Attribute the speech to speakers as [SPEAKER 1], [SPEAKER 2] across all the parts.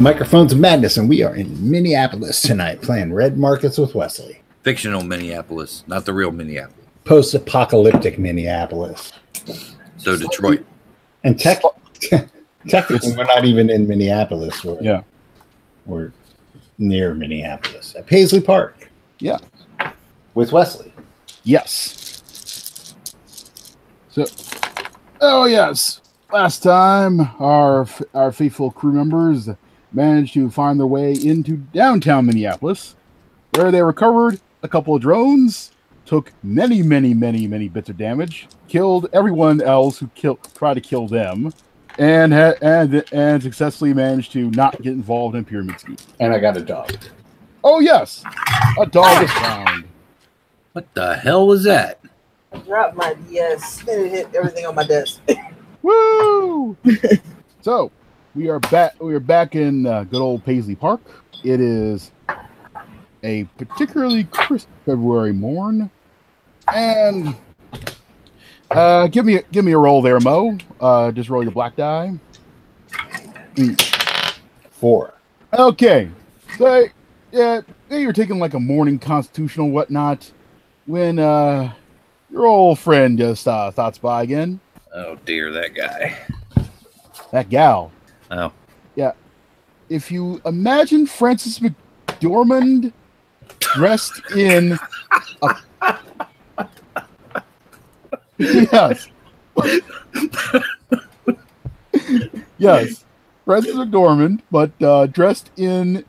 [SPEAKER 1] Microphones of Madness, and we are in Minneapolis tonight playing Red Markets with Wesley.
[SPEAKER 2] Fictional Minneapolis, not the real Minneapolis.
[SPEAKER 1] Post apocalyptic Minneapolis.
[SPEAKER 2] So Detroit.
[SPEAKER 1] And tech, technically, we're not even in Minneapolis. We're,
[SPEAKER 3] Yeah.
[SPEAKER 1] we're near Minneapolis at Paisley Park.
[SPEAKER 3] Yeah.
[SPEAKER 1] With Wesley.
[SPEAKER 3] Yes. So, oh yes, last time our our faithful crew members managed to find their way into downtown Minneapolis, where they recovered a couple of drones, took many, many, many, many bits of damage, killed everyone else who kill tried to kill them, and ha- and and successfully managed to not get involved in pyramid scheme.
[SPEAKER 1] And I got a dog.
[SPEAKER 3] Oh yes, a dog is found.
[SPEAKER 2] What the hell was that?
[SPEAKER 4] I dropped my yes. It hit everything on my desk.
[SPEAKER 3] Woo! so we are back. We are back in uh, good old Paisley Park. It is a particularly crisp February morn, and uh, give me a, give me a roll there, Mo. Uh, just roll your black die.
[SPEAKER 1] Four.
[SPEAKER 3] Okay. So yeah, they were taking like a morning constitutional whatnot when uh, your old friend just uh, thoughts by again.
[SPEAKER 2] Oh dear, that guy.
[SPEAKER 3] That gal.
[SPEAKER 2] Oh,
[SPEAKER 3] if you imagine Francis McDormand dressed in a... yes, yes, Francis McDormand, but uh, dressed in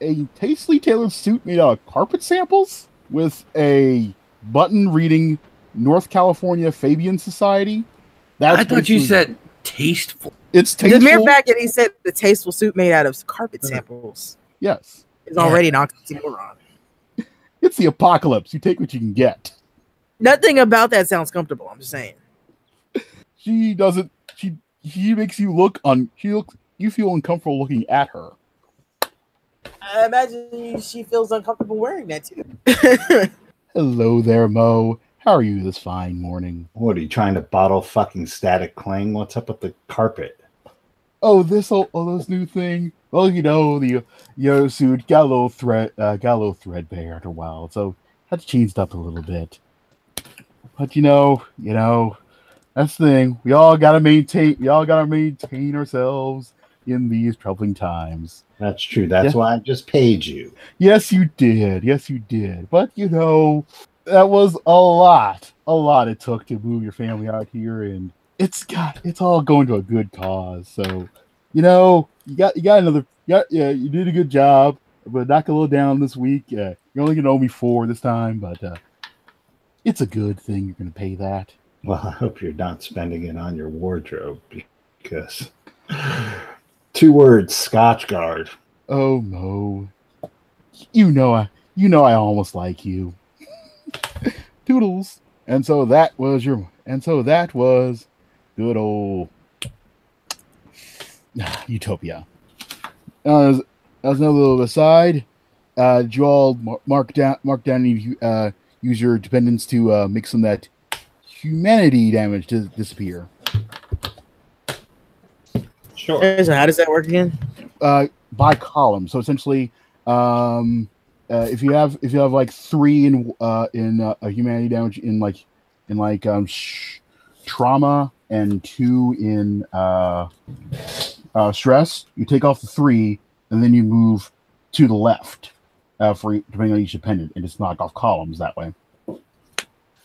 [SPEAKER 3] a tastefully tailored suit made out of carpet samples with a button reading North California Fabian Society. That's
[SPEAKER 2] I thought you
[SPEAKER 3] basically-
[SPEAKER 2] said tasteful.
[SPEAKER 3] it's
[SPEAKER 4] The
[SPEAKER 3] tasteful.
[SPEAKER 4] mere fact that he said the tasteful suit made out of carpet samples
[SPEAKER 3] yes,
[SPEAKER 4] is already an oxymoron.
[SPEAKER 3] it's the apocalypse. You take what you can get.
[SPEAKER 4] Nothing about that sounds comfortable. I'm just saying.
[SPEAKER 3] she doesn't she she makes you look un she looks you feel uncomfortable looking at her
[SPEAKER 4] I imagine she feels uncomfortable wearing that too.
[SPEAKER 3] hello there mo how are you this fine morning
[SPEAKER 1] What are you trying to bottle fucking static clang? What's up with the carpet?
[SPEAKER 3] oh this old oh this new thing well you know the yo suit got a little thread uh, got a little threadbare after a while so had to change it up a little bit but you know you know that's the thing we all gotta maintain we all gotta maintain ourselves in these troubling times
[SPEAKER 1] That's true. That's why I just paid you.
[SPEAKER 3] Yes, you did. Yes, you did. But you know, that was a lot, a lot it took to move your family out here, and it's got it's all going to a good cause. So, you know, you got you got another. You got, yeah, you did a good job, but knock a little down this week. Uh, you're only gonna owe me four this time, but uh, it's a good thing you're gonna pay that.
[SPEAKER 1] Well, I hope you're not spending it on your wardrobe because two words Scotch Guard.
[SPEAKER 3] Oh Mo, you know I, you know I almost like you. Toodles. And so that was your, and so that was good old Utopia. Uh, as, as another little aside, uh, did you all mar- mark down, mark down any of you, uh, use your dependents to uh, make some of that humanity damage to disappear.
[SPEAKER 1] Sure.
[SPEAKER 4] Listen, How does that work again?
[SPEAKER 3] uh, by column. So essentially, um, uh, if you have if you have like three in uh, in uh, a humanity damage in like in like um, sh- trauma and two in uh, uh, stress, you take off the three and then you move to the left uh, for e- depending on each dependent and just knock off columns that way.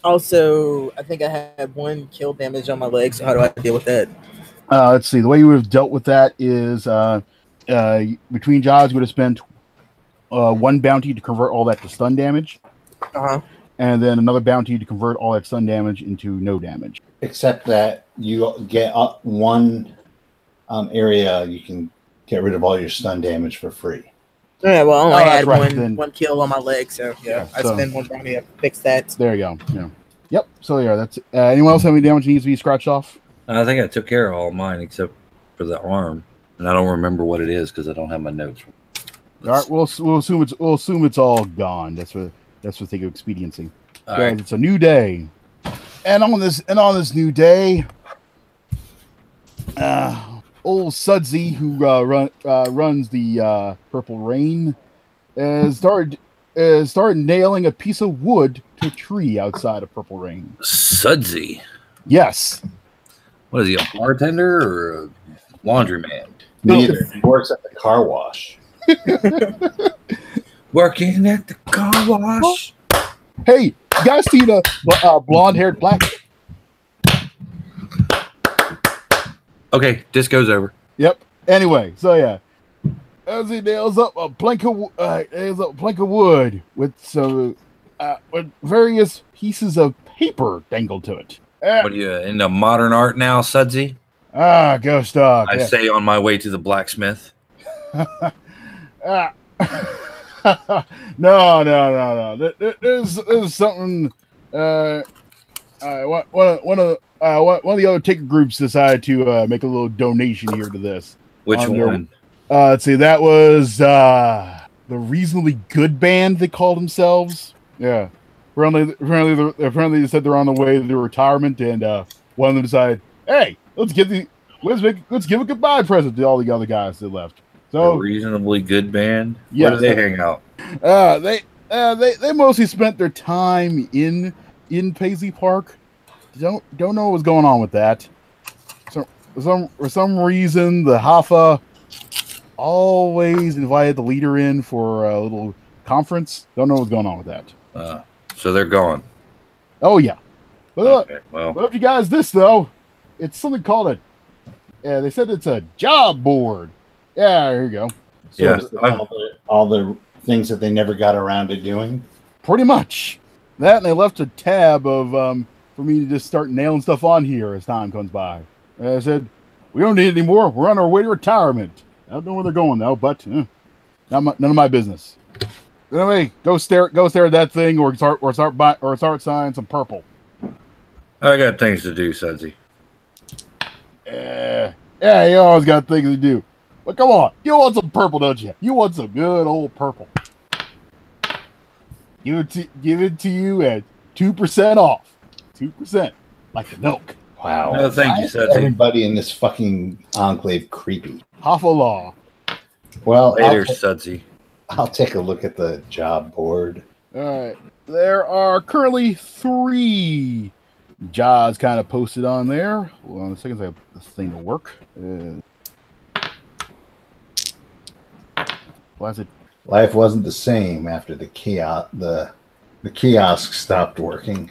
[SPEAKER 4] Also, I think I had one kill damage on my leg. So how do I deal with that?
[SPEAKER 3] Uh, let's see. The way you would have dealt with that is uh, uh, between jobs, you would have spent uh, one bounty to convert all that to stun damage.
[SPEAKER 4] Uh huh.
[SPEAKER 3] and then another bounty to convert all that stun damage into no damage.
[SPEAKER 1] Except that you get up one um, area, you can get rid of all your stun damage for free.
[SPEAKER 4] Yeah, well, I only
[SPEAKER 3] Oh, that's
[SPEAKER 4] had
[SPEAKER 3] right,
[SPEAKER 4] one
[SPEAKER 3] then.
[SPEAKER 4] one kill on my leg, so yeah,
[SPEAKER 3] Yeah,
[SPEAKER 4] I
[SPEAKER 3] so-
[SPEAKER 4] spend one bounty to fix that.
[SPEAKER 3] There you go. Yeah. Yep. So yeah, that's uh, anyone else have any damage that needs to be scratched off?
[SPEAKER 2] I think I took care of all mine except for the arm, and I don't remember what it is because I don't have my notes.
[SPEAKER 3] All right. We'll we'll assume it's we'll assume it's all gone. That's what that's what they go expediency.
[SPEAKER 2] All
[SPEAKER 3] Guys,
[SPEAKER 2] right.
[SPEAKER 3] it's a new day, and on this and on this new day, uh, old Sudsy, who uh, run, uh, runs the uh, Purple Rain, has started uh, started nailing a piece of wood to a tree outside of Purple Rain.
[SPEAKER 2] Sudsy.
[SPEAKER 3] Yes,
[SPEAKER 2] What is he, a bartender or a laundryman?
[SPEAKER 1] Neither. He works at the car wash.
[SPEAKER 2] Working at the car wash.
[SPEAKER 3] hey, you guys, see the uh, blonde-haired black?
[SPEAKER 2] Okay, disco's over.
[SPEAKER 3] Yep. Anyway, so yeah, as he nails up a plank of wo- uh, nails up a plank of wood with some uh, with various pieces of paper dangled to it. Ah,
[SPEAKER 2] What are you into modern art now, Sudsy?
[SPEAKER 3] ah, ghost dog.
[SPEAKER 2] I
[SPEAKER 3] yeah.
[SPEAKER 2] say on my way to the blacksmith.
[SPEAKER 3] Ah. no, no, no, no. There- there- There's, there's something. Uh, uh, one, one of- one of the, uh, one one of the other ticket groups decided to uh, make a little donation here to this.
[SPEAKER 2] Which
[SPEAKER 3] On your-
[SPEAKER 2] one?
[SPEAKER 3] Uh, let's see, that was uh, the reasonably good band they called themselves. Yeah, apparently, apparently, they're- apparently they said they're on the way to retirement, and uh, one of them decided, "Hey, let's give the let's make let's give a goodbye present to all the other guys that left."
[SPEAKER 2] a
[SPEAKER 3] So
[SPEAKER 2] reasonably good band.
[SPEAKER 3] Yeah.
[SPEAKER 2] Where do they hang out?
[SPEAKER 3] Uh, they uh, they they mostly spent their time in in Paisley Park. Don't don't know what's going on with that. So for some for some reason the Hoffa always invited the leader in for a little conference. Don't know what's going on with that.
[SPEAKER 2] Uh, so they're gone.
[SPEAKER 3] Oh yeah. Well,
[SPEAKER 2] Okay, well,
[SPEAKER 3] well, if you guys this though, it's something called a. Yeah, they said it's a job board. Yeah, here you go.
[SPEAKER 2] Yeah.
[SPEAKER 1] just all, the, all the things that they never got around to doing.
[SPEAKER 3] pretty much that and they left a tab of um, for me to just start nailing stuff on here as time comes by and i said we don't need any more we're on our way to retirement i don't know where they're going though but eh, not my, none of my business anyway go stare go stare at that thing or start or start buy, or start signing some purple
[SPEAKER 2] I got things to do, Sudsy.
[SPEAKER 3] yeah yeah you always got things to do but come on you want some purple don't you you want some good old purple give it to, give it to you at 2% off 2% like the milk
[SPEAKER 1] Wow.
[SPEAKER 2] No, thank you,
[SPEAKER 1] Why is
[SPEAKER 2] Sudsy.
[SPEAKER 1] Everybody in this fucking enclave creepy.
[SPEAKER 3] Hoffalaw.
[SPEAKER 1] Well, I'll,
[SPEAKER 2] Later,
[SPEAKER 1] ta-
[SPEAKER 2] Sudsy.
[SPEAKER 1] I'll take a look at the job board.
[SPEAKER 3] All right. There are currently three jobs kind of posted on there. Hold on a second. so I have this thing to work. Uh, why is it?
[SPEAKER 1] Life wasn't the same after the kiosk the the kiosk stopped working.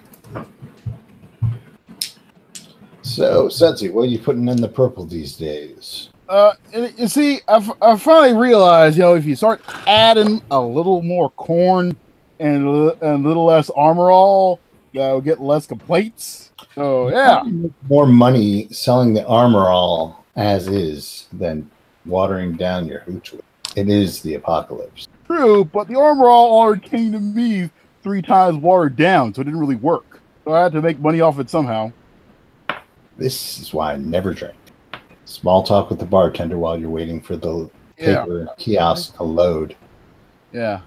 [SPEAKER 1] So, Sudsy, what are you putting in the purple these days?
[SPEAKER 3] Uh, and you see, I, f- I finally realized, you know, if you start adding a little more corn and a li- and a little less armor all, you'll get less complaints. So, yeah.
[SPEAKER 1] More money selling the armor all as is than watering down your hooch. with. It is the apocalypse.
[SPEAKER 3] True, but the armor all already came to me three times watered down, so it didn't really work. So I had to make money off it somehow.
[SPEAKER 1] This is why I never drink. Small talk with the bartender while you're waiting for the
[SPEAKER 3] Yeah.
[SPEAKER 1] paper kiosk to load.
[SPEAKER 3] Yeah.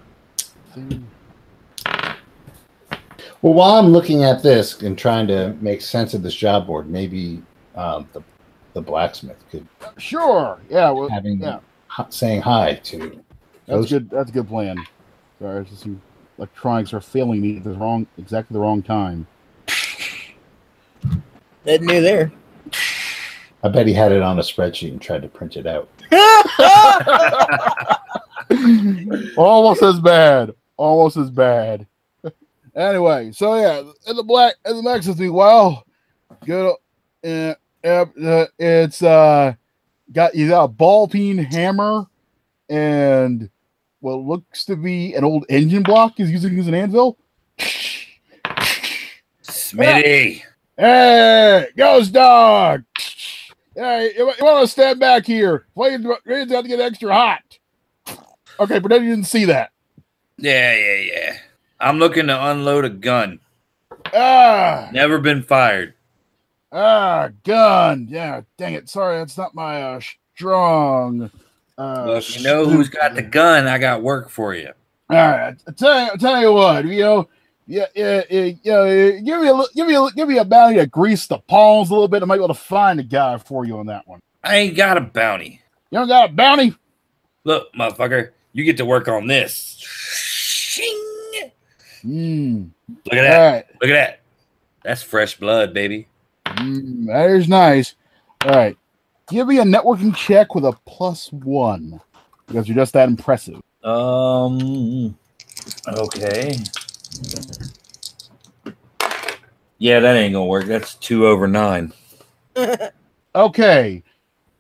[SPEAKER 1] Well, while I'm looking at this and trying to make sense of this job board, maybe um, the the blacksmith could
[SPEAKER 3] Sure. Yeah. Well,
[SPEAKER 1] having
[SPEAKER 3] Yeah.
[SPEAKER 1] hi- saying hi to
[SPEAKER 3] that's good. That's a good plan. Sorry, it's just some electronics are failing me at the wrong, exactly the wrong time.
[SPEAKER 4] Nothing new there.
[SPEAKER 1] I bet he had it on a spreadsheet and tried to print it out.
[SPEAKER 3] Almost as bad. Almost as bad. anyway, so yeah, and the black and the Max is well, good. Uh, uh, uh, it's uh, got you got a ball peen hammer, and what looks to be an old engine block is using it as an anvil.
[SPEAKER 2] Smitty.
[SPEAKER 3] Hey, ghost dog! Hey, you, want to stand back here? Flames flames about to get extra hot. Okay, pretend you didn't see that.
[SPEAKER 2] Yeah, yeah, yeah. I'm looking to unload a gun.
[SPEAKER 3] Ah,
[SPEAKER 2] Never been fired.
[SPEAKER 3] ah, gun. Yeah, dang it. Sorry, that's not my uh, strong. Uh,
[SPEAKER 2] Well, if you know who's got the gun, I got work for you.
[SPEAKER 3] All right, I tell you, I tell you what, you know, yeah, yeah, yeah, yeah, yeah, give me a, li- give me a, li- give me a bounty to grease the palms a little bit. I might be able to find a guy for you on that one.
[SPEAKER 2] I ain't got a bounty.
[SPEAKER 3] You don't got a bounty?
[SPEAKER 2] Look, motherfucker, you get to work on this. Shing!
[SPEAKER 3] Mm.
[SPEAKER 2] Look at
[SPEAKER 3] All
[SPEAKER 2] that.
[SPEAKER 3] right.
[SPEAKER 2] Look at that. That's fresh blood, baby.
[SPEAKER 3] Mm, that is nice. All right. Give me a networking check with a plus one because you're just that impressive.
[SPEAKER 2] Um. Okay. Yeah, that ain't gonna work. That's two over nine.
[SPEAKER 3] Okay.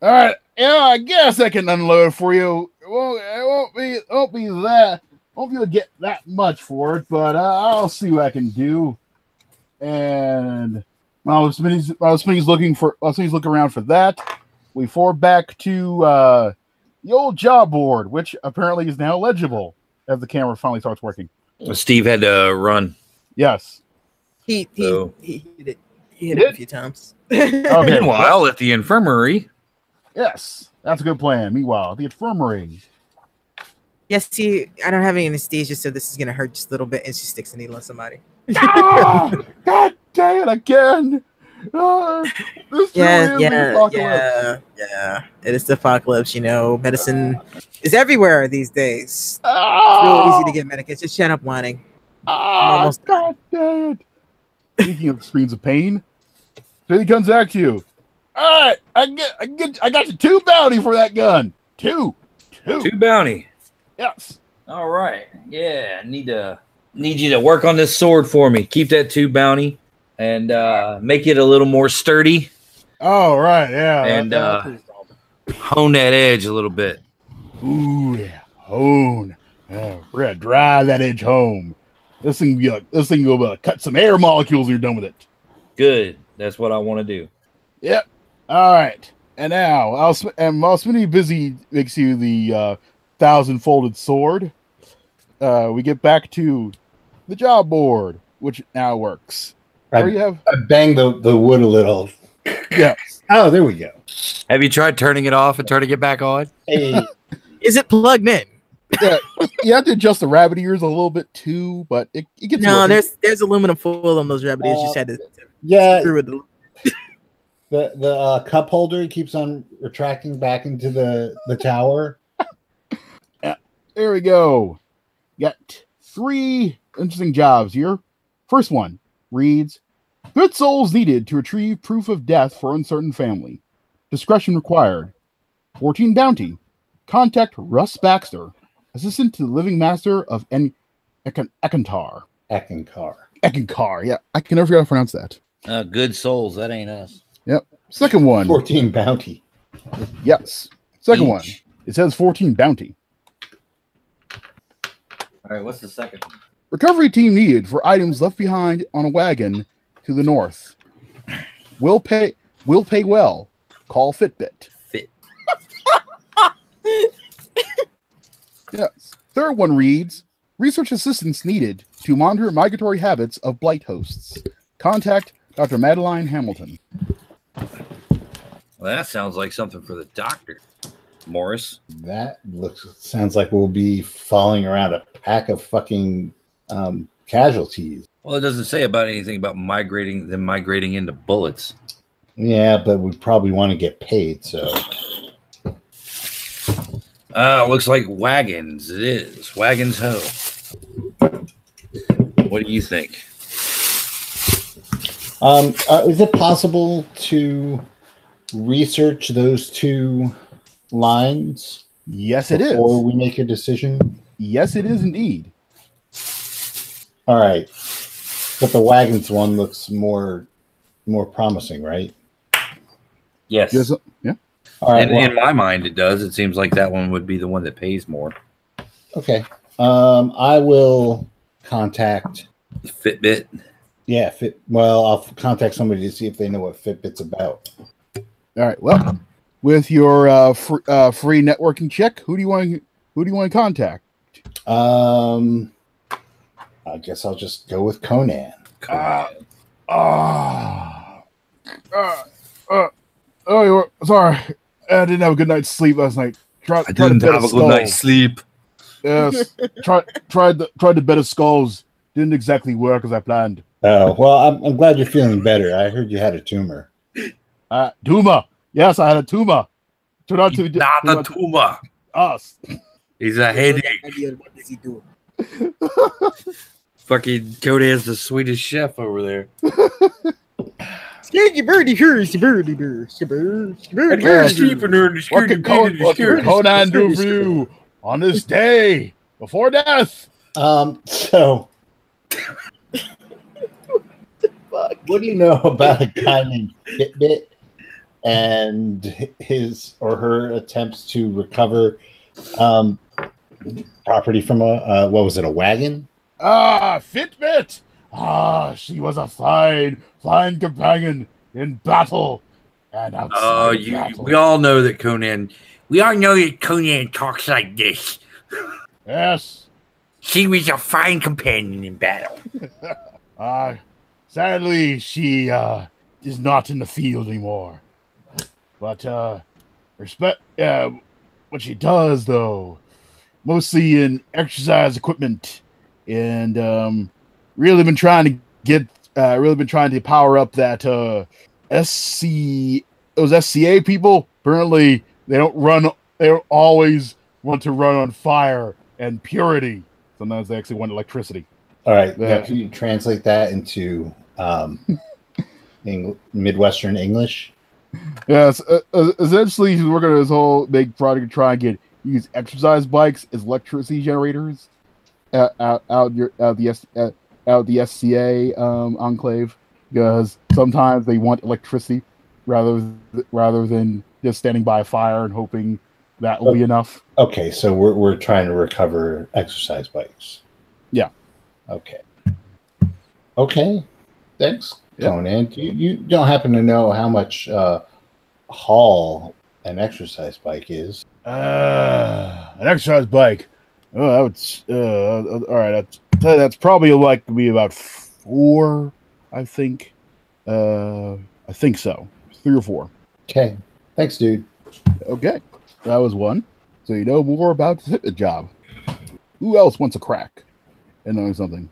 [SPEAKER 3] All right. Yeah, I guess I can unload for you. It won't, it won't be it won't be that won't be able to get that much for it, but uh, I'll see what I can do. And while Smitty's while Smitty's looking for while Smitty's looking around for that, we forward back to uh, the old job board, which apparently is now legible as the camera finally starts working.
[SPEAKER 2] Steve had to run.
[SPEAKER 3] Yes.
[SPEAKER 4] He he,
[SPEAKER 2] So-
[SPEAKER 4] he, hit it. He hit it a few times.
[SPEAKER 3] Okay.
[SPEAKER 2] Meanwhile, at the infirmary.
[SPEAKER 3] Yes, that's a good plan. Meanwhile, the infirmary.
[SPEAKER 4] yes, see, I don't have any anesthesia, so this is gonna hurt just a little bit, and she sticks a needle in somebody.
[SPEAKER 3] Ah, God damn it again! Ah, this
[SPEAKER 4] Yeah,
[SPEAKER 3] really is the
[SPEAKER 4] yeah,
[SPEAKER 3] apocalypse.
[SPEAKER 4] yeah, yeah. It is the apocalypse, you know. Medicine is everywhere these days. It's real
[SPEAKER 3] Ah,
[SPEAKER 4] easy to get medicated. Just shut up whining.
[SPEAKER 3] ah,
[SPEAKER 4] almost-
[SPEAKER 3] God damn it! Speaking of screams of pain, then he comes back to you. All right, I get, I get, I got you two bounty for that gun. Two, two,
[SPEAKER 2] Two bounty.
[SPEAKER 3] yes.
[SPEAKER 2] All right. Yeah. I Need to need you to work on this sword for me. Keep that two bounty and uh make it a little more sturdy.
[SPEAKER 3] All right, yeah.
[SPEAKER 2] And,
[SPEAKER 3] that's-
[SPEAKER 2] Hone that edge a little bit.
[SPEAKER 3] Ooh, yeah. Hone. Yeah, we're gonna drive that edge home. This thing, be like, this thing will uh, cut some air molecules. When you're done with it.
[SPEAKER 2] Good. That's what I want to do.
[SPEAKER 3] Yep. All right. And now, I'll sp- and while Smitty busy makes you the uh, thousand folded sword, uh, we get back to the job board, which now works. Or you
[SPEAKER 1] I,
[SPEAKER 3] have
[SPEAKER 1] I banged the, the wood a little.
[SPEAKER 3] yeah.
[SPEAKER 1] Oh, there we go.
[SPEAKER 2] Have you tried turning it off and turning it back on?
[SPEAKER 1] Hey,
[SPEAKER 4] Is it plugged in?
[SPEAKER 3] You have to adjust the rabbit ears a little bit too, but it, it gets
[SPEAKER 4] No,
[SPEAKER 3] working.
[SPEAKER 4] there's there's aluminum foil on those rabbit ears. You just had to
[SPEAKER 1] yeah,
[SPEAKER 4] screw with the
[SPEAKER 1] the the uh, cup holder keeps on retracting back into the the tower.
[SPEAKER 3] There we go. Got three interesting jobs here. First one reads Good souls needed to retrieve proof of death for uncertain family. Discretion required. 14 bounty. Contact Russ Baxter, assistant to the living master of en- Ekan- Ekantar.
[SPEAKER 1] Acting car.
[SPEAKER 3] Ekankar, yeah. I can never figure out how to pronounce that.
[SPEAKER 2] Uh, good souls. That ain't us.
[SPEAKER 3] Second one.
[SPEAKER 1] Fourteen bounty.
[SPEAKER 3] Yes. Second one.
[SPEAKER 2] Each.
[SPEAKER 3] It says 14 bounty.
[SPEAKER 2] All right. What's the second one?
[SPEAKER 3] Recovery team needed for items left behind on a wagon to the north. Will pay will pay well. Call Fitbit.
[SPEAKER 2] Fit.
[SPEAKER 3] Yes. Third one reads Research assistance needed to monitor migratory habits of blight hosts. Contact Dr. Madeline Hamilton.
[SPEAKER 2] Well, that sounds like something for the doctor, Morris.
[SPEAKER 1] That looks sounds like we'll be following around a pack of fucking um, casualties.
[SPEAKER 2] Well, it doesn't say about anything about migrating, then migrating into bullets.
[SPEAKER 1] Yeah, but we probably want to get paid, so
[SPEAKER 2] Uh, looks like wagons. It is wagons ho. What do you think?
[SPEAKER 1] Um, uh, is it possible to research those two lines
[SPEAKER 3] Yes, it is.
[SPEAKER 1] before we make a decision?
[SPEAKER 3] Yes, it is indeed.
[SPEAKER 1] All right, but the wagons one looks more more promising, right?
[SPEAKER 2] Yes.
[SPEAKER 3] Yes, yeah.
[SPEAKER 1] All right,
[SPEAKER 2] In,
[SPEAKER 1] well,
[SPEAKER 2] in my mind, it does. It seems like that one would be the one that pays more.
[SPEAKER 1] okay. Um, I will contact.
[SPEAKER 2] Fitbit.
[SPEAKER 1] Yeah, fit, well, I'll contact somebody to see if they know what Fitbit's about.
[SPEAKER 3] All right. Well, with your uh, fr- uh, free networking check, who do you want? Who do you want to contact?
[SPEAKER 1] Um, I guess I'll just go with Conan.
[SPEAKER 3] Ah. Ah. Uh, uh, oh, you were- sorry. I didn't have a good night's sleep last night. Tried,
[SPEAKER 2] I
[SPEAKER 3] tried
[SPEAKER 2] didn't
[SPEAKER 3] bed
[SPEAKER 2] have a
[SPEAKER 3] of
[SPEAKER 2] good night's sleep.
[SPEAKER 3] Yes. tried tried the tried the bed of skulls. Didn't exactly work as I planned.
[SPEAKER 1] Oh well, I'm, I'm glad you're feeling better. I heard you had a tumor.
[SPEAKER 3] Uh, Duma, Yes, I had a tumor. Turned out to be
[SPEAKER 2] Not
[SPEAKER 3] turned
[SPEAKER 2] a
[SPEAKER 3] out to
[SPEAKER 2] tumor.
[SPEAKER 3] us.
[SPEAKER 2] He's a headache.
[SPEAKER 4] Idea of what does he do?
[SPEAKER 2] Fucking Cody has the sweetest chef over there.
[SPEAKER 4] Scared your birdie, here, it's your birdie, bird, it's your bird, it's your birdie,
[SPEAKER 3] Yeah.
[SPEAKER 4] bird.
[SPEAKER 3] What can, Con- what can Conan do for you on this day before death?
[SPEAKER 1] Um, so
[SPEAKER 4] Fuck.
[SPEAKER 1] what do you know about a guy named Fitbit and his or her attempts to recover um, property from a uh, what was it a wagon?
[SPEAKER 3] Ah, Fitbit. Ah, she was a fine, fine companion in battle and outside.
[SPEAKER 2] Oh,
[SPEAKER 3] of
[SPEAKER 2] you,
[SPEAKER 3] battle.
[SPEAKER 2] we all know that Conan. We all know that Conan talks like this.
[SPEAKER 3] yes.
[SPEAKER 2] She was a fine companion in battle.
[SPEAKER 3] Uh, sadly, she uh, is not in the field anymore. But uh, respect uh, what she does, though, mostly in exercise equipment, and um, really been trying to get, uh, really been trying to power up that uh, SC those SCA people. Apparently, they don't run. They don't always want to run on fire and purity. Sometimes they actually want electricity.
[SPEAKER 1] All right, now
[SPEAKER 3] Yeah.
[SPEAKER 1] can you translate that into um, Eng- Midwestern English?
[SPEAKER 3] Yes, uh, uh, essentially, he's working on his whole big project to try and get use exercise bikes as electricity generators out out, out your out the S, uh, out the SCA um, enclave because sometimes they want electricity rather th- rather than just standing by a fire and hoping that will be enough.
[SPEAKER 1] Okay, so we're we're trying to recover exercise bikes.
[SPEAKER 3] Yeah.
[SPEAKER 1] Okay. Okay. Thanks,
[SPEAKER 3] Yeah.
[SPEAKER 1] Conan. Do You, you don't happen to know how much uh, haul an exercise bike is?
[SPEAKER 3] Uh, an exercise bike. Oh, that would. Uh, all right, that's that's probably like to be about four, I think. Uh, I think so, three or four.
[SPEAKER 1] Okay. Thanks, dude.
[SPEAKER 3] Okay, that was one. So you know more about the job. Who else wants a crack? And knowing something.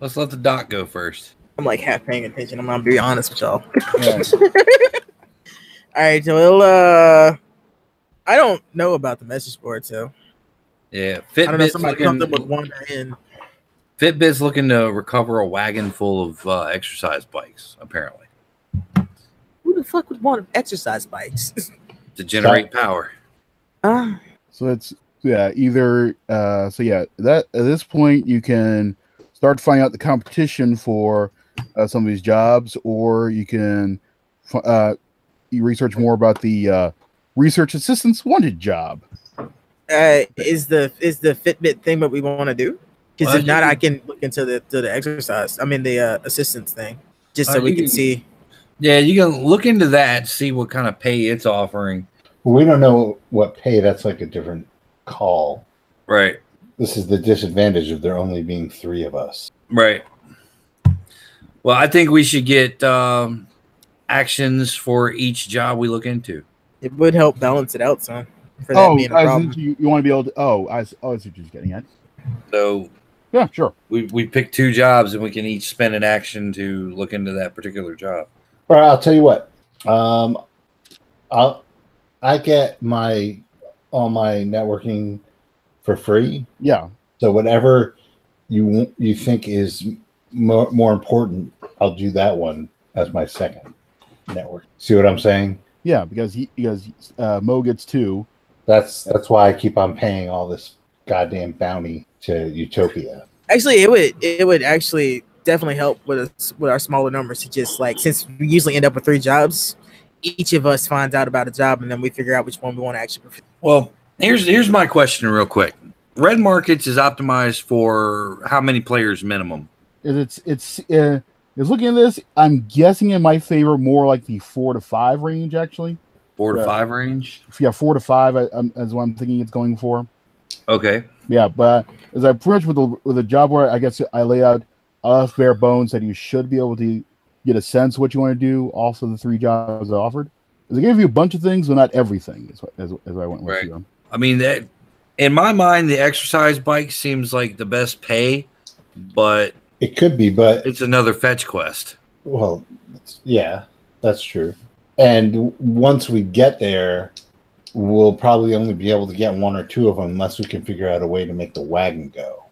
[SPEAKER 2] Let's let the doc go first.
[SPEAKER 4] I'm like half paying attention. I'm gonna be honest with y'all.
[SPEAKER 3] Right.
[SPEAKER 4] All right, Joel. Uh, I don't know about the message board, so
[SPEAKER 2] Yeah,
[SPEAKER 4] I don't know.
[SPEAKER 2] Fitbit's
[SPEAKER 4] Somebody comes up with
[SPEAKER 2] looking,
[SPEAKER 4] one in.
[SPEAKER 2] Fitbit's looking to recover a wagon full of uh, exercise bikes. Apparently,
[SPEAKER 4] Who the fuck would want exercise bikes?
[SPEAKER 2] to generate power.
[SPEAKER 4] Ah,
[SPEAKER 3] So it's yeah, either uh so yeah, that at this point you can start finding out the competition for uh, some of these jobs or you can fi- uh you research more about the uh research assistance wanted job.
[SPEAKER 4] uh, is the is the Fitbit thing what we want to do? Because
[SPEAKER 2] Well,
[SPEAKER 4] if
[SPEAKER 2] you
[SPEAKER 4] not,
[SPEAKER 2] can-
[SPEAKER 4] I can look into the to the exercise. I mean the uh, assistance thing, just so
[SPEAKER 2] Uh,
[SPEAKER 4] we
[SPEAKER 2] you
[SPEAKER 4] can
[SPEAKER 2] can-
[SPEAKER 4] see.
[SPEAKER 2] Yeah, you can look into that, see what kind of pay it's offering.
[SPEAKER 1] We don't know what pay. That's like a different call.
[SPEAKER 2] Right,
[SPEAKER 1] This is the disadvantage of there only being three of us.
[SPEAKER 2] right. Well, I think we should get um, actions for each job we look into.
[SPEAKER 4] It would help balance it out, son. For that
[SPEAKER 3] Oh,
[SPEAKER 4] being a
[SPEAKER 3] I see
[SPEAKER 4] problem.
[SPEAKER 3] you, you want to be able to oh, I s- oh, I see what you're getting at.
[SPEAKER 2] So
[SPEAKER 3] Yeah, sure.
[SPEAKER 2] we we pick two jobs and we can each spend an action to look into that particular job.
[SPEAKER 1] All right, I'll tell you what. Um, I'll I get my all my networking for free
[SPEAKER 3] Yeah.
[SPEAKER 1] So whatever you w- you think is more, more important, I'll do that one as my second network. See what I'm saying?
[SPEAKER 3] Yeah, because he because uh Mo gets two.
[SPEAKER 1] That's that's why I keep on paying all this goddamn bounty to Utopia.
[SPEAKER 4] Actually, it would it would actually definitely help with us with our smaller numbers to just like since we usually end up with three jobs, each of us finds out about a job and then we figure out which one we want to actually. perf-
[SPEAKER 2] Well, here's here's my question real quick. Red markets is optimized for how many players minimum?
[SPEAKER 3] Is it's it's uh is looking at this, I'm guessing in my favor more like the four to five range actually.
[SPEAKER 2] Four to
[SPEAKER 3] Right.
[SPEAKER 2] five range.
[SPEAKER 3] yeah, four to five I, I'm, is what I'm thinking it's going for.
[SPEAKER 2] Okay.
[SPEAKER 3] Yeah, but as I approach with the with the job where I guess I lay out enough bare bones that you should be able to get a sense what you want to do. Also, the three jobs I offered. They gave you a bunch of things, but not everything. Is what as, as I went with
[SPEAKER 2] Right.
[SPEAKER 3] here.
[SPEAKER 2] I mean that in my mind the exercise bike seems like the best pay, but
[SPEAKER 1] It could be, but
[SPEAKER 2] it's another fetch quest.
[SPEAKER 1] well, it's- yeah, that's true. And once we get there, we'll probably only be able to get one or two of them unless we can figure out a way to make the wagon go.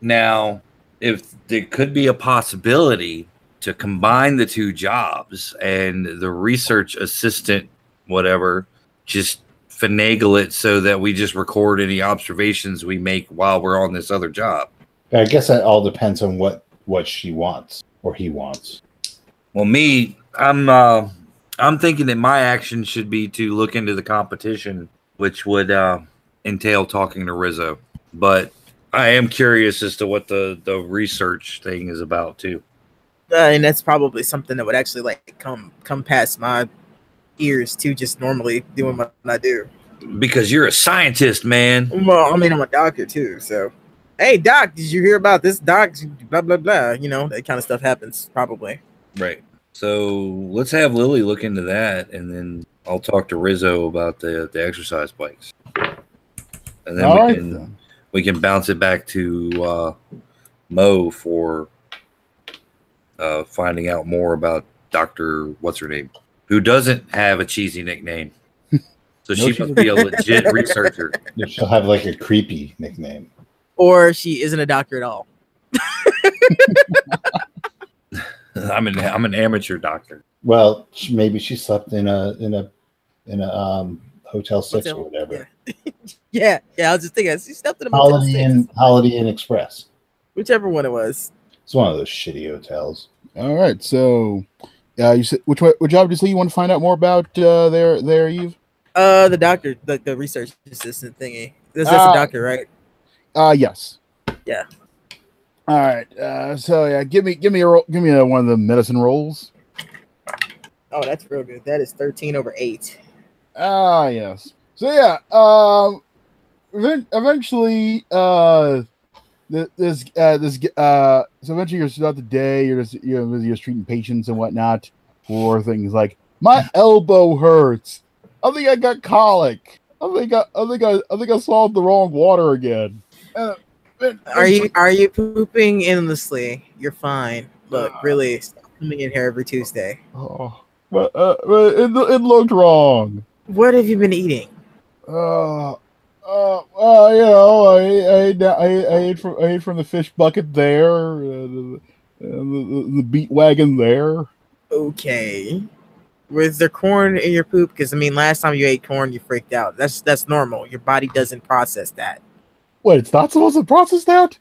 [SPEAKER 2] Now, if there could be a possibility to combine the two jobs and the research assistant, whatever, just finagle it so that we just record any observations we make while we're on this other job.
[SPEAKER 1] I guess that all depends on what what she wants or he wants.
[SPEAKER 2] Well, me, I'm uh, I'm thinking that my action should be to look into the competition, which would uh, entail talking to Rizzo. But I am curious as to what the the research thing is about too.
[SPEAKER 4] Uh, and that's probably something that would actually like come come past my ears too. Just normally doing what I do.
[SPEAKER 2] Because you're a scientist, man.
[SPEAKER 4] Well, I mean, I'm a doctor too, so. Hey doc, did you hear about this doc? Blah blah blah. You know that kind of stuff happens probably.
[SPEAKER 2] Right. So let's have Lily look into that, and then I'll talk to Rizzo about the the exercise bikes, and then
[SPEAKER 3] All
[SPEAKER 2] we
[SPEAKER 3] right,
[SPEAKER 2] can
[SPEAKER 3] then.
[SPEAKER 2] we can bounce it back to uh, Mo for uh, finding out more about Doctor What's her name, who doesn't have a cheesy nickname. So
[SPEAKER 3] No,
[SPEAKER 2] she
[SPEAKER 3] she
[SPEAKER 2] must be a legit researcher.
[SPEAKER 1] She'll have like a creepy nickname.
[SPEAKER 4] Or she isn't a doctor at all.
[SPEAKER 2] I'm an I'm an amateur doctor.
[SPEAKER 1] Well, she, maybe she slept in a in a in a um, hotel six or
[SPEAKER 4] Hotel,
[SPEAKER 1] whatever.
[SPEAKER 4] yeah. Yeah, yeah. I was just thinking she stepped in a motel
[SPEAKER 1] Holiday
[SPEAKER 4] six,
[SPEAKER 1] Inn, Holiday Inn Express.
[SPEAKER 4] whichever one it was.
[SPEAKER 1] It's one of those shitty hotels.
[SPEAKER 3] All right. So, uh, you said which one- what job did you say you want to find out more about uh, there there Eve?
[SPEAKER 4] Uh, the doctor, the, the research assistant thingy. That's, that's
[SPEAKER 3] Ah.
[SPEAKER 4] a doctor, right?
[SPEAKER 3] Uh, yes.
[SPEAKER 4] Yeah.
[SPEAKER 3] All right. Uh, so yeah, give me give me a roll, give me a, one of the medicine rolls.
[SPEAKER 4] Oh, that's real good. That is thirteen over eight.
[SPEAKER 3] Ah, yes. So yeah, um, ev- eventually, uh, th- this uh, this g- uh, so eventually you're throughout the day, you're just you're busy just treating patients and whatnot for things like my elbow hurts. I think I got colic. I think I, I think I, I think I swallowed the wrong water again. Uh, and-
[SPEAKER 4] Are you are you pooping endlessly? You're fine. Look, really, stop coming in here every Tuesday.
[SPEAKER 3] Oh, but, uh, but it, it looked wrong.
[SPEAKER 4] What have you been eating?
[SPEAKER 3] Uh, uh, uh, you know, I, I, ate- I, I ate from, I ate from the fish bucket there, uh, the, uh, the, the beat wagon there.
[SPEAKER 4] Okay. Was there corn in your poop? Because I mean, last time you ate corn, you freaked out. That's that's normal. Your body doesn't process that.
[SPEAKER 3] Wait, it's not supposed to process that?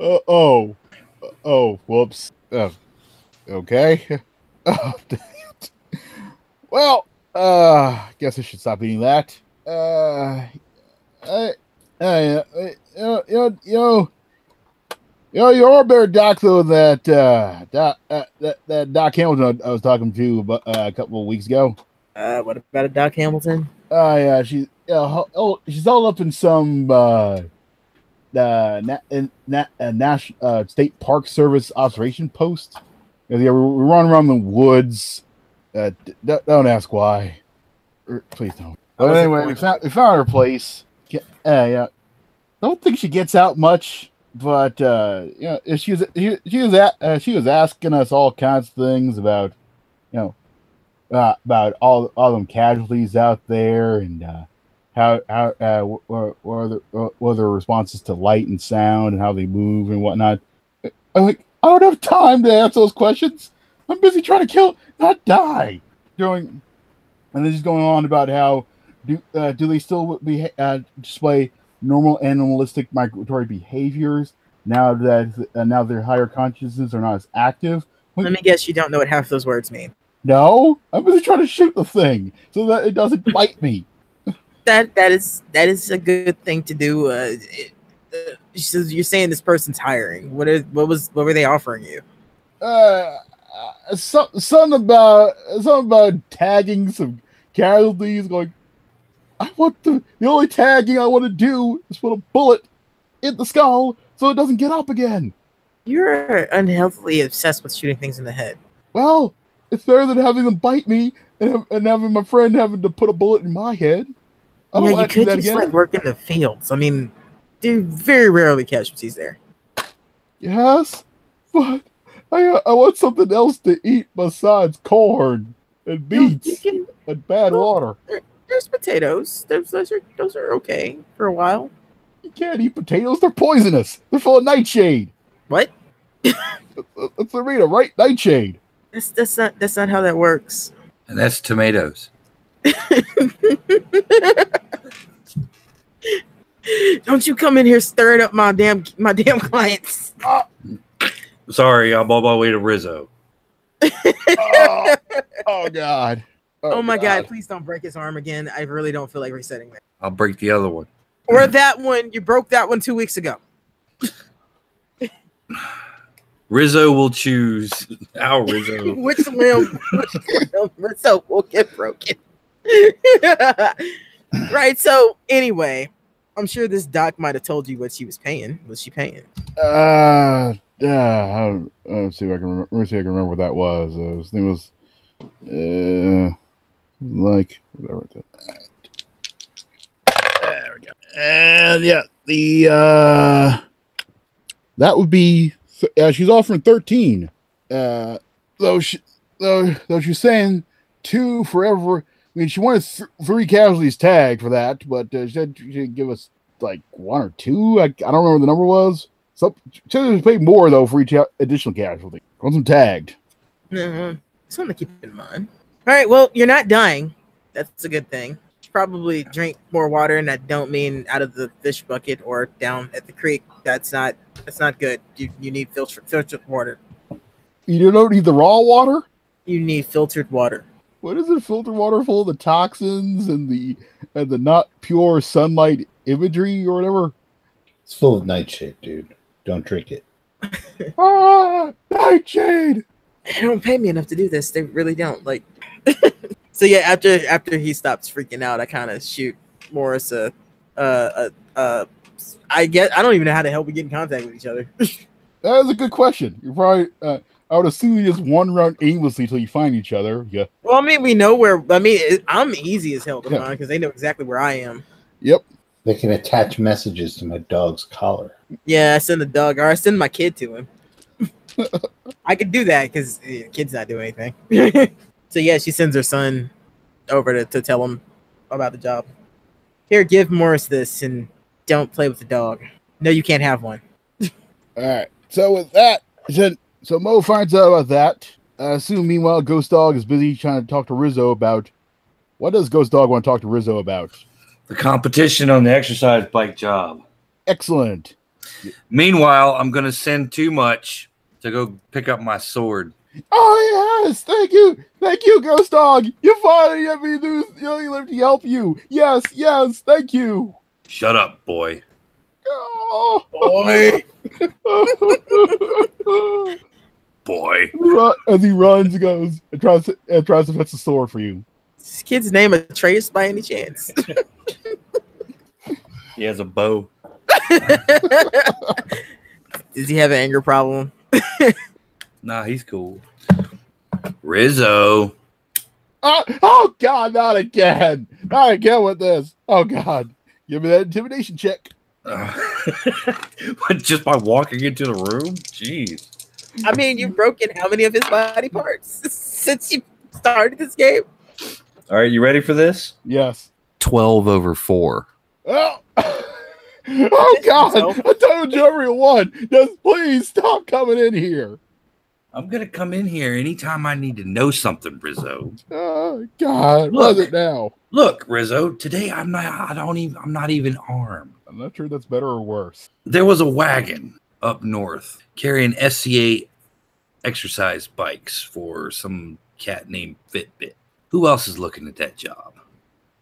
[SPEAKER 3] Uh, oh, Uh, oh, whoops. Uh, okay. Oh, dang it. Well, uh, guess I should stop eating that. Uh, I, I, uh, I you know, you know, you know, you know, you are a better doc though that uh, doc, uh, that that Doc Hamilton I was talking to about, uh, a couple of weeks ago.
[SPEAKER 4] Uh, what about a Doc Hamilton?
[SPEAKER 3] Oh yeah, she yeah, ho- oh she's all up in some uh uh, na- in, na- uh, Nash, uh state park service observation post. Yeah, they were running around the woods. Uh, d- d- don't ask why. Er, please don't.
[SPEAKER 4] That
[SPEAKER 3] But
[SPEAKER 4] was the
[SPEAKER 3] anyway, we
[SPEAKER 4] point.
[SPEAKER 3] found, we found her place. Ge- Uh, yeah, don't think she gets out much, but uh, you know, if she was she, she was a, uh, she was asking us all kinds of things about, you know, uh, about all all them casualties out there and uh, how how uh, wh- wh- what are the, wh- what are their responses to light and sound and how they move and whatnot. I'm like, I don't have time to answer those questions. I'm busy trying to kill, not die. Doing, and then she's going on about how do uh, do they still be uh, display normal animalistic migratory behaviors now that uh, now their higher consciousness are not as active?
[SPEAKER 4] Let me guess. You don't know what half those words mean.
[SPEAKER 3] No, I'm busy trying to shoot the thing so that it doesn't bite me.
[SPEAKER 4] that that is that is a good thing to do. Uh, it, uh, she says, you're saying this person's hiring. What is what was what were they offering you?
[SPEAKER 3] uh, some, something about something about tagging some casualties. Going, I want the the only tagging I want to do is put a bullet in the skull so it doesn't get up again.
[SPEAKER 4] You're unhealthily obsessed with shooting things in the head.
[SPEAKER 3] Well, it's better than having them bite me and, and having my friend having to put a bullet in my head. Oh, I don't
[SPEAKER 4] Yeah, you
[SPEAKER 3] want to do
[SPEAKER 4] could
[SPEAKER 3] that
[SPEAKER 4] just
[SPEAKER 3] again.
[SPEAKER 4] like work in the fields. I mean, there are very rarely casualties there.
[SPEAKER 3] Yes, but I, I want something else to eat besides corn and
[SPEAKER 4] You
[SPEAKER 3] beets
[SPEAKER 4] can,
[SPEAKER 3] and bad water.
[SPEAKER 4] there's potatoes. There's, those are those are okay for a while.
[SPEAKER 3] You can't eat potatoes. They're poisonous. They're full of nightshade.
[SPEAKER 4] What?
[SPEAKER 3] That's- That's the reader, right? Nightshade.
[SPEAKER 4] That's that's not that's not how that works.
[SPEAKER 2] And that's tomatoes.
[SPEAKER 4] Don't you come in here stirring up my damn my damn clients.
[SPEAKER 2] Sorry, I'm on my way to Rizzo.
[SPEAKER 3] Oh, oh, God.
[SPEAKER 4] Oh my god, please don't break his arm again. I really don't feel like resetting that.
[SPEAKER 2] I'll break the other one.
[SPEAKER 4] Or that one, you broke that one two weeks ago.
[SPEAKER 2] Rizzo will choose our Rizzo.
[SPEAKER 4] Which limb, which limb so will get broken. right. So anyway, I'm sure this doc might have told you what she was paying. Was she paying?
[SPEAKER 3] Uh, yeah, I don't, I don't see if I can remember. Let me see if I can remember what that was. Uh, it was, it was uh, like whatever. The, there we go. And yeah, the uh, that would be. th- Uh, she's offering thirteen. Uh, though she, though, though she's saying two forever. I mean, she wanted th- three casualties tagged for that, but uh, she said she'd give us like one or two. I, I don't remember what the number was. So Senators paid more though for each out- additional casualty. Once I'm tagged.
[SPEAKER 4] Uh-huh. Something to keep in mind. All right. Well, you're not dying. That's a good thing. Probably drink more water, and I don't mean out of the fish bucket or down at the creek. That's not. That's not good. You you need filtered filtered water.
[SPEAKER 3] You don't need the raw water.
[SPEAKER 4] You need filtered water.
[SPEAKER 3] What is it? Filter water full of the toxins and the and the not pure sunlight imagery or whatever.
[SPEAKER 1] It's full of nightshade, dude. Don't drink it.
[SPEAKER 3] ah, nightshade.
[SPEAKER 4] they don't pay me enough to do this. They really don't. Like, so yeah. After after he stops freaking out, I kind of shoot Morris a, uh, a, a, I get. I don't even know how the hell we get in contact with each other.
[SPEAKER 3] That is a good question. You're probably. Uh, I would assume you just wander around aimlessly till you find each other. Yeah.
[SPEAKER 4] well, I mean, we know where. I mean, it, I'm easy as hell to
[SPEAKER 3] Yeah.
[SPEAKER 4] find because they know exactly where I am.
[SPEAKER 3] Yep.
[SPEAKER 1] They can attach messages to my dog's collar.
[SPEAKER 4] Yeah, I send the dog, or I send my kid to him. I could do that because yeah, kid's not doing anything. so yeah, she sends her son over to, to tell him about the job. Here, give Morris this, and don't play with the dog. No, you can't have one.
[SPEAKER 3] All right. So with that, then so Mo finds out about that. I assume meanwhile Ghost Dog is busy trying to talk to Rizzo about what does Ghost Dog want to talk to Rizzo about?
[SPEAKER 2] The competition on the exercise bike job.
[SPEAKER 3] Excellent.
[SPEAKER 2] Meanwhile, I'm going to send too much to go pick up my sword.
[SPEAKER 3] Oh yes, thank you, thank you, Ghost Dog. You finally let me do. You only let me help you. Yes, yes, thank you.
[SPEAKER 2] Shut up, boy.
[SPEAKER 3] Oh.
[SPEAKER 2] Boy. Boy.
[SPEAKER 3] Ru- As he runs, he goes and tries to and tries to fetch the sword for you.
[SPEAKER 4] This kid's name Atreus by any chance?
[SPEAKER 2] He has a bow.
[SPEAKER 4] Does he have an anger problem?
[SPEAKER 2] Nah, he's cool. Rizzo.
[SPEAKER 3] Ah, oh God, not again! Not again with this. Oh God, give me that intimidation check.
[SPEAKER 2] But just by walking into the room? Jeez.
[SPEAKER 4] I mean, you've broken how many of his body parts since you started this game?
[SPEAKER 2] All right, you ready for this?
[SPEAKER 3] Yes.
[SPEAKER 5] 12 over 4.
[SPEAKER 3] Oh, oh God! I told you every one. Just please stop coming in here.
[SPEAKER 2] I'm going to come in here anytime I need to know something, Rizzo.
[SPEAKER 3] Oh God, was it now?
[SPEAKER 2] Look, Rizzo, today I'm not I don't even I'm not even armed.
[SPEAKER 3] I'm not sure that's better or worse.
[SPEAKER 2] There was a wagon up north carrying SCA exercise bikes for some cat named Fitbit. Who else is looking at that job?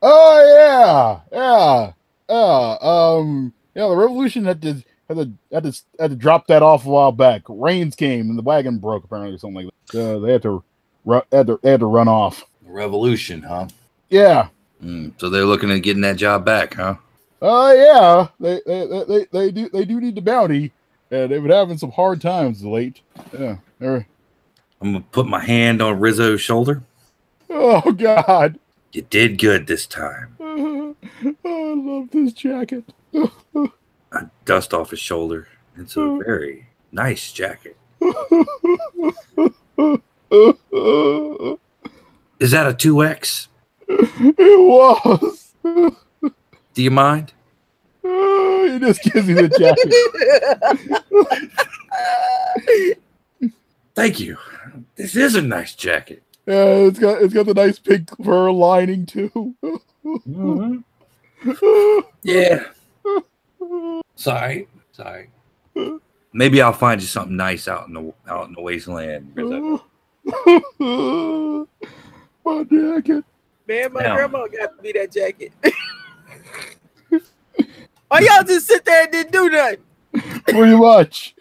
[SPEAKER 3] Oh yeah, yeah, yeah. Um, yeah. The revolution had to had to had to had to drop that off a while back. Rains came and the wagon broke apparently or something like that. So they had to ru- had to, they had to run off.
[SPEAKER 2] Revolution, huh?
[SPEAKER 3] Yeah.
[SPEAKER 2] Mm, so they're looking at getting that job back, huh?
[SPEAKER 3] Uh yeah, they they, they, they they do they do need the bounty, and they've been having some hard times of late. Yeah. they're-
[SPEAKER 2] I'm gonna put my hand on Rizzo's shoulder.
[SPEAKER 3] Oh God,
[SPEAKER 2] You did good this time.
[SPEAKER 3] Oh, I love this jacket.
[SPEAKER 2] I dust off his shoulder. It's a very nice jacket.
[SPEAKER 3] it
[SPEAKER 2] Is that a two X?
[SPEAKER 3] was.
[SPEAKER 2] Do you mind?
[SPEAKER 3] he just gives you the jacket.
[SPEAKER 2] Thank you. This is a nice jacket.
[SPEAKER 3] Yeah, it's got it's got the nice pink fur lining too.
[SPEAKER 4] Mm-hmm.
[SPEAKER 2] Yeah. Sorry. Sorry. Maybe I'll find you something nice out in the out in the wasteland.
[SPEAKER 3] Mm-hmm. My jacket.
[SPEAKER 4] Man, my
[SPEAKER 2] Yeah.
[SPEAKER 4] grandma got me that jacket. Why y'all just sit there and didn't do nothing?
[SPEAKER 3] Pretty much.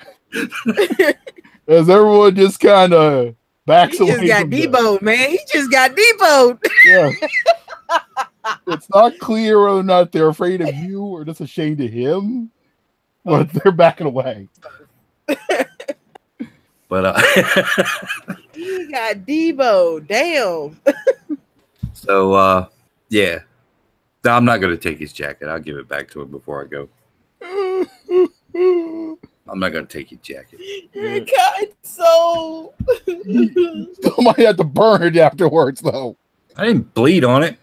[SPEAKER 3] As everyone just kind of backs
[SPEAKER 4] He
[SPEAKER 3] away.
[SPEAKER 4] just got
[SPEAKER 3] from the-
[SPEAKER 4] deboed, man. He just got deboed.
[SPEAKER 3] Yeah. it's not clear whether or not they're afraid of you or just ashamed of him, but they're backing away.
[SPEAKER 2] But uh,
[SPEAKER 4] He got deboed. Damn.
[SPEAKER 2] so uh, yeah. No, I'm not gonna take his jacket. I'll give it back to him before I go. I'm not gonna take his jacket.
[SPEAKER 4] You're a kind soul.
[SPEAKER 3] Still might have to burn it afterwards, though.
[SPEAKER 2] I didn't bleed on it.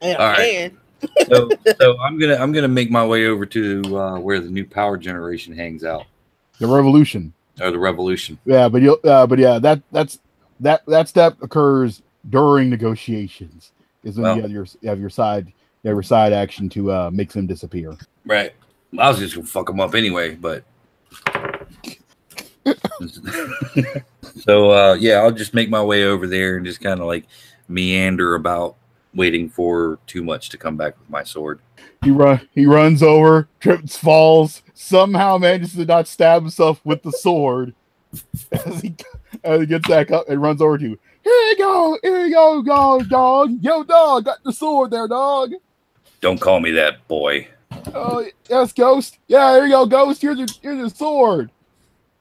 [SPEAKER 4] Damn,
[SPEAKER 2] All right.
[SPEAKER 4] man.
[SPEAKER 2] So, so I'm gonna I'm gonna make my way over to uh, where the new power generation hangs out
[SPEAKER 3] The revolution.
[SPEAKER 2] or the revolution.
[SPEAKER 3] Yeah, but you. Uh, but yeah, that that's that that step occurs during negotiations. Is when
[SPEAKER 2] Well.
[SPEAKER 3] you have your you have your side you have your side action to uh, make them disappear.
[SPEAKER 2] Right. I was just gonna fuck him up anyway, but so uh yeah, I'll just make my way over there and just kind of like meander about waiting for too much to come back with my sword.
[SPEAKER 3] He run he runs over, trips, falls, somehow manages to not stab himself with the sword as he as he gets back up and runs over to you. Here you go, here you go, go dog, yo dog, got the sword there, dog.
[SPEAKER 2] Don't call me that boy.
[SPEAKER 3] Oh yes, ghost. Yeah, here you go, ghost. Here's your here's your sword.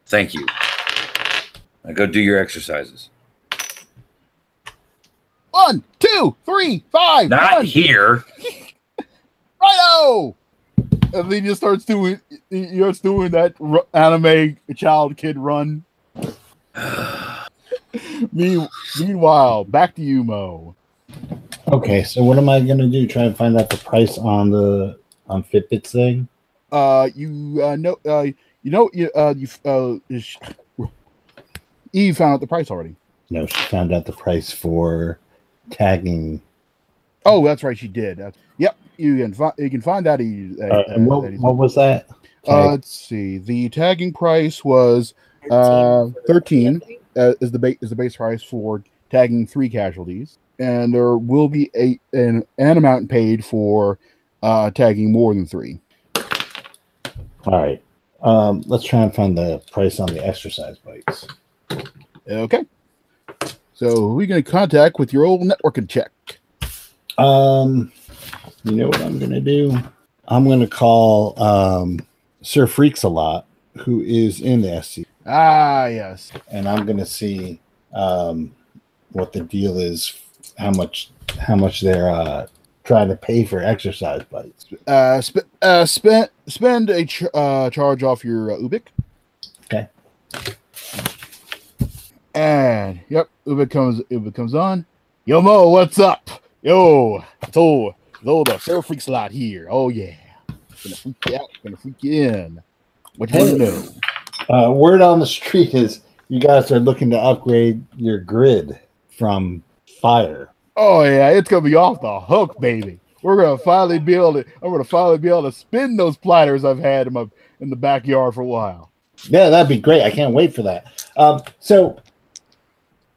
[SPEAKER 2] Thank you. Now go do your exercises.
[SPEAKER 3] One, two, three, five.
[SPEAKER 2] Not
[SPEAKER 3] one.
[SPEAKER 2] here.
[SPEAKER 3] righto. And then he just starts doing, he he starts doing that r- anime child kid run. Me- meanwhile, back to you, Mo.
[SPEAKER 1] Okay, so what am I gonna do? Try and find out the price on the on Fitbit's thing?
[SPEAKER 3] Uh, you uh, know, uh, you know, you uh, you uh, sh- Eve found out the price already.
[SPEAKER 1] No, she found out the price for tagging.
[SPEAKER 3] Oh, that's right, she did. Uh, yep, you can find you can find that. He, uh,
[SPEAKER 1] Uh, and
[SPEAKER 3] that
[SPEAKER 1] what,
[SPEAKER 3] he's-
[SPEAKER 1] what was that?
[SPEAKER 3] uh,
[SPEAKER 1] Tag-
[SPEAKER 3] let's see. The tagging price was Uh, 13. uh, is the ba- is the base price for tagging three casualties, and there will be a an, an amount paid for uh, tagging more than three.
[SPEAKER 1] All right. Um, let's try and find the price on the exercise bikes.
[SPEAKER 3] Okay. So who are you going to contact with your old networking check?
[SPEAKER 1] Um, you know what I'm gonna do? I'm gonna call um, Sir Freaks a lot, who is in the SC
[SPEAKER 3] Ah, yes.
[SPEAKER 1] and I'm gonna see um, what the deal is, how much how much they're uh, trying to pay for exercise bikes.
[SPEAKER 3] Uh, sp- uh, spend spend a ch- uh, charge off your uh, Ubik.
[SPEAKER 1] Okay.
[SPEAKER 3] And yep, Ubik comes Ubik comes on. Yo Mo, what's up? Yo, it's old, it's old uh, Sir Freak Slot here. Oh yeah, gonna freak you out, gonna freak you in. What you
[SPEAKER 1] Hey.
[SPEAKER 3] want to know?
[SPEAKER 1] Uh, word on the street is you guys are looking to upgrade your grid from fire.
[SPEAKER 3] Oh yeah, it's gonna be off the hook, baby. We're gonna finally be able to. I'm gonna finally be able to spin those platters I've had in my in the backyard for a while.
[SPEAKER 1] Yeah, that'd be great. I can't wait for that. Um, so,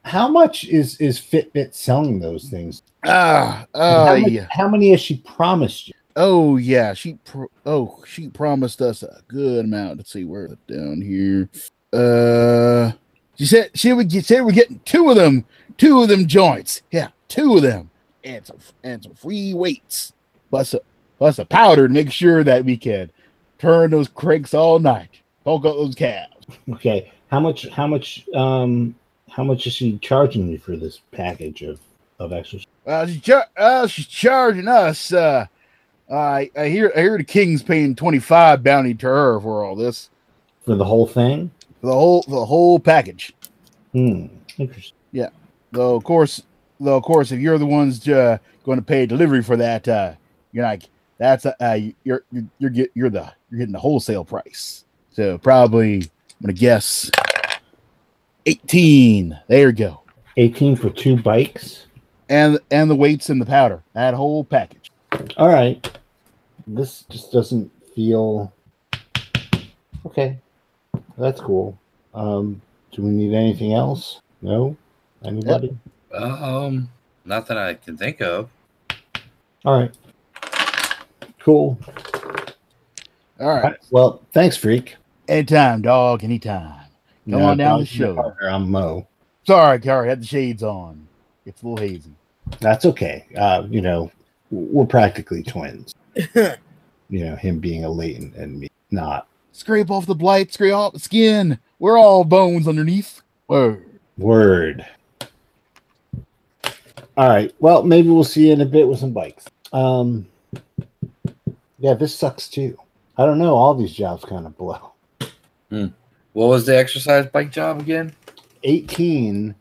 [SPEAKER 1] how much is is Fitbit selling those things?
[SPEAKER 3] Ah,
[SPEAKER 1] how,
[SPEAKER 3] ah,
[SPEAKER 1] many,
[SPEAKER 3] yeah.
[SPEAKER 1] how many has she promised you?
[SPEAKER 3] Oh yeah, she pro- oh she promised us a good amount. Let's see where it down here. Uh, she said she would get, said we're getting two of them, two of them joints. Yeah, two of them, and some and some free weights. Plus a plus a powder to make sure that we can turn those cranks all night. Poke up those calves.
[SPEAKER 1] Okay, how much? How much? Um, how much is she charging you for this package of of exercise?
[SPEAKER 3] Uh, she's, char- uh, she's charging us uh I I hear I hear the king's paying twenty five bounty to her for all this,
[SPEAKER 1] for the whole thing.
[SPEAKER 3] for the whole for the whole package.
[SPEAKER 1] Hmm. Interesting.
[SPEAKER 3] Though of course, though of course, if you're the ones uh, going to pay delivery for that, uh, you're like that's uh, uh, you're you're you're, get, you're the you're getting the wholesale price. So probably I'm gonna guess eighteen. There you go.
[SPEAKER 1] Eighteen for two bikes.
[SPEAKER 3] And and the weights and the powder, that whole package.
[SPEAKER 1] All right. This just doesn't feel okay. That's cool. Um, do we need anything else? No. Anybody?
[SPEAKER 2] Um, not that I can think of.
[SPEAKER 1] All right. Cool.
[SPEAKER 3] All right,
[SPEAKER 1] Well, thanks, freak.
[SPEAKER 3] anytime, dog, anytime. Come on down
[SPEAKER 1] I'm
[SPEAKER 3] the show.
[SPEAKER 1] Parker, I'm Mo.
[SPEAKER 3] Sorry, Gary, had the shades on. It's a little hazy.
[SPEAKER 1] That's okay. Uh, you know, w- we're practically twins. you know, him being a latent and me not.
[SPEAKER 3] Scrape off the blight, scrape off the skin. We're all bones underneath. Whoa.
[SPEAKER 1] Word. All right. Well, maybe we'll see you in a bit with some bikes. Um, yeah, this sucks too. I don't know. All these jobs kind of blow.
[SPEAKER 2] What was the exercise bike job again?
[SPEAKER 1] 18,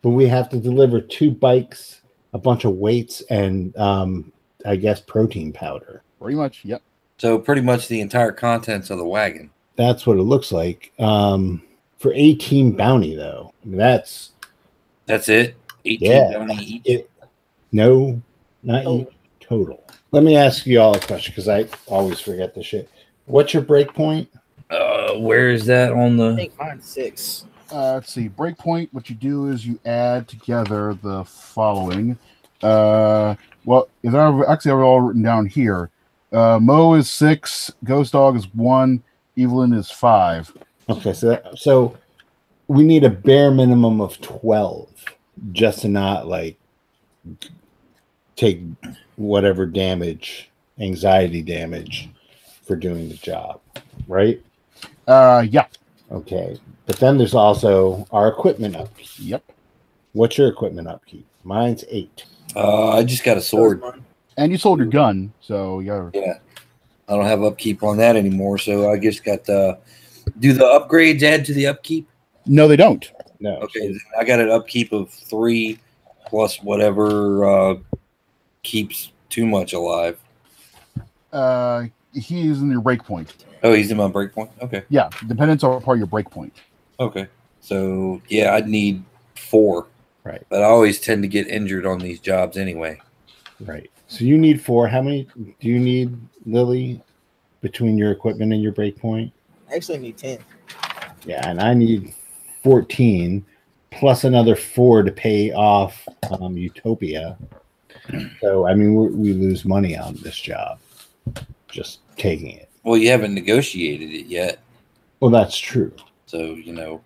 [SPEAKER 1] but we have to deliver two bikes, a bunch of weights, and um, I guess protein powder.
[SPEAKER 3] Pretty much, yep.
[SPEAKER 2] So pretty much the entire contents of the wagon.
[SPEAKER 1] That's what it looks like. Um, for 18 bounty, though, that's
[SPEAKER 2] That's it. Eighteen
[SPEAKER 1] Yeah.
[SPEAKER 2] bounty each.
[SPEAKER 1] It, no, not in total. Let me ask you all a question because I always forget this shit. What's your break point?
[SPEAKER 2] Uh, where is that on
[SPEAKER 4] I
[SPEAKER 2] the?
[SPEAKER 4] think mine's six.
[SPEAKER 3] Uh, let's see. Breakpoint, what you do is you add together the following. Uh, well, is our, actually, I've all written down here. Uh, Mo is six, Ghost Dog is one, Evelyn is five.
[SPEAKER 1] Okay, so that, so we need a bare minimum of twelve just to not like take whatever damage, anxiety damage, for doing the job, right?
[SPEAKER 3] Uh, yeah,
[SPEAKER 1] Okay, but then there's also our equipment upkeep.
[SPEAKER 3] yep.
[SPEAKER 1] What's your equipment upkeep? Mine's eight.
[SPEAKER 2] Uh, I just got a sword.
[SPEAKER 3] And you sold your gun, so yeah.
[SPEAKER 2] Yeah, I don't have upkeep on that anymore. So I just got the do the upgrades add to the upkeep.
[SPEAKER 3] No, they don't.
[SPEAKER 1] No,
[SPEAKER 2] Okay, then I got an upkeep of three plus whatever uh, keeps too much alive.
[SPEAKER 3] Uh, he is in your breakpoint.
[SPEAKER 2] Oh, he's in my breakpoint. Okay,
[SPEAKER 3] Yeah, dependents are part of your breakpoint.
[SPEAKER 2] okay. So yeah, I'd need four.
[SPEAKER 1] Right.
[SPEAKER 2] But I always tend to get injured on these jobs anyway.
[SPEAKER 1] Right. So you need four. How many do you need, Lily, between your equipment and your breakpoint?
[SPEAKER 4] I actually need ten.
[SPEAKER 1] Yeah, and I need 14 plus another four to pay off um, Utopia. So, I mean, we're, we lose money on this job just taking it.
[SPEAKER 2] Well, you haven't negotiated it yet,
[SPEAKER 1] Well, that's true.
[SPEAKER 2] so you know.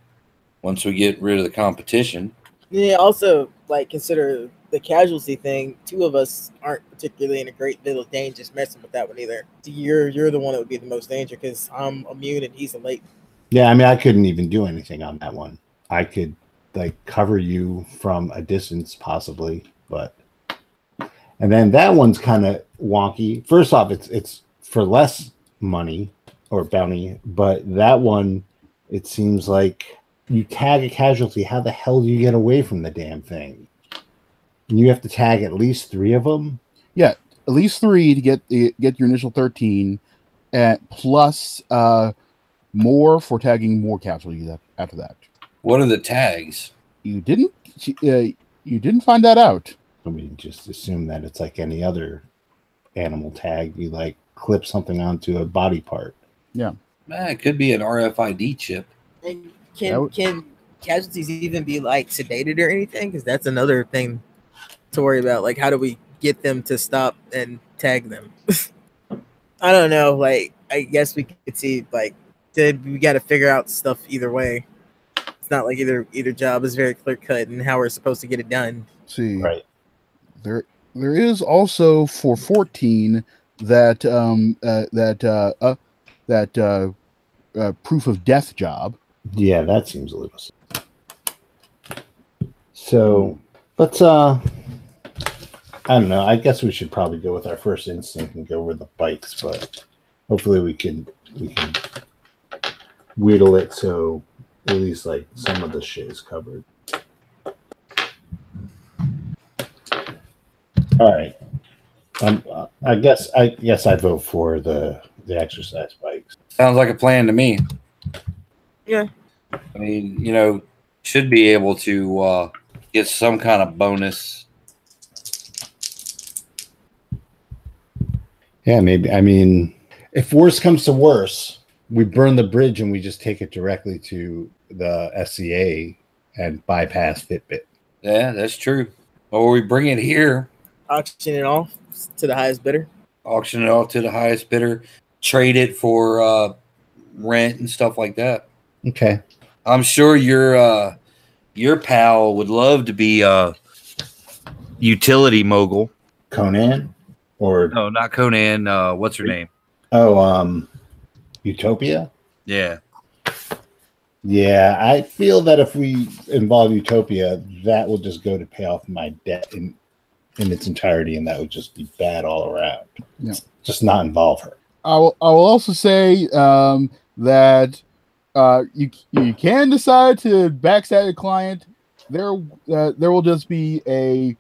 [SPEAKER 2] Once we get rid of the competition,
[SPEAKER 4] Yeah. Also, like consider the casualty thing. Two of us aren't particularly in a great deal of danger just messing with that one either. You're you're the one that would be the most danger because I'm immune and he's a late.
[SPEAKER 1] Yeah, I mean, I couldn't even do anything on that one. I could like cover you from a distance, possibly, but and then that one's kind of wonky. First off, it's it's for less money or bounty, but that one, it seems like you tag a casualty. How the hell do you get away from the damn thing? And you have to tag at least three of them.
[SPEAKER 3] at least three to get the get your initial thirteen, and plus uh, more for tagging more casualties af- after that.
[SPEAKER 2] what are the tags?
[SPEAKER 3] You didn't uh, you didn't find that out.
[SPEAKER 1] I mean, just assume that it's like any other animal tag. You like clip something onto a body part.
[SPEAKER 2] Ah, it could be an RFID chip.
[SPEAKER 4] And
[SPEAKER 3] That
[SPEAKER 4] can
[SPEAKER 3] would-
[SPEAKER 4] can casualties even be like sedated or anything? Because that's another thing to worry about. Like, how do we get them to stop and tag them? I don't know. Like, I guess we could see like did we got to figure out stuff either way. It's not like either either job is very clear cut and how we're supposed to get it done.
[SPEAKER 3] See,
[SPEAKER 1] Right.
[SPEAKER 3] there there is also for fourteen that um uh, that uh, uh that uh, uh proof of death job.
[SPEAKER 1] Yeah, that seems a little. So let's uh I don't know. I guess we should probably go with our first instinct and go with the bikes, but hopefully we can we can wheedle it so at least like some of the shit is covered. All right. Um, uh, I guess I guess I vote for the the exercise bikes.
[SPEAKER 2] Sounds like a plan to me.
[SPEAKER 4] Yeah.
[SPEAKER 2] I mean, you know, should be able to uh, get some kind of bonus.
[SPEAKER 1] Yeah, maybe. I mean, if worse comes to worse, we burn the bridge and we just take it directly to the SCA and bypass Fitbit.
[SPEAKER 2] Yeah, that's true. Or we bring it here,
[SPEAKER 4] Auction it off to the highest bidder.
[SPEAKER 2] auction it off to the highest bidder, trade it for uh, rent and stuff like that.
[SPEAKER 1] Okay.
[SPEAKER 2] I'm sure your uh, your pal would love to be a utility mogul.
[SPEAKER 1] Conan or
[SPEAKER 2] No, not Conan. Uh, what's her name?
[SPEAKER 1] oh um Utopia?
[SPEAKER 2] Yeah.
[SPEAKER 1] Yeah, I feel that if we involve Utopia, that will just go to pay off my debt in in its entirety and that would just be bad all around.
[SPEAKER 3] Yeah.
[SPEAKER 1] Just not involve her.
[SPEAKER 3] I will, I will also say um, that uh, you you can decide to backstab a client. There uh, there will just be a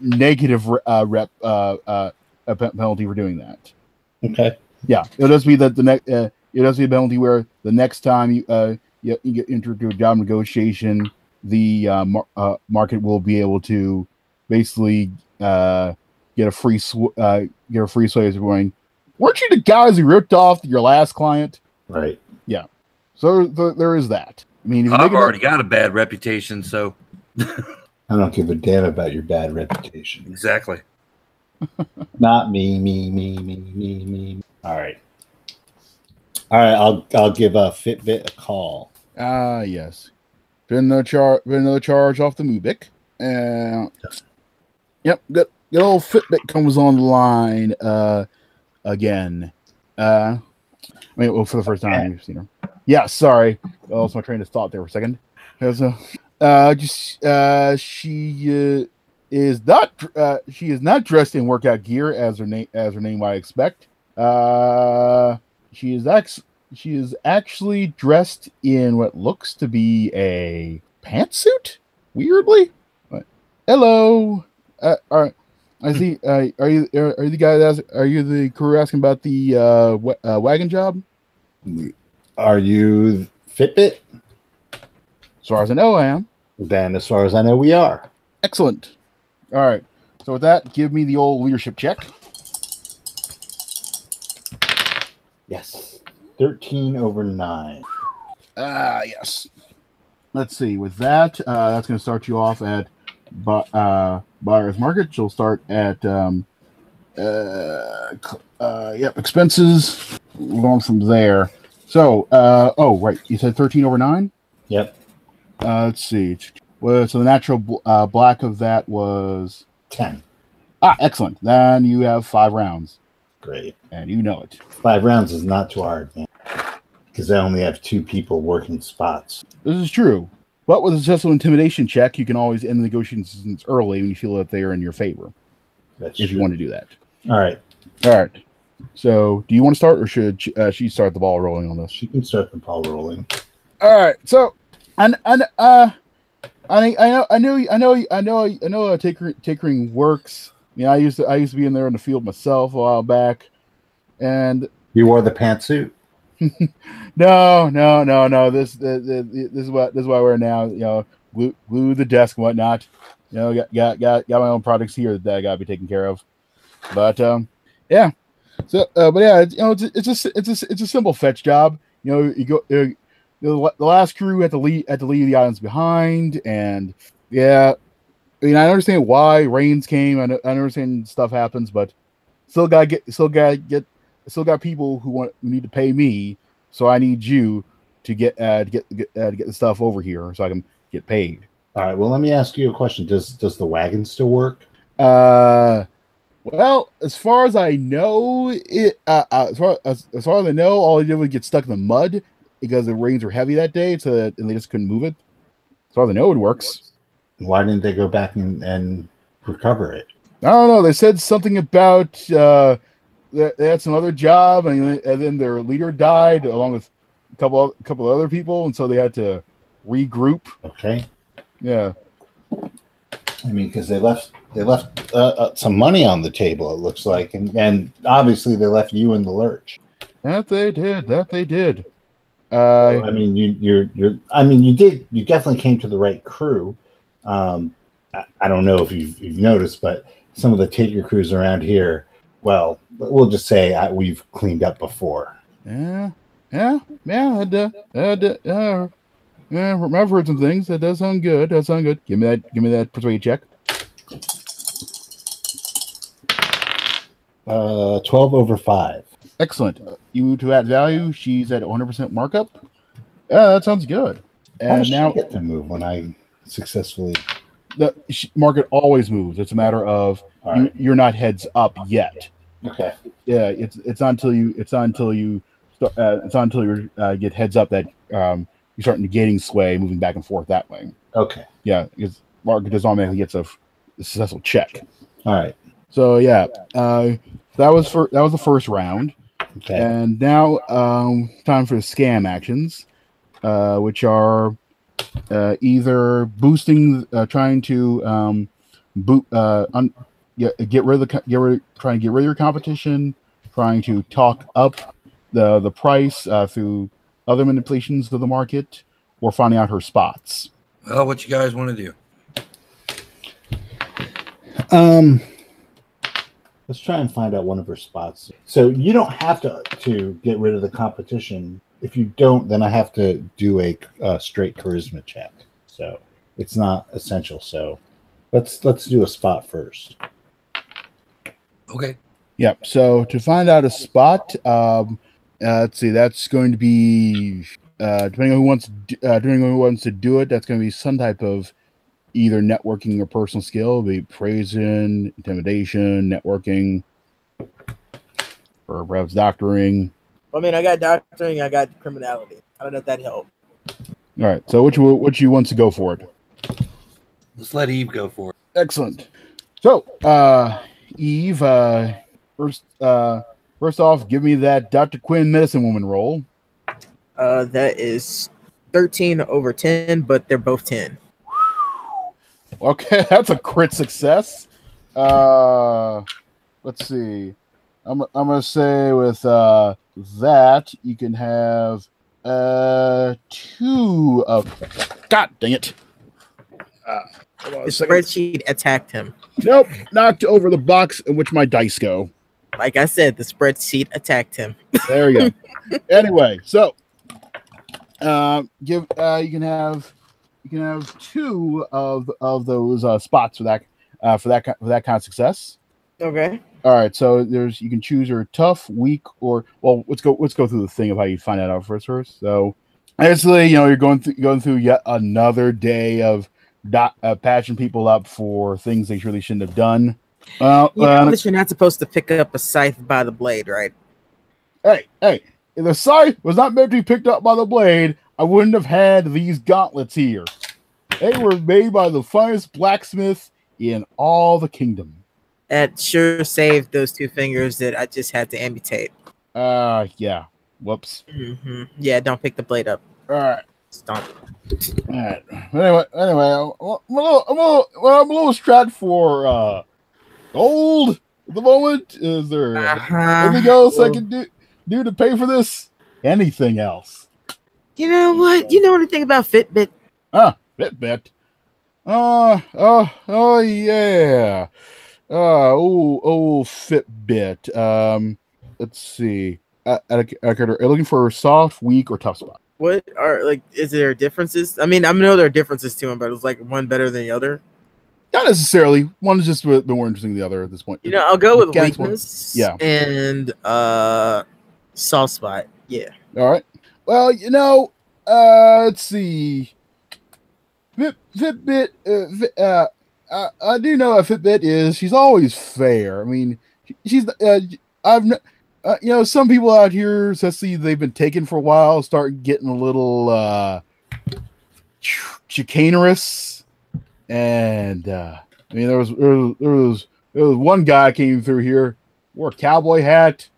[SPEAKER 3] negative re- uh, rep uh, uh, a pe- penalty for doing that.
[SPEAKER 1] Okay.
[SPEAKER 3] Yeah, it'll just be that the next uh, it'll just be a penalty where the next time you uh, you, you get entered into a job negotiation, the uh, mar- uh, market will be able to basically uh, get a free sw- uh, get a free sway as going. Weren't you the guys who ripped off your last client?
[SPEAKER 1] Right.
[SPEAKER 3] So th- there is that. I mean, if you
[SPEAKER 2] I've
[SPEAKER 3] think about-
[SPEAKER 2] already got a bad reputation, so
[SPEAKER 1] I don't give a damn about your bad reputation.
[SPEAKER 2] exactly.
[SPEAKER 1] Not me, me, me, me, me, me. All right. All right, I'll I'll give a Fitbit a call.
[SPEAKER 3] Ah, yes. Been no charge. Been no charge off the Mubic. Uh, yep. Good. Good old Fitbit comes online uh, again. Uh, I mean, well, for the first time you've seen her. Yeah. Sorry. I lost my train of thought there for a second. Yeah, So, uh, just uh, she uh, is not. Uh, she is not dressed in workout gear as her name as her name I expect. Uh, she is ex- she is actually dressed in what looks to be a pantsuit. Weirdly, But- hello. Uh, are I see? Uh, are you are, are you the guy that asked, are you the crew asking about the uh, wa- uh, wagon job?
[SPEAKER 1] Are you Fitbit?
[SPEAKER 3] As far as I know, I am.
[SPEAKER 1] Then as far as I know we are.
[SPEAKER 3] Excellent. All right. So with that, give me the old leadership check.
[SPEAKER 1] Yes. 13 over 9.
[SPEAKER 3] Ah, yes. Let's see. With that, uh, that's going to start you off at bu- uh, buyer's market. You'll start at um, uh, c- uh, yep expenses. Going from there. So, uh, oh right, you said thirteen over nine.
[SPEAKER 1] Yep.
[SPEAKER 3] Uh, let's see. Well, so the natural bl- uh, black of that was
[SPEAKER 1] 10.
[SPEAKER 3] ah excellent. Then you have five rounds,
[SPEAKER 1] Great.
[SPEAKER 3] and you know it.
[SPEAKER 1] Five rounds is not too hard, man. Because I only have two people working spots.
[SPEAKER 3] This is true. But with a successful intimidation check, you can always end the negotiations early when you feel that they are in your favor.
[SPEAKER 1] That's
[SPEAKER 3] if you
[SPEAKER 1] true.
[SPEAKER 3] want to do that.
[SPEAKER 1] All right.
[SPEAKER 3] All right. So, do you want to start, or should she- uh, she start the ball rolling on this?
[SPEAKER 1] She can start the ball rolling.
[SPEAKER 3] All right. So, and and uh, I I know I know I know I know I know how tinkering, tinkering works. You know, I used to I used to be in there in the field myself a while back, and
[SPEAKER 1] You wore the pantsuit.
[SPEAKER 3] no, no, no, no. This the, the, this is what this is what I wear now. You know, glue glue the desk and whatnot. You know, got got got, got my own products here that I got to be taken care of. But um, yeah. So, uh, but yeah, it's, you know, it's it's just it's just it's a simple fetch job. You know, you go. Uh, you know, the last crew had to leave had to leave the islands behind, and yeah, I mean, I understand why rains came. I, know- I understand stuff happens, but still got to get still got to get still got people who want who need to pay me so I need you to get uh, to get get, uh, to get the stuff over here so I can get paid.
[SPEAKER 1] All right. Well, let me ask you a question. Does does the wagon still work?
[SPEAKER 3] Uh, well, as far as I know, it uh, uh, as, far, as as far as I know, all they did was get stuck in the mud because the rains were heavy that day, so that, and they just couldn't move it. As far as I know, it works.
[SPEAKER 1] Why didn't they go back and, and recover it?
[SPEAKER 3] I don't know. They said something about uh, they, they had some other job, and, then- and then their leader died along with a couple of, couple of other people, and so they had to regroup.
[SPEAKER 1] Okay.
[SPEAKER 3] Yeah,
[SPEAKER 1] I mean, because they left they left uh, uh, some money on the table. It looks like, and and obviously they left you in the lurch.
[SPEAKER 3] that they did. That they did. Uh,
[SPEAKER 1] I mean, you you're you're. I mean, you did. You definitely came to the right crew. Um, I, I don't know if you've, you've noticed, but some of the taker crews around here, well, we'll just say I, we've cleaned up before.
[SPEAKER 3] yeah, yeah, yeah. I'd, uh, I'd, uh, yeah, yeah. From I've heard some things. That does sound good. That sound good. Give me that. Give me that persuade check.
[SPEAKER 1] Uh, twelve over five.
[SPEAKER 3] Excellent. You to add value. She's at 100% markup. Yeah, that sounds good.
[SPEAKER 1] How
[SPEAKER 3] And
[SPEAKER 1] does
[SPEAKER 3] now
[SPEAKER 1] she get to move when I successfully.
[SPEAKER 3] the sh- market always moves. It's a matter of
[SPEAKER 1] All
[SPEAKER 3] you,
[SPEAKER 1] right.
[SPEAKER 3] you're not heads up yet.
[SPEAKER 1] Okay.
[SPEAKER 3] Yeah, it's it's not until you it's not until you start, uh, it's not until you uh, get heads up that um, you start negating sway, moving back and forth that way.
[SPEAKER 1] Okay.
[SPEAKER 3] Yeah, because market just automatically gets a, f- a successful check.
[SPEAKER 1] All right.
[SPEAKER 3] So yeah, uh, that was for that was the first round.
[SPEAKER 1] Okay.
[SPEAKER 3] And now, um, time for the scam actions, uh, which are uh, either boosting, uh, trying to um, boot, uh, un- get, get rid of the, co- get rid, trying to get rid of your competition, trying to talk up the the price uh, through other manipulations of the market, or finding out her spots.
[SPEAKER 2] Well, what you guys want to do?
[SPEAKER 3] Um,
[SPEAKER 1] Let's try and find out one of her spots. So you don't have to to get rid of the competition. If you don't, then I have to do a uh, straight charisma check. So it's not essential. So let's let's do a spot first.
[SPEAKER 2] Okay.
[SPEAKER 3] Yep. So to find out a spot, um, uh, let's see. That's going to be uh, depending on who wants, to d- uh, depending on who wants to do it. That's going to be some type of either networking or personal skill. It'll be praising, intimidation, networking, or perhaps doctoring.
[SPEAKER 4] I mean, I got doctoring, I got criminality. I don't know if that helped.
[SPEAKER 3] All right. So which one- which you want to go for it?
[SPEAKER 2] Let's let Eve go for it.
[SPEAKER 3] Excellent. So uh, Eve, uh, first uh, first off, give me that Doctor Quinn medicine woman roll.
[SPEAKER 4] Uh, that is 13 over 10, but they're both 10.
[SPEAKER 3] Okay, that's a crit success. Uh, let's see. I'm, I'm gonna say with uh, that you can have uh, two of. God dang it! Uh, hold on a
[SPEAKER 4] The
[SPEAKER 3] second.
[SPEAKER 4] spreadsheet attacked him.
[SPEAKER 3] Nope, knocked over the box in which my dice go.
[SPEAKER 4] Like I said, the spreadsheet attacked him.
[SPEAKER 3] There you go. anyway, so uh, give uh, you can have you can have two of of those uh, spots for that uh, for that ki- for that kind of success.
[SPEAKER 4] Okay.
[SPEAKER 3] All right, so there's you can choose your tough, weak, or well, let's go let's go through the thing of how you find that out first. First, so basically, you know, you're going through going through yet another day of dot, uh, patching people up for things they really shouldn't have done. Well,
[SPEAKER 4] You
[SPEAKER 3] uh,
[SPEAKER 4] know that you're not supposed to pick up a scythe by the blade, right?
[SPEAKER 3] hey, hey, if the scythe was not meant to be picked up by the blade, I wouldn't have had these gauntlets here. They were made by the finest blacksmith in all the kingdom.
[SPEAKER 4] That sure saved those two fingers that I just had to amputate.
[SPEAKER 3] Uh yeah. Whoops.
[SPEAKER 4] hmm Yeah, don't pick the blade up.
[SPEAKER 3] All right.
[SPEAKER 4] Stomp.
[SPEAKER 3] All right. Anyway, anyway, I'm I'm a little, I'm a little, well, I'm a little strapped for uh, gold at the moment. Is there
[SPEAKER 4] Uh-huh.
[SPEAKER 3] anything else I can do do to pay for this? Anything else?
[SPEAKER 4] You know what? You know what I think about Fitbit?
[SPEAKER 3] Ah, Fitbit. Uh, oh, oh yeah. Uh, oh, oh, Fitbit. Um, let's see. Uh, at a, at a, looking for a soft, weak, or tough spot.
[SPEAKER 4] What are like? Is there differences? I mean, I know there are differences to them, but it's like one better than the other.
[SPEAKER 3] Not necessarily. One's just a bit more interesting than the other at this point.
[SPEAKER 4] You know, I'll go with
[SPEAKER 3] Guys, one-
[SPEAKER 4] weakness.
[SPEAKER 3] yeah.
[SPEAKER 4] And uh, soft spot. Yeah.
[SPEAKER 3] All right. Well, you know, uh, let's see. Fit, Fitbit, uh, Fi- uh, I, I do know what Fitbit is. She's always fair. I mean, she- she's, uh, I've, kn- uh, you know, some people out here, especially they've been taken for a while, start getting a little, uh, chicanerous. And, uh, I mean, there was, there was, there was, There was one guy came through here, wore a cowboy hat,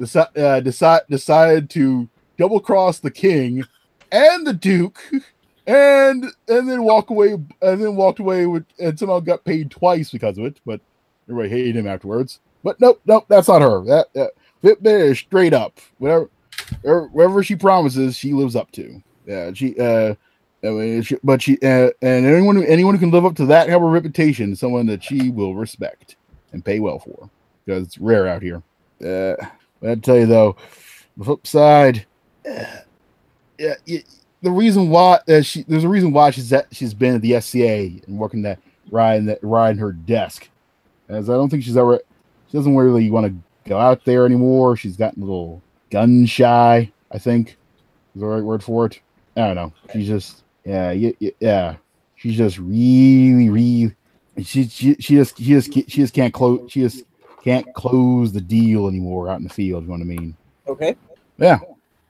[SPEAKER 3] deci- uh, deci- decided to double cross the king and the duke, and and then walk away, and then walked away with, and somehow got paid twice because of it. But everybody hated him afterwards. But nope, nope, that's not her. That, that Fitbit is straight up. Whatever, er- whatever she promises, she lives up to. Yeah, she. uh I mean, she, but she uh, and anyone anyone who can live up to that kind of reputation, is someone that she will respect and pay well for, because it's rare out here. Uh, but I tell you though, the flip side, uh, yeah, y- the reason why uh, she there's a reason why she's at, she's been at the SCA and working that riding that riding her desk, as I don't think she's ever she doesn't really want to go out there anymore. She's gotten a little gun shy. I think is the right word for it. I don't know. She's just yeah, yeah, yeah. She's just really, really. She she she just she just ca- she just can't close she just can't close the deal anymore out in the field. You know what I mean?
[SPEAKER 4] Okay.
[SPEAKER 3] Yeah,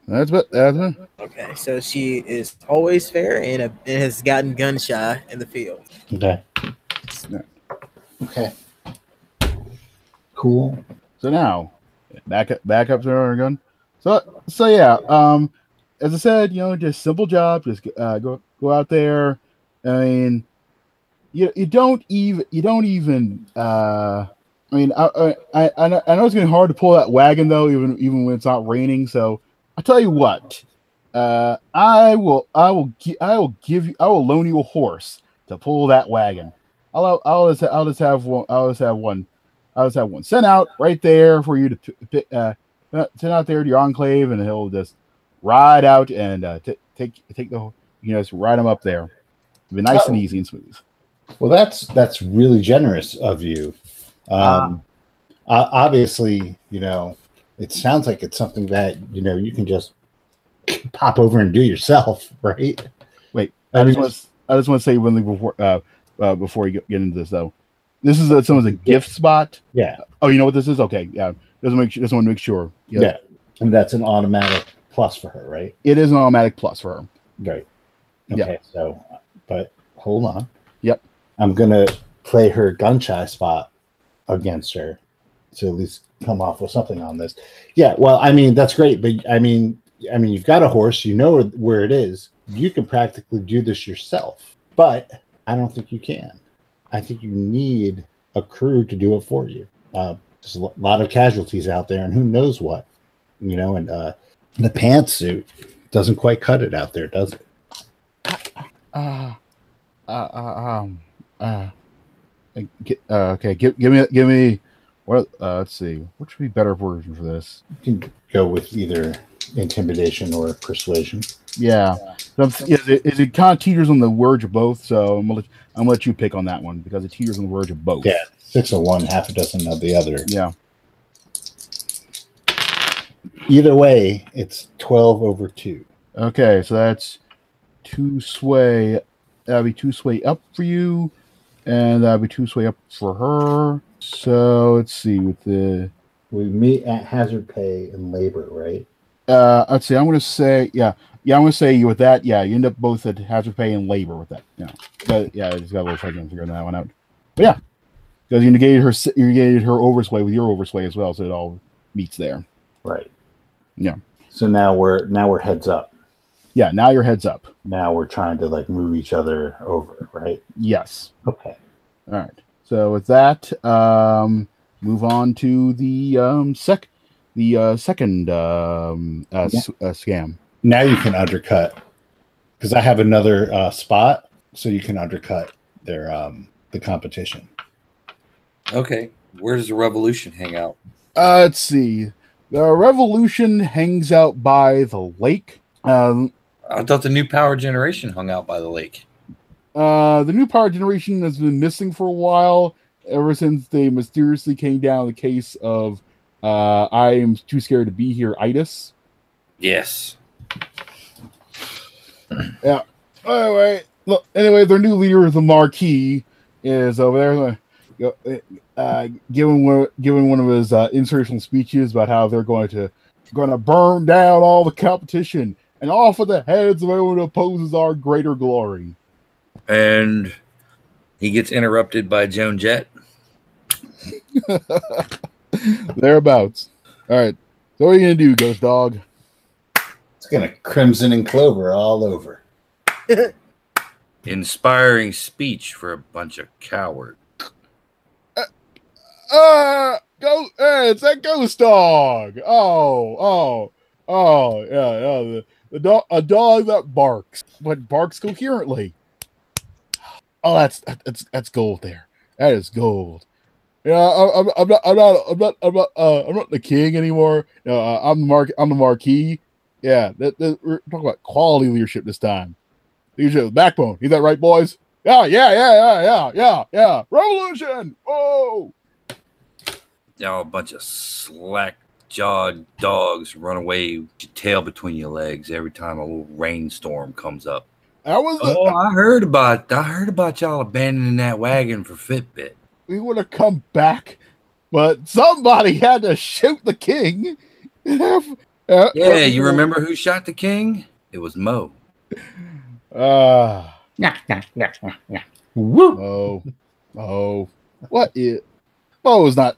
[SPEAKER 3] that's what that's what.
[SPEAKER 4] Okay. So she is always fair and, a, and has gotten gun shy in the field.
[SPEAKER 1] Okay.
[SPEAKER 3] Yeah.
[SPEAKER 1] Okay. Cool.
[SPEAKER 3] So now, back up, back up to our gun. So, so yeah. Um, as I said, you know, just simple job. Just uh, go go out there. I mean, you you don't even you don't even. Uh, I mean, I I I, I know, I know it's gonna be hard to pull that wagon though, even even when it's not raining. So I tell you what, uh, I will I will gi- I will give you I will loan you a horse to pull that wagon. I'll I'll just I'll just have one I'll just have one I just have one sent out right there for you to p- p- uh, send out there to your enclave, and he'll just ride out and uh, t- take take the you know just ride him up there. It'll be nice and easy and smooth.
[SPEAKER 1] Well, that's that's really generous of you. Um, uh, obviously, you know, it sounds like it's something that you know you can just pop over and do yourself, right?
[SPEAKER 3] Wait,
[SPEAKER 1] I
[SPEAKER 3] I
[SPEAKER 1] mean,
[SPEAKER 3] just want to, I just want to say one thing before uh, uh, before you get, get into this though. This is a, someone's a gift spot.
[SPEAKER 1] yeah,
[SPEAKER 3] Oh, you know what this is? Okay, yeah. Doesn't make doesn't want to make sure.
[SPEAKER 1] yeah, and that's an automatic plus for her, right?
[SPEAKER 3] it is an automatic plus for her.
[SPEAKER 1] Right.
[SPEAKER 3] Yeah.
[SPEAKER 1] Okay. So, but hold on.
[SPEAKER 3] Yep.
[SPEAKER 1] I'm gonna play her gun shy spot against her to at least come off with something on this. Yeah. Well, I mean that's great, but I mean, I mean you've got a horse. You know where it is. You can practically do this yourself, but I don't think you can. I think you need a crew to do it for you. Uh, there's a lo- lot of casualties out there, and who knows what, you know. And uh, the pantsuit doesn't quite cut it out there, does it?
[SPEAKER 3] Uh, uh, uh, um, uh, uh, gi- uh, okay. Give, give me, give me. What? Uh, let's see. What should be better version for this?
[SPEAKER 1] You can go with either intimidation or persuasion.
[SPEAKER 3] Yeah. So I'm- Is it, is it kind of teeters on the verge of both? So I'm gonna, let, I'm gonna let you pick on that one because it teeters on the verge of both.
[SPEAKER 1] Yeah, six of one, half a dozen of the other.
[SPEAKER 3] Yeah.
[SPEAKER 1] Either way, it's twelve over two.
[SPEAKER 3] Okay. So that's two sway. That'll be two sway up for you, and that'll be two sway up for her. So let's see with the.
[SPEAKER 1] We meet at hazard pay and labor, right?
[SPEAKER 3] uh let's see i'm gonna say yeah yeah i'm gonna say you with that yeah you end up both at hazard pay and labor with that yeah but yeah i just got a little second figuring that one out but yeah because you negated her si- you negated her oversway with your oversway as well so it all meets there
[SPEAKER 1] Right.
[SPEAKER 3] Yeah.
[SPEAKER 1] So now we're now we're heads up.
[SPEAKER 3] yeah now your heads up
[SPEAKER 1] Now we're trying to like move each other over, right?
[SPEAKER 3] yes
[SPEAKER 1] Okay.
[SPEAKER 3] all right so with that um move on to the um sec the uh second um uh, s- uh scam
[SPEAKER 1] Now you can undercut because I have another uh, spot, so you can undercut their um the competition.
[SPEAKER 2] Okay. Where does the revolution hang out?
[SPEAKER 3] Uh, let's see the revolution hangs out by the lake um
[SPEAKER 2] I thought the new power generation hung out by the lake.
[SPEAKER 3] Uh, the new power generation has been missing for a while ever since they mysteriously came down the case of uh, I am too scared to be here itis.
[SPEAKER 2] Yes.
[SPEAKER 3] Anyway, look, anyway, their new leader, the Marquis, is over there uh, uh, giving one giving one of his uh, inspirational speeches about how they're going to going to burn down all the competition and off with the heads of everyone who opposes our greater glory.
[SPEAKER 2] And he gets interrupted by Joan Jett.
[SPEAKER 3] Thereabouts. All right. So what are you gonna do, Ghost Dog?
[SPEAKER 1] It's gonna crimson and clover all over.
[SPEAKER 2] Inspiring speech for a bunch of cowards.
[SPEAKER 3] Uh go hey, it's that ghost dog. Oh, oh, oh, yeah, yeah. The, the dog a dog that barks, but barks coherently. Oh, that's that's that's gold there. That is gold. Yeah, I, I'm, I'm not, I'm not, I'm not, I'm not, uh, I'm not the king anymore. No, uh, I'm the mark, I'm the marquee. Yeah, that, that, we're talking about quality leadership this time. Leadership, with backbone. You that right, boys? Yeah, yeah, yeah, yeah, yeah, yeah, yeah. Revolution! Oh! Whoa!
[SPEAKER 2] Y'all a bunch of slack jawed dogs run away with your tail between your legs every time a little rainstorm comes up.
[SPEAKER 3] That was the,
[SPEAKER 2] Oh, I heard about I heard about y'all abandoning that wagon for Fitbit.
[SPEAKER 3] we would have come back, but somebody had to shoot the king. yeah,
[SPEAKER 2] Yeah, you remember who shot the king? It was Mo.
[SPEAKER 3] Ah,
[SPEAKER 1] Woo!
[SPEAKER 3] oh, oh, what is? Mo was not.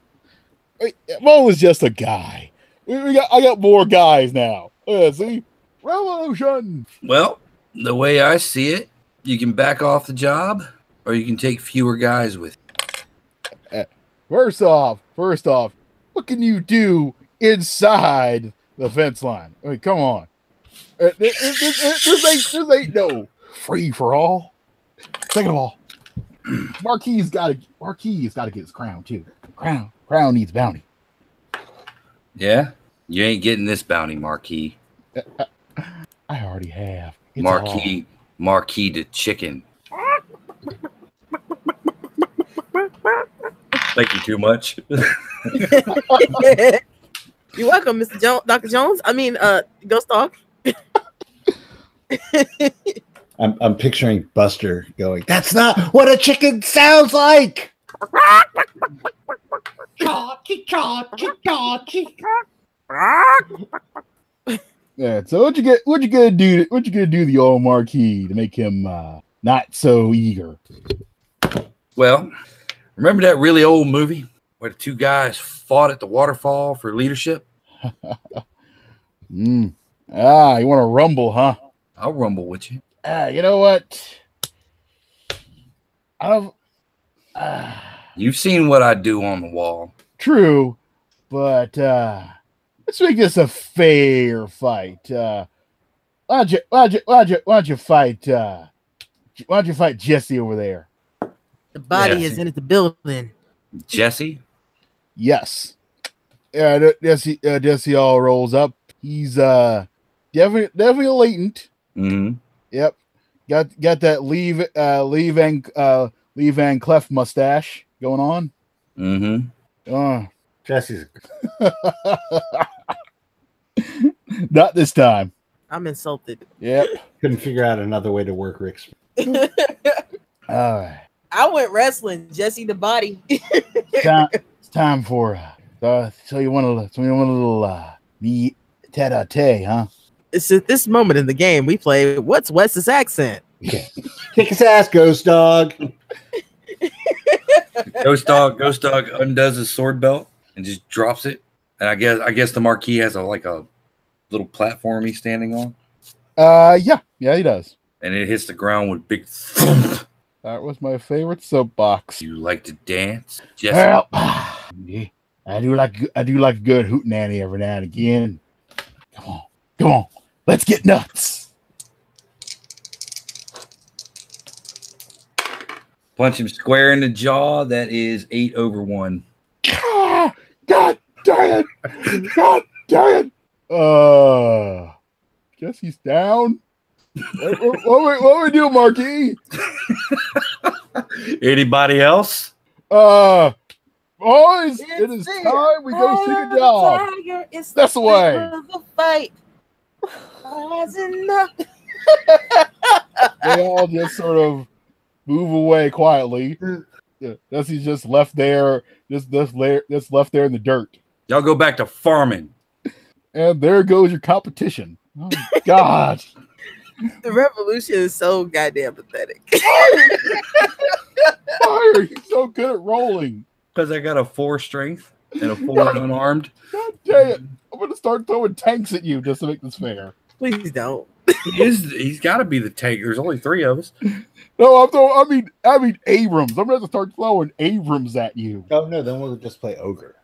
[SPEAKER 3] wait, Mo was just a guy. We, we got. I got more guys now. Yeah, see, revolution.
[SPEAKER 2] Well, the way I see it, you can back off the job or you can take fewer guys with. you.
[SPEAKER 3] First off, first off, what can you do inside the fence line? I mean, come on. Uh, This, this- this- this ain't, this ain't no free for all. Second of all, Marquis got to Marquis got to get his crown too. Crown, crown needs bounty.
[SPEAKER 2] Yeah? You ain't getting this bounty, Marquis.
[SPEAKER 3] I already have. It's
[SPEAKER 2] Marquis Marquis the chicken. Thank you too much.
[SPEAKER 4] You're welcome, Mr. Jones, Dr. Jones. I mean, uh, Ghost Dog.
[SPEAKER 1] I'm, I'm picturing Buster going, That's not what a chicken sounds like.
[SPEAKER 3] all- Yeah. So what you get? What you gonna do? What you gonna do to the old Marquis to make him uh, not so eager?
[SPEAKER 2] Well, remember that really old movie where the two guys fought at the waterfall for leadership?
[SPEAKER 3] Mm. Ah, you want to rumble, huh?
[SPEAKER 2] I'll rumble with you.
[SPEAKER 3] Ah, you know what? I've ah,
[SPEAKER 2] You've seen what I do on the wall.
[SPEAKER 3] true, but uh, let's make this a fair fight. Uh, why don't you why don't you why don't you, why don't you fight uh, J- why don't you fight Jesse over there?
[SPEAKER 4] The body
[SPEAKER 2] Yeah.
[SPEAKER 4] is in the building.
[SPEAKER 2] Jesse?
[SPEAKER 3] Yes. Yeah, De- Jesse uh, Jesse all rolls up. He's uh definitely definitely latent.
[SPEAKER 2] Mm-hmm.
[SPEAKER 3] Yep. Got got that leave uh leave and uh leave Van Clef mustache going on.
[SPEAKER 2] Mm-hmm.
[SPEAKER 3] Uh
[SPEAKER 1] Jesse's
[SPEAKER 3] Not this time.
[SPEAKER 4] I'm insulted.
[SPEAKER 3] Yep.
[SPEAKER 1] couldn't figure out another way to work Rick's.
[SPEAKER 3] All right.
[SPEAKER 4] I went wrestling, Jesse the body.
[SPEAKER 3] It's time, it's time for uh, uh so you want a so you want a little uh me tete a tete, huh?
[SPEAKER 4] it's at this moment in the game we play what's Wes's accent?
[SPEAKER 1] Kick his ass, ghost dog.
[SPEAKER 2] Ghost dog, ghost dog undoes his sword belt and just drops it. And I guess I guess the marquee has a like a little platform he's standing on,
[SPEAKER 3] Uh yeah, yeah he does.
[SPEAKER 2] and it hits the ground with big thump.
[SPEAKER 3] That was my favorite soapbox.
[SPEAKER 2] You like to dance, Jesse?
[SPEAKER 3] Well, yeah, I do like I do like a good hootenanny every now and again. Come on, come on, let's get nuts.
[SPEAKER 2] Punch him square in the jaw. That is eight over one.
[SPEAKER 3] Ah, God darn it! God darn it! Uh, guess he's down. what, what, what, we- what we do, Marquis?
[SPEAKER 2] Anybody else?
[SPEAKER 3] Uh, boys, it is time we go see the dog.
[SPEAKER 4] It's
[SPEAKER 3] That's the way.
[SPEAKER 4] The fight. Eyes in the-
[SPEAKER 3] They all just sort of move away quietly. Yeah, Jesse's just left there, just this layer, just left there in the dirt.
[SPEAKER 2] Y'all go back to farming.
[SPEAKER 3] And there goes your competition. Oh, God.
[SPEAKER 4] The revolution is so goddamn pathetic.
[SPEAKER 3] Why are you so good at rolling?
[SPEAKER 2] because I got a four strength and a four unarmed.
[SPEAKER 3] God dang it. I'm going to start throwing tanks at you just to make this fair.
[SPEAKER 4] Please don't.
[SPEAKER 2] He is, he's got to be the tank. There's only three of us.
[SPEAKER 3] No, I'm throwing, I mean, I mean Abrams. I'm going to start throwing Abrams at you.
[SPEAKER 1] Oh no, then we'll just play ogre.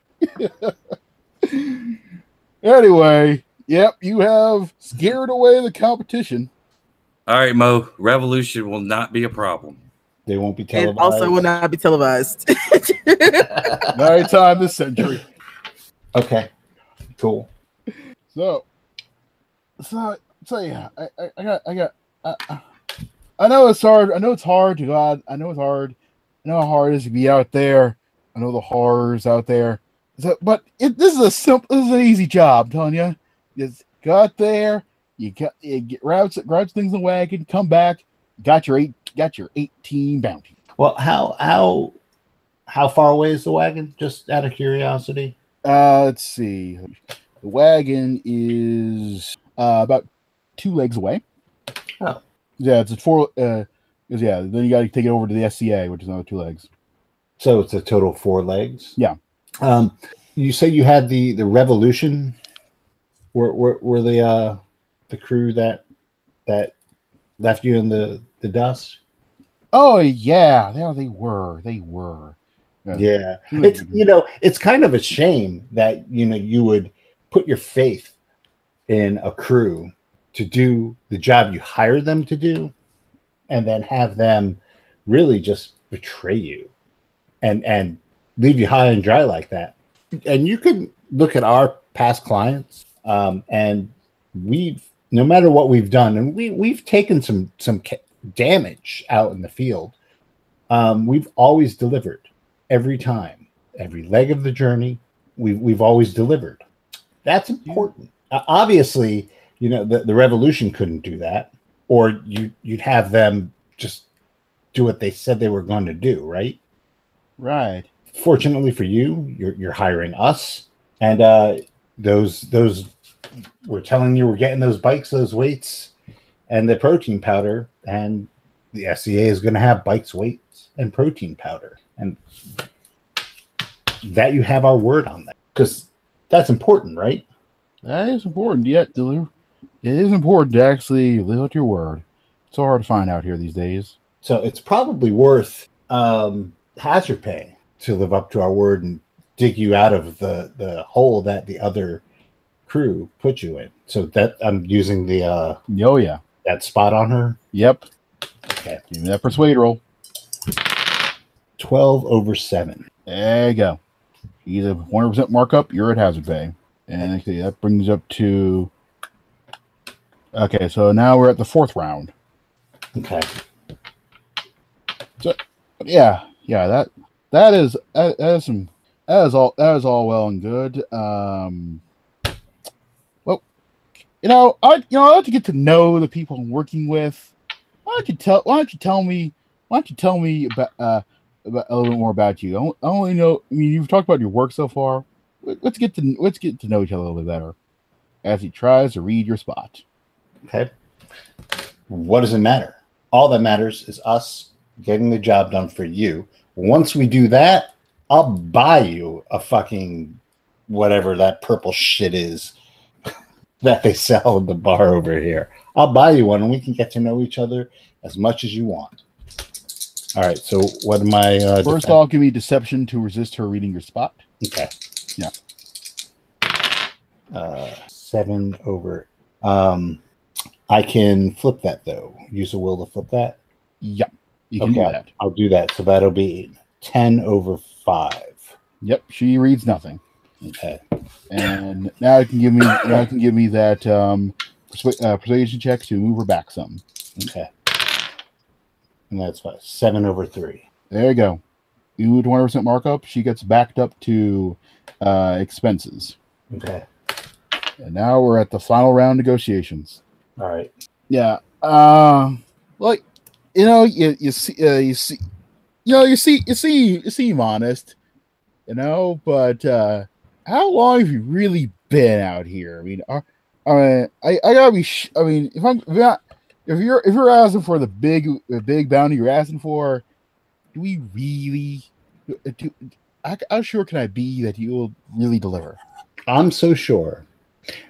[SPEAKER 3] Anyway, yep, you have scared away the competition.
[SPEAKER 2] All right, Mo. Revolution will not be a problem.
[SPEAKER 1] They won't be
[SPEAKER 4] And
[SPEAKER 1] televised.
[SPEAKER 4] also will not be televised.
[SPEAKER 3] Nighttime this century.
[SPEAKER 1] okay, cool.
[SPEAKER 3] So, so, so yeah, I, I, I got, I got, I, I- I know it's hard. I know it's hard to go out. I know it's hard. I know how hard it is to be out there. I know the horrors out there. So, but it, this is a simple, this is an easy job, I'm telling you. Just go out there. You got, you get, grab, s- grab things in the wagon. Come back. Got your eight, got your eighteen bounty.
[SPEAKER 1] Well, how how how far away is the wagon? Just out of curiosity.
[SPEAKER 3] Uh, let's see. The wagon is uh, about two legs away.
[SPEAKER 1] Oh.
[SPEAKER 3] Yeah, it's a four. Uh, 'cause, yeah, then you got to take it over to the SCA, which is another two legs.
[SPEAKER 1] So it's a total of four legs.
[SPEAKER 3] Yeah.
[SPEAKER 1] Um, you say you had the the revolution. Were were, were the uh the crew that that left you in the the dust?
[SPEAKER 3] Oh yeah, there they were. They were. Yeah.
[SPEAKER 1] Yeah.
[SPEAKER 3] Two
[SPEAKER 1] It's
[SPEAKER 3] legs.
[SPEAKER 1] you know it's kind of a shame that you know you would put your faith in a crew to do the job you hire them to do, and then have them really just betray you and and leave you high and dry like that. And you can look at our past clients, um, and we've no matter what we've done, and we we've taken some some ca- damage out in the field. Um, we've always delivered every time, every leg of the journey, we've we've always delivered. That's important. Uh, obviously, you know the, the revolution couldn't do that, or you you'd have them just do what they said they were going to do, right?
[SPEAKER 3] right.
[SPEAKER 1] Fortunately for you, you're you're hiring us, and uh, those those we're telling you we're getting those bikes, those weights, and the protein powder, and the SEA is going to have bikes, weights, and protein powder, and that you have our word on that because that's important, right?
[SPEAKER 3] That is important. Yet, deliver. It is important to actually live out your word. It's so hard to find out here these days.
[SPEAKER 1] So it's probably worth um, hazard pay to live up to our word and dig you out of the the hole that the other crew put you in. So that I'm using the uh,
[SPEAKER 3] Oh yeah.
[SPEAKER 1] that spot on her.
[SPEAKER 3] Yep.
[SPEAKER 1] Okay,
[SPEAKER 3] Give me that persuade roll.
[SPEAKER 1] twelve over seven.
[SPEAKER 3] There you go. He's a 100% markup. You're at hazard pay. And okay, that brings up to. Okay, so now we're at the fourth round.
[SPEAKER 1] Okay,
[SPEAKER 3] Yeah, yeah, that that is that, that is some that is all that is all well and good. Um, well, you know, I you know I like to get to know the people I'm working with. Why don't you tell Why don't you tell me Why don't you tell me about uh about a little bit more about you? I don't- I only know. I mean, you've talked about your work so far. Let- Let's get to let's get to know each other a little bit better. As he tries to read your spot.
[SPEAKER 1] okay. What does it matter? All that matters is us getting the job done for you. Once we do that, I'll buy you a fucking whatever that purple shit is that they sell in the bar over here. I'll buy you one and we can get to know each other as much as you want. All right, so what am I uh,
[SPEAKER 3] First
[SPEAKER 1] defen-
[SPEAKER 3] off, give me deception to resist her reading your spot.
[SPEAKER 1] Okay.
[SPEAKER 3] Yeah.
[SPEAKER 1] Uh, seven over. Um, I can flip that though. Use a will to flip that.
[SPEAKER 3] Yep, you can do
[SPEAKER 1] Okay.
[SPEAKER 3] that.
[SPEAKER 1] I'll do that. So that'll be ten over five.
[SPEAKER 3] Yep, she reads nothing.
[SPEAKER 1] Okay.
[SPEAKER 3] And now you can give me now you can give me that um persua- uh, persuasion check to move her back some.
[SPEAKER 1] Okay. And that's what seven over three.
[SPEAKER 3] There you go. You do 100 percent markup. She gets backed up to uh, expenses.
[SPEAKER 1] Okay.
[SPEAKER 3] And now we're at the final round negotiations.
[SPEAKER 1] All right.
[SPEAKER 3] Yeah. Uh, like you know, you you see uh, you see you know you see you see you seem honest, you know. But uh, how long have you really been out here? I mean, are, I mean, I, I gotta be. Sh- I mean, if I'm if, I, if you're if you're asking for the big the big bounty you're asking for, do we really? Do, do- I, how sure can I be that you will really deliver?
[SPEAKER 1] I'm so sure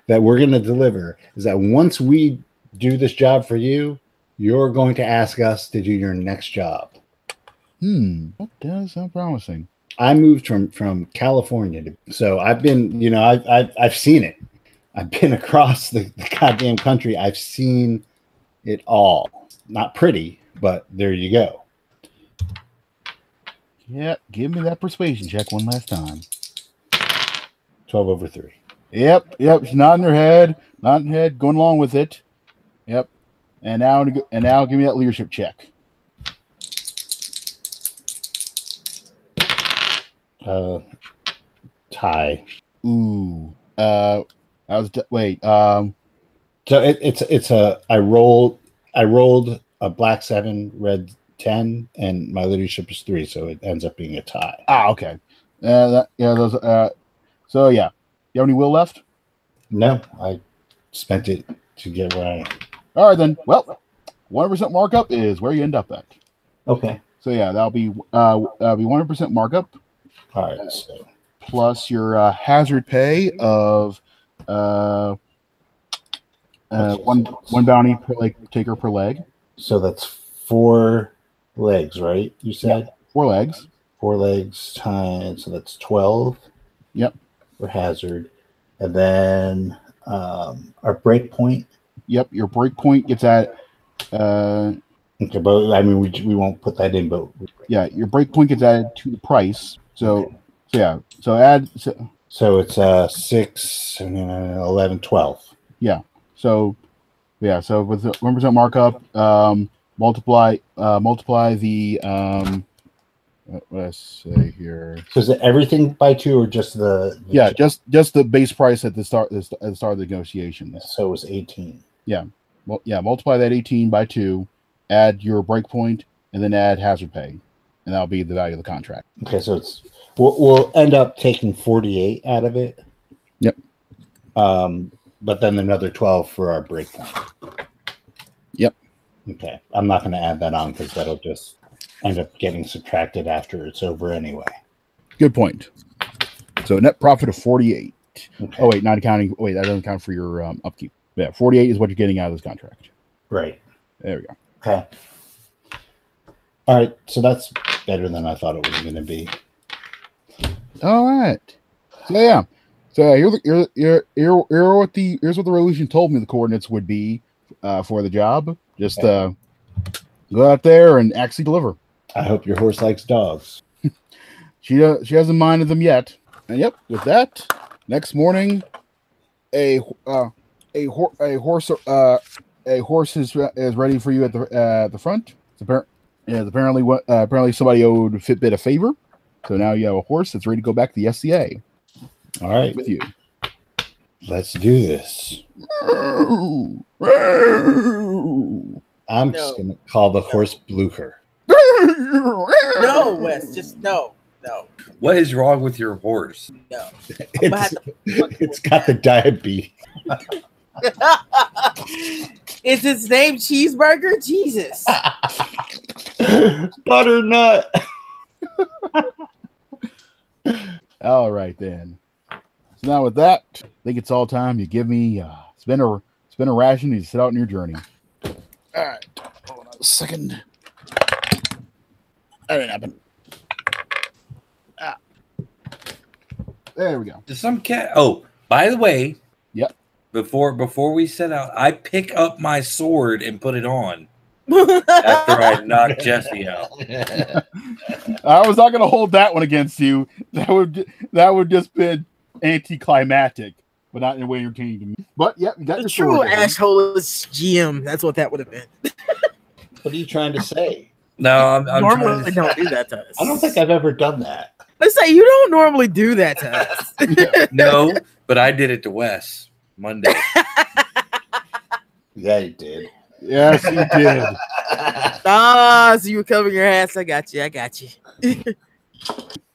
[SPEAKER 1] that we're going to deliver is that once we do this job for you, you're going to ask us to do your next job.
[SPEAKER 3] Hmm, that does sound promising.
[SPEAKER 1] I moved from from California, to, so I've been, you know, I've I've, I've seen it. I've been across the, the goddamn country. I've seen it all. Not pretty, but there you go.
[SPEAKER 3] Yep, give me that persuasion check one last time.
[SPEAKER 1] Twelve over three.
[SPEAKER 3] Yep, yep. She's nodding her head, nodding her head, going along with it. Yep. And now, and now, give me that leadership check.
[SPEAKER 1] Uh, tie.
[SPEAKER 3] Ooh. Uh, I was d- wait. Um,
[SPEAKER 1] So it, it's it's a I rolled I rolled a black seven, red ten, and my leadership is three, so it ends up being a tie.
[SPEAKER 3] ah, okay. Uh, that, yeah. Those. Uh, so yeah. You have any will left?
[SPEAKER 1] No, I spent it to get where I am.
[SPEAKER 3] All right then. Well, one percent markup is where you end up at.
[SPEAKER 1] Okay.
[SPEAKER 3] So yeah, that'll be uh, that'll be one percent markup.
[SPEAKER 1] All right. So
[SPEAKER 3] plus your uh, hazard pay of uh, uh, one one bounty per leg taker per leg,
[SPEAKER 1] so that's four legs, right? You said
[SPEAKER 3] four legs.
[SPEAKER 1] four legs times so that's twelve.
[SPEAKER 3] Yep.
[SPEAKER 1] For hazard, and then um, our break point.
[SPEAKER 3] Yep, your break point gets at uh,
[SPEAKER 1] Okay, but I mean we we won't put that in, but
[SPEAKER 3] yeah, your break point gets added to the price. So so yeah, so add so,
[SPEAKER 1] So it's uh six, uh, 11, 12.
[SPEAKER 3] so yeah, so with the one percent markup, um, multiply uh, multiply the um, what what did I say here?
[SPEAKER 1] So is it everything by two or just the, the
[SPEAKER 3] Yeah, just just the base price at the start at the start of the negotiations.
[SPEAKER 1] So it was eighteen.
[SPEAKER 3] Well, yeah, multiply that 18 by 2, add your breakpoint, and then add hazard pay. And that'll be the value of the contract.
[SPEAKER 1] Okay, so it's we'll, we'll end up taking forty eight out of it.
[SPEAKER 3] Yep.
[SPEAKER 1] Um, but then another twelve for our breakpoint.
[SPEAKER 3] Yep.
[SPEAKER 1] Okay, I'm not going to add that on because that'll just end up getting subtracted after it's over anyway.
[SPEAKER 3] Good point. So net profit of 48.
[SPEAKER 1] Okay.
[SPEAKER 3] Oh, wait, not accounting. Wait, that doesn't count for your um, upkeep. Yeah, 48 is what you're getting out of this contract.
[SPEAKER 1] right.
[SPEAKER 3] There we go.
[SPEAKER 1] Okay. All right, so that's better than I thought it was going to be.
[SPEAKER 3] All right. So, yeah. So, yeah, you're, the, you're, you're, you're, you're what the, here's what the revolution told me the coordinates would be uh, for the job. Just uh, go out there and actually deliver.
[SPEAKER 1] I hope your horse likes dogs.
[SPEAKER 3] She uh, she hasn't minded them yet. And yep, with that, next morning, a uh, a hor- a horse uh, a horse is is ready for you at the uh, the front. It's appar- yeah, it's apparently what uh, apparently somebody owed Fitbit a favor, so now you have a horse that's ready to go back to the SCA
[SPEAKER 1] All right,
[SPEAKER 3] with you.
[SPEAKER 1] let's do this. I'm just
[SPEAKER 4] No.
[SPEAKER 1] gonna call the horse Blucher.
[SPEAKER 4] No, Wes, just no, no,
[SPEAKER 2] What is wrong with your horse?
[SPEAKER 4] no. I'm gonna have
[SPEAKER 1] It's,
[SPEAKER 4] to fucking
[SPEAKER 1] it's got the diabetes.
[SPEAKER 4] Is his name Cheeseburger? Jesus.
[SPEAKER 1] Butternut.
[SPEAKER 3] All right then. So now with that, I think it's all time. You give me uh, spin a spin a ration. and You set out on your journey. All right. Hold on a second. That didn't happen. Ah. There we go.
[SPEAKER 2] Does some cat? Oh, by the way.
[SPEAKER 3] Yep.
[SPEAKER 2] Before before we set out, I pick up my sword and put it on after
[SPEAKER 4] That's
[SPEAKER 2] I knock Jesse out.
[SPEAKER 3] I was not going to hold that one against you. That would that would just been anticlimactic, but not in a way entertaining to me. But yep, you got
[SPEAKER 4] the
[SPEAKER 3] your
[SPEAKER 4] true
[SPEAKER 3] sword.
[SPEAKER 4] Ash Holis GM. That's what that would have been.
[SPEAKER 1] What are you trying to say?
[SPEAKER 2] No, I'm, I'm trying
[SPEAKER 4] normally,
[SPEAKER 2] to-
[SPEAKER 4] they don't do that to us.
[SPEAKER 1] I don't think I've ever done that.
[SPEAKER 4] Let's say you don't normally do that to us.
[SPEAKER 2] no, but I did it to Wes Monday.
[SPEAKER 1] Yeah, you did.
[SPEAKER 3] Yes, you did.
[SPEAKER 4] ah, so you were covering your ass. I got you. I got you.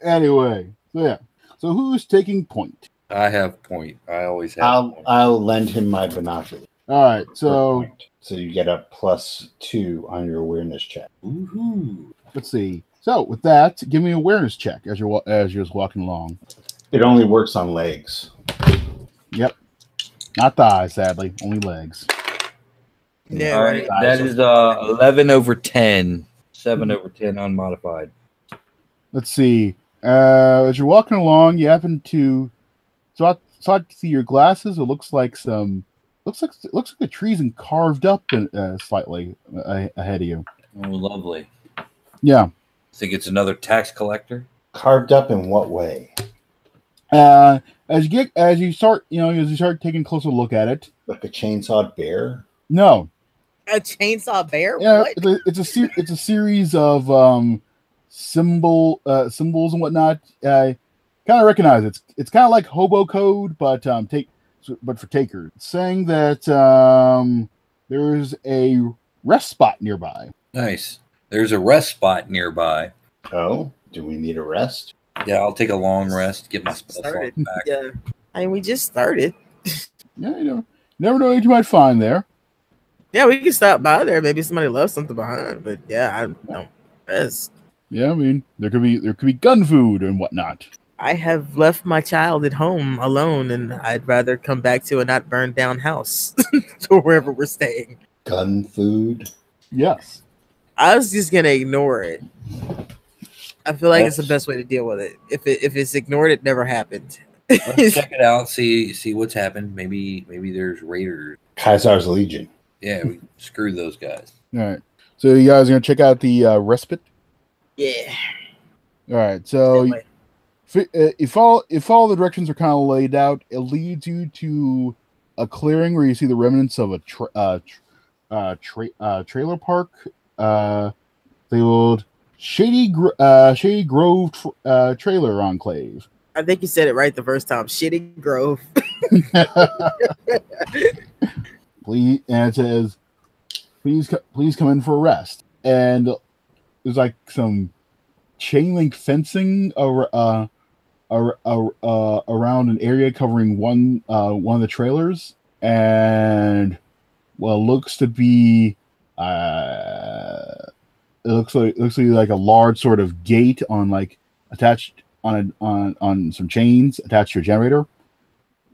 [SPEAKER 3] anyway, so yeah. So who's taking point?
[SPEAKER 2] I have point. I always have.
[SPEAKER 1] I'll
[SPEAKER 2] point.
[SPEAKER 1] I'll lend him my binoculars.
[SPEAKER 3] All right.
[SPEAKER 1] for
[SPEAKER 3] So
[SPEAKER 1] point. so you get a plus two on your awareness check.
[SPEAKER 2] Woohoo.
[SPEAKER 3] let's see. So with that, give me an awareness check as you're wa- as you're walking along.
[SPEAKER 1] It only works on legs.
[SPEAKER 3] Not thighs, sadly, only legs.
[SPEAKER 4] Yeah,
[SPEAKER 2] All
[SPEAKER 4] right.
[SPEAKER 2] right. That is uh, 11 over 10. 7 over 10 unmodified.
[SPEAKER 3] Let's see. Uh, as you're walking along, you happen to so I start to see your glasses. It looks like some looks like looks like the trees and carved up uh, slightly uh, ahead of you.
[SPEAKER 2] Oh, lovely.
[SPEAKER 3] Yeah.
[SPEAKER 2] Think it's another tax collector?
[SPEAKER 1] Carved up in what way?
[SPEAKER 3] Uh, as you get as you start, you know, as you start taking a closer look at it.
[SPEAKER 1] Like a chainsawed bear?
[SPEAKER 3] No,
[SPEAKER 4] A chainsaw bear?
[SPEAKER 3] yeah,
[SPEAKER 4] What?
[SPEAKER 3] it's a it's a, ser- it's a series of um, symbol uh, symbols and whatnot. I kind of recognize it. it's it's kind of like hobo code, but um, take but for taker, It's saying that um, there's a rest spot nearby.
[SPEAKER 2] Nice. There's a rest spot nearby.
[SPEAKER 1] Oh, do we need a rest?
[SPEAKER 2] Yeah, I'll take a long rest, get my spell slot
[SPEAKER 4] Started.
[SPEAKER 2] back.
[SPEAKER 4] Yeah. I mean, we just started.
[SPEAKER 3] Yeah, you know, never know what you might find there.
[SPEAKER 4] Yeah, we can stop by there. Maybe somebody left something behind. But yeah, I don't. That's,
[SPEAKER 3] Yeah, I mean, there could be there could be gun food and whatnot.
[SPEAKER 4] I have left my child at home alone, and I'd rather come back to a not burned down house or wherever we're staying.
[SPEAKER 1] Gun food?
[SPEAKER 3] Yes.
[SPEAKER 4] I was just gonna ignore it. I feel like it's the best way to deal with it. If it, if it's ignored, it never happened.
[SPEAKER 2] Let's check it out, see see what's happened. Maybe maybe there's raiders.
[SPEAKER 1] Kaisar's Legion.
[SPEAKER 2] Yeah, we screw those guys.
[SPEAKER 3] All right. So you guys are gonna check out the uh, respite.
[SPEAKER 4] yeah.
[SPEAKER 3] All right. So.
[SPEAKER 4] Anyway,
[SPEAKER 3] If- uh, if all if all the directions are kind of laid out, it leads you to a clearing where you see the remnants of a tra- uh, tr- uh, tra- uh, trailer park. Uh, the old shady Gro- uh, shady grove tr- uh, trailer enclave.
[SPEAKER 4] I think you said it right the first time. Shitty Grove.
[SPEAKER 3] please, and it says, please co- please come in for a rest. And there's like some chain link fencing ar- uh, ar- ar- uh, around an area covering one uh, one of the trailers, and well, looks to be uh, it looks like looks like, like a large sort of gate on like attached on a, on on some chains attached to a generator.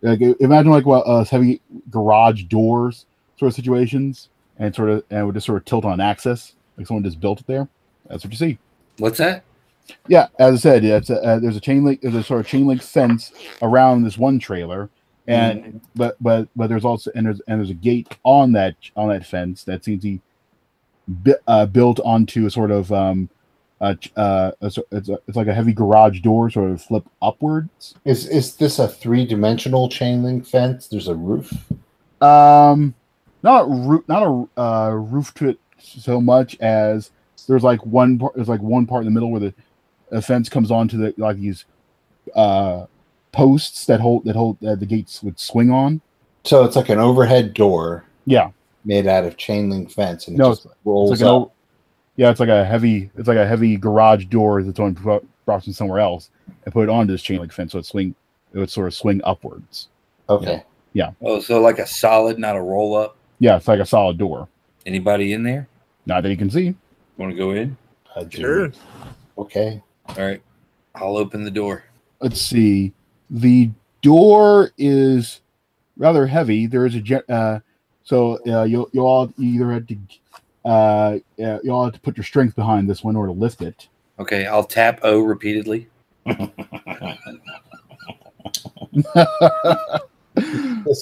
[SPEAKER 3] Like i- imagine like well, us having garage doors sort of situations, and sort of and it would just sort of tilt on axis, like someone just built it there. That's what you see.
[SPEAKER 2] What's that?
[SPEAKER 3] Yeah, as I said, yeah, it's a, uh, there's a chain link, there's a sort of chain link fence around this one trailer, and but but but there's also and there's and there's a gate on that on that fence that seems to be bu- uh, built onto a sort of um uh, ch- uh a so- it's, a, it's like a heavy garage door sort of flip upwards.
[SPEAKER 1] Is is this a three dimensional chain link fence? There's a roof.
[SPEAKER 3] Um, not a roof, not a uh, roof to it so much as there's like one part. There's like one part in the middle where the, the fence comes onto the like these uh posts that hold that hold that the gates would swing on.
[SPEAKER 1] So it's like an overhead door
[SPEAKER 3] Yeah,
[SPEAKER 1] made out of chain link fence, and it
[SPEAKER 3] No,
[SPEAKER 1] just rolls
[SPEAKER 3] it's like an
[SPEAKER 1] up.
[SPEAKER 3] o- yeah, it's like a heavy, it's like a heavy garage door that's on bro- brought from somewhere else and put it onto this chain link fence so it swing, it would sort of swing upwards.
[SPEAKER 1] okay.
[SPEAKER 2] Oh, so like a solid, not a roll up.
[SPEAKER 3] Yeah, it's like a solid door.
[SPEAKER 2] Anybody in there?
[SPEAKER 3] Not that you can see.
[SPEAKER 2] Want to go in?
[SPEAKER 1] I do.
[SPEAKER 4] Sure.
[SPEAKER 1] Okay.
[SPEAKER 2] All right. I'll open the door.
[SPEAKER 3] let's see the door is rather heavy there is a gen- uh so uh, you you all either had to uh yeah, you all had to put your strength behind this one or to lift it
[SPEAKER 2] Okay, I'll tap O repeatedly.
[SPEAKER 1] This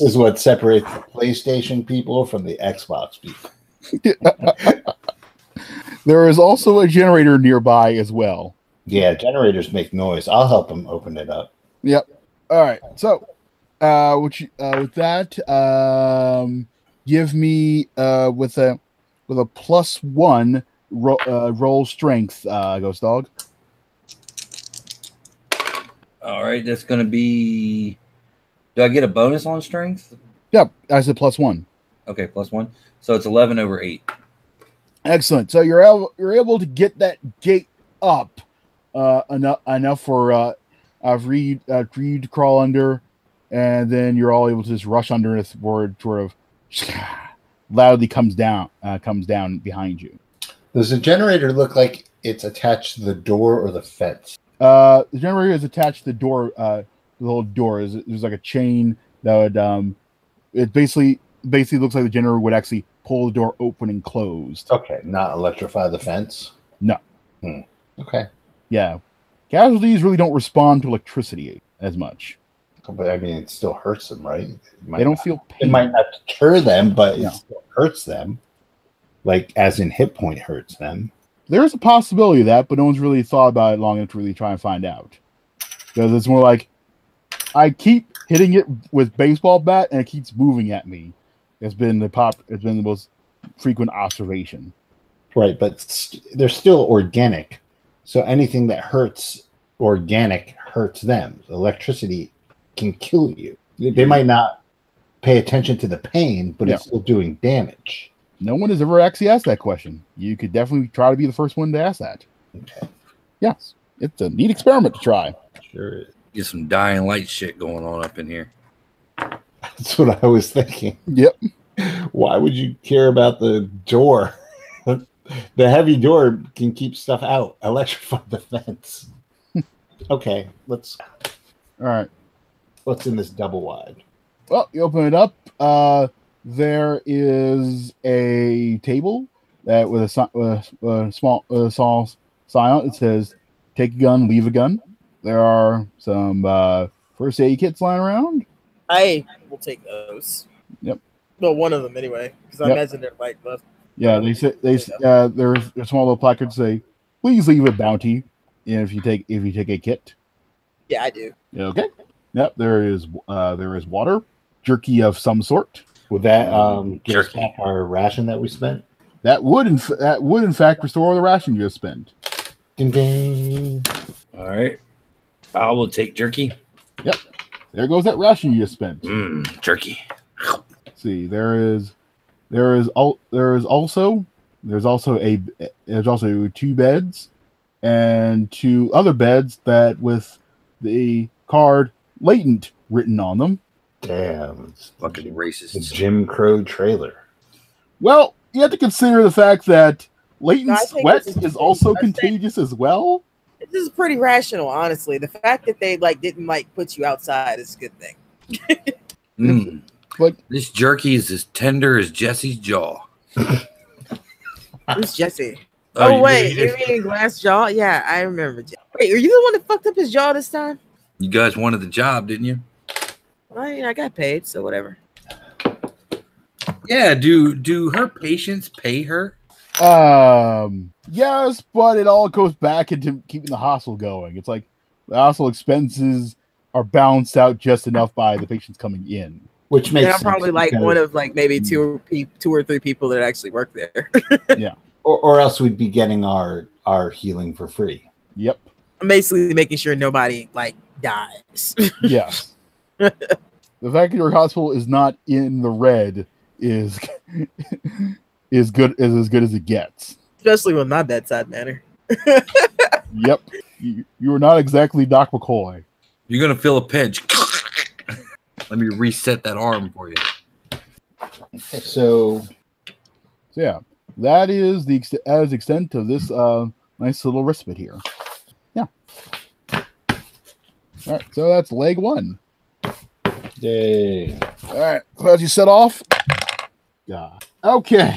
[SPEAKER 1] is what separates the PlayStation people from the Xbox people.
[SPEAKER 3] there is also a generator nearby as well
[SPEAKER 1] Yeah, generators make noise. I'll help them open it up.
[SPEAKER 3] all right so uh which uh with that um give me uh with a with a plus one ro- uh, roll strength uh ghost dog
[SPEAKER 2] All right, that's going to be. Do I get a bonus on strength?
[SPEAKER 3] yep i said plus one
[SPEAKER 2] Okay, plus one. So it's 11 over 8.
[SPEAKER 3] Excellent. So you're able, you're able to get that gate up uh, enough enough for uh, uh, Reed uh, Reed to crawl under, and then you're all able to just rush under this board, sort of loudly comes down uh, comes down behind you.
[SPEAKER 1] Does the generator look like it's attached to the door or the fence.
[SPEAKER 3] Uh, the generator is attached to the door. Uh, the little door is there's like a chain that would um, it basically basically looks like the generator would actually pull the door open and closed.
[SPEAKER 1] Okay, not electrify the fence.
[SPEAKER 3] No.
[SPEAKER 1] Hmm. Okay,
[SPEAKER 3] Yeah, casualties really don't respond to electricity as much.
[SPEAKER 1] but I mean, it still hurts them, right? It might
[SPEAKER 3] They don't
[SPEAKER 1] not-
[SPEAKER 3] feel
[SPEAKER 1] It
[SPEAKER 3] pain.
[SPEAKER 1] might not deter them, but
[SPEAKER 3] No.
[SPEAKER 1] it still hurts them. Like as in hit point hurts them.
[SPEAKER 3] There's a possibility of that, but no one's really thought about it long enough to really try and find out. Because it's more like I keep hitting it with baseball bat and it keeps moving at me. It's been the pop it's been the most frequent observation.
[SPEAKER 1] Right, but st- they're still organic. So anything that hurts organic hurts them. Electricity can kill you. They- They might not pay attention to the pain, but it's still doing damage.
[SPEAKER 3] No one has ever actually asked that question. You could definitely try to be the first one to ask that.
[SPEAKER 1] Okay.
[SPEAKER 3] Yes. It's a neat experiment to try.
[SPEAKER 1] Sure. is.
[SPEAKER 2] Get some dying light shit going on up in here.
[SPEAKER 1] That's what I was thinking.
[SPEAKER 3] Yep.
[SPEAKER 1] Why would you care about the door? the heavy door can keep stuff out. Electrify the fence. okay, let's
[SPEAKER 3] All right.
[SPEAKER 1] let's in this double wide.
[SPEAKER 3] Well, you open it up. Uh, there is a table that with a, si- with a, a small uh, small sign on. It says, "Take a gun, leave a gun." There are some uh, first aid kits lying around.
[SPEAKER 4] I will take those.
[SPEAKER 3] Yep.
[SPEAKER 4] Well, one of them anyway, because I
[SPEAKER 3] Yep.
[SPEAKER 4] imagine they're like left.
[SPEAKER 3] Yeah, they say they s- uh, there's a small little placard say, "Please leave a bounty if you take if you take a kit."
[SPEAKER 4] Yeah, I do.
[SPEAKER 3] Okay. Yep. There is uh, there is water, jerky of some sort.
[SPEAKER 1] Would that um give us
[SPEAKER 2] Mm, Jerky.
[SPEAKER 1] back our ration that we spent?
[SPEAKER 3] That would in f- that would in fact restore the ration you just spent.
[SPEAKER 1] Ding ding.
[SPEAKER 2] All right. I will take jerky.
[SPEAKER 3] There goes that ration you just spent.
[SPEAKER 2] Mmm, jerky.
[SPEAKER 3] Let's see there is there is al- there is also there's also a there's also two beds and two other beds that with the card latent written on them
[SPEAKER 1] Damn. It's
[SPEAKER 2] Fucking
[SPEAKER 1] the
[SPEAKER 2] racist.
[SPEAKER 1] Jim Crow trailer.
[SPEAKER 3] well you have to consider the fact that latent
[SPEAKER 4] No, I think
[SPEAKER 3] sweat
[SPEAKER 4] this
[SPEAKER 3] is,
[SPEAKER 4] is-
[SPEAKER 3] also
[SPEAKER 4] I think-
[SPEAKER 3] contagious as well
[SPEAKER 4] This is pretty rational, honestly. The fact that they like didn't like put you outside is a good thing.
[SPEAKER 2] Mmm.
[SPEAKER 3] Like-
[SPEAKER 2] This jerky is as tender as Jesse's jaw.
[SPEAKER 4] Who's Jesse?
[SPEAKER 2] Oh,
[SPEAKER 4] Oh,
[SPEAKER 2] you
[SPEAKER 4] wait,
[SPEAKER 2] did
[SPEAKER 4] you
[SPEAKER 2] it.
[SPEAKER 4] mean glass jaw? Yeah, I remember. Jesse. Wait, are you the one that fucked up his jaw this time?
[SPEAKER 2] You guys wanted the job, didn't you?
[SPEAKER 4] Well, I mean, I got paid, so whatever.
[SPEAKER 2] Yeah. Do do her patients pay her?
[SPEAKER 3] um yes but it all goes back into keeping the hostel going it's like the hostel expenses are balanced out just enough by the patients coming in
[SPEAKER 1] Which makes
[SPEAKER 4] And I'm probably
[SPEAKER 1] sense
[SPEAKER 4] like
[SPEAKER 1] because-
[SPEAKER 4] one of like maybe two
[SPEAKER 3] Mm.
[SPEAKER 4] or pe- two or three people that actually work there.
[SPEAKER 1] or, or else we'd be getting our our healing for free.
[SPEAKER 3] yep
[SPEAKER 4] I'm basically making sure nobody like dies.
[SPEAKER 3] Yes. the fact that your hospital is not in the red is is good is as good as it gets.
[SPEAKER 4] Especially with my bedside manner.
[SPEAKER 3] Yep. You, you are not exactly Doc McCoy.
[SPEAKER 2] You're gonna feel a pinch. Let me reset that arm for you.
[SPEAKER 1] So
[SPEAKER 3] So yeah, that is the ex- that is the extent of this uh, nice little respite here. Yeah. All right. So that's leg one.
[SPEAKER 1] yay.
[SPEAKER 3] All right. So as you set off. Yeah. Okay.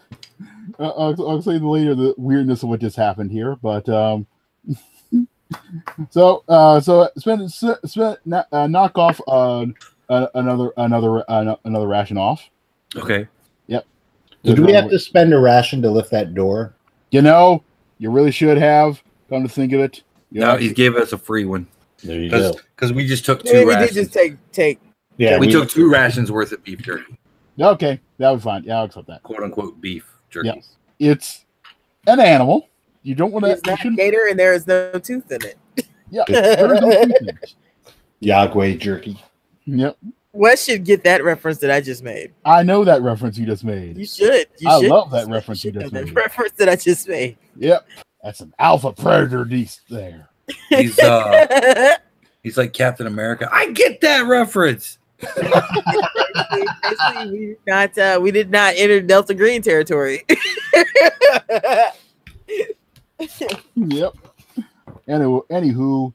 [SPEAKER 3] uh, I'll, I'll explain later the weirdness of what just happened here, but um. so uh, so spend spend na- uh, knock off uh, uh, another another uh, another ration off.
[SPEAKER 2] Okay.
[SPEAKER 1] Did we have to spend a ration to lift that door?
[SPEAKER 3] You know, you really should have. Come to think of it. You
[SPEAKER 2] No,
[SPEAKER 3] know,
[SPEAKER 2] he gave us a free one
[SPEAKER 1] There you
[SPEAKER 2] because we just took two
[SPEAKER 4] Yeah, we did
[SPEAKER 2] rations.
[SPEAKER 4] just take take.
[SPEAKER 1] Yeah,
[SPEAKER 2] we, took two rations worth of beef jerky,
[SPEAKER 3] okay, that would be fine. Yeah, I'll accept that.
[SPEAKER 2] quote unquote beef jerky.
[SPEAKER 3] Yes, it's an animal. You don't want
[SPEAKER 4] It's
[SPEAKER 3] to. You
[SPEAKER 4] not
[SPEAKER 3] shouldn't.
[SPEAKER 4] gator, and there is no tooth in it.
[SPEAKER 3] there's no teeth in it.
[SPEAKER 1] Yagway jerky.
[SPEAKER 3] Yep.
[SPEAKER 4] Wes should get that reference that I just made.
[SPEAKER 3] I know that reference you just
[SPEAKER 4] You
[SPEAKER 3] made.
[SPEAKER 4] should. You
[SPEAKER 3] I
[SPEAKER 4] should.
[SPEAKER 3] love that reference you
[SPEAKER 4] should know
[SPEAKER 3] just
[SPEAKER 4] that
[SPEAKER 3] made.
[SPEAKER 4] reference that I just made.
[SPEAKER 3] Yep. That's an alpha predator beast there.
[SPEAKER 2] He's uh, he's like Captain America. I get that reference.
[SPEAKER 4] Basically, we did not uh, we did not enter Delta Green territory.
[SPEAKER 3] Yep. Any, anywho,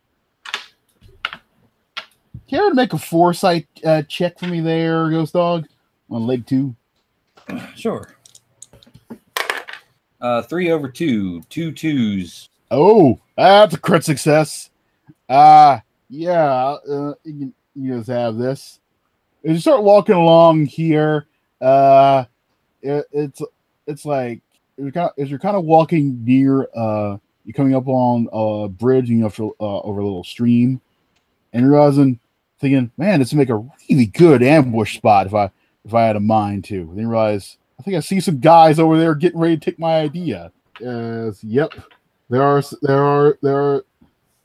[SPEAKER 3] care to make a foresight uh, check for me there, Ghost Dog, on leg two?
[SPEAKER 2] Sure. Uh, three over two, two twos.
[SPEAKER 3] Oh, that's a crit success. Uh yeah, uh, you, can- you guys have this. As you start walking along here, uh, it, it's it's like you're kind of, as you're kind of walking near, uh, you're coming up on a bridge and you have to uh, over a little stream, and you're realizing, thinking, man, this would make a really good ambush spot if I if I had a mind to. Then you realize, I think I see some guys over there getting ready to take my idea. Uh, yep, there are s- there are there are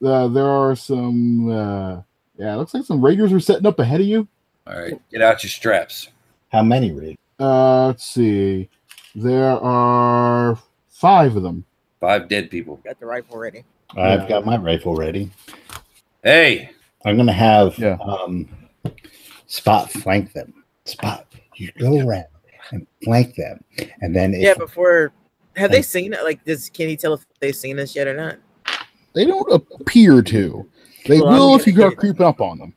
[SPEAKER 3] uh, there are some uh, yeah it looks like some raiders are setting up ahead of you
[SPEAKER 2] All right, get out your straps.
[SPEAKER 1] How many rigs?
[SPEAKER 3] uh let's see there are five of them
[SPEAKER 2] Five dead people.
[SPEAKER 4] Got the rifle ready.
[SPEAKER 1] I've got my rifle ready.
[SPEAKER 2] Hey,
[SPEAKER 1] I'm gonna have
[SPEAKER 3] Yeah.
[SPEAKER 1] um, Spot flank them. Spot, you go around and flank them, and then if
[SPEAKER 4] Yeah, before have they seen it? Like, does can he tell if they've seen us yet or not?
[SPEAKER 3] they don't appear to they
[SPEAKER 4] Well, I'm
[SPEAKER 3] will if you
[SPEAKER 4] gonna-
[SPEAKER 3] go creeping up on them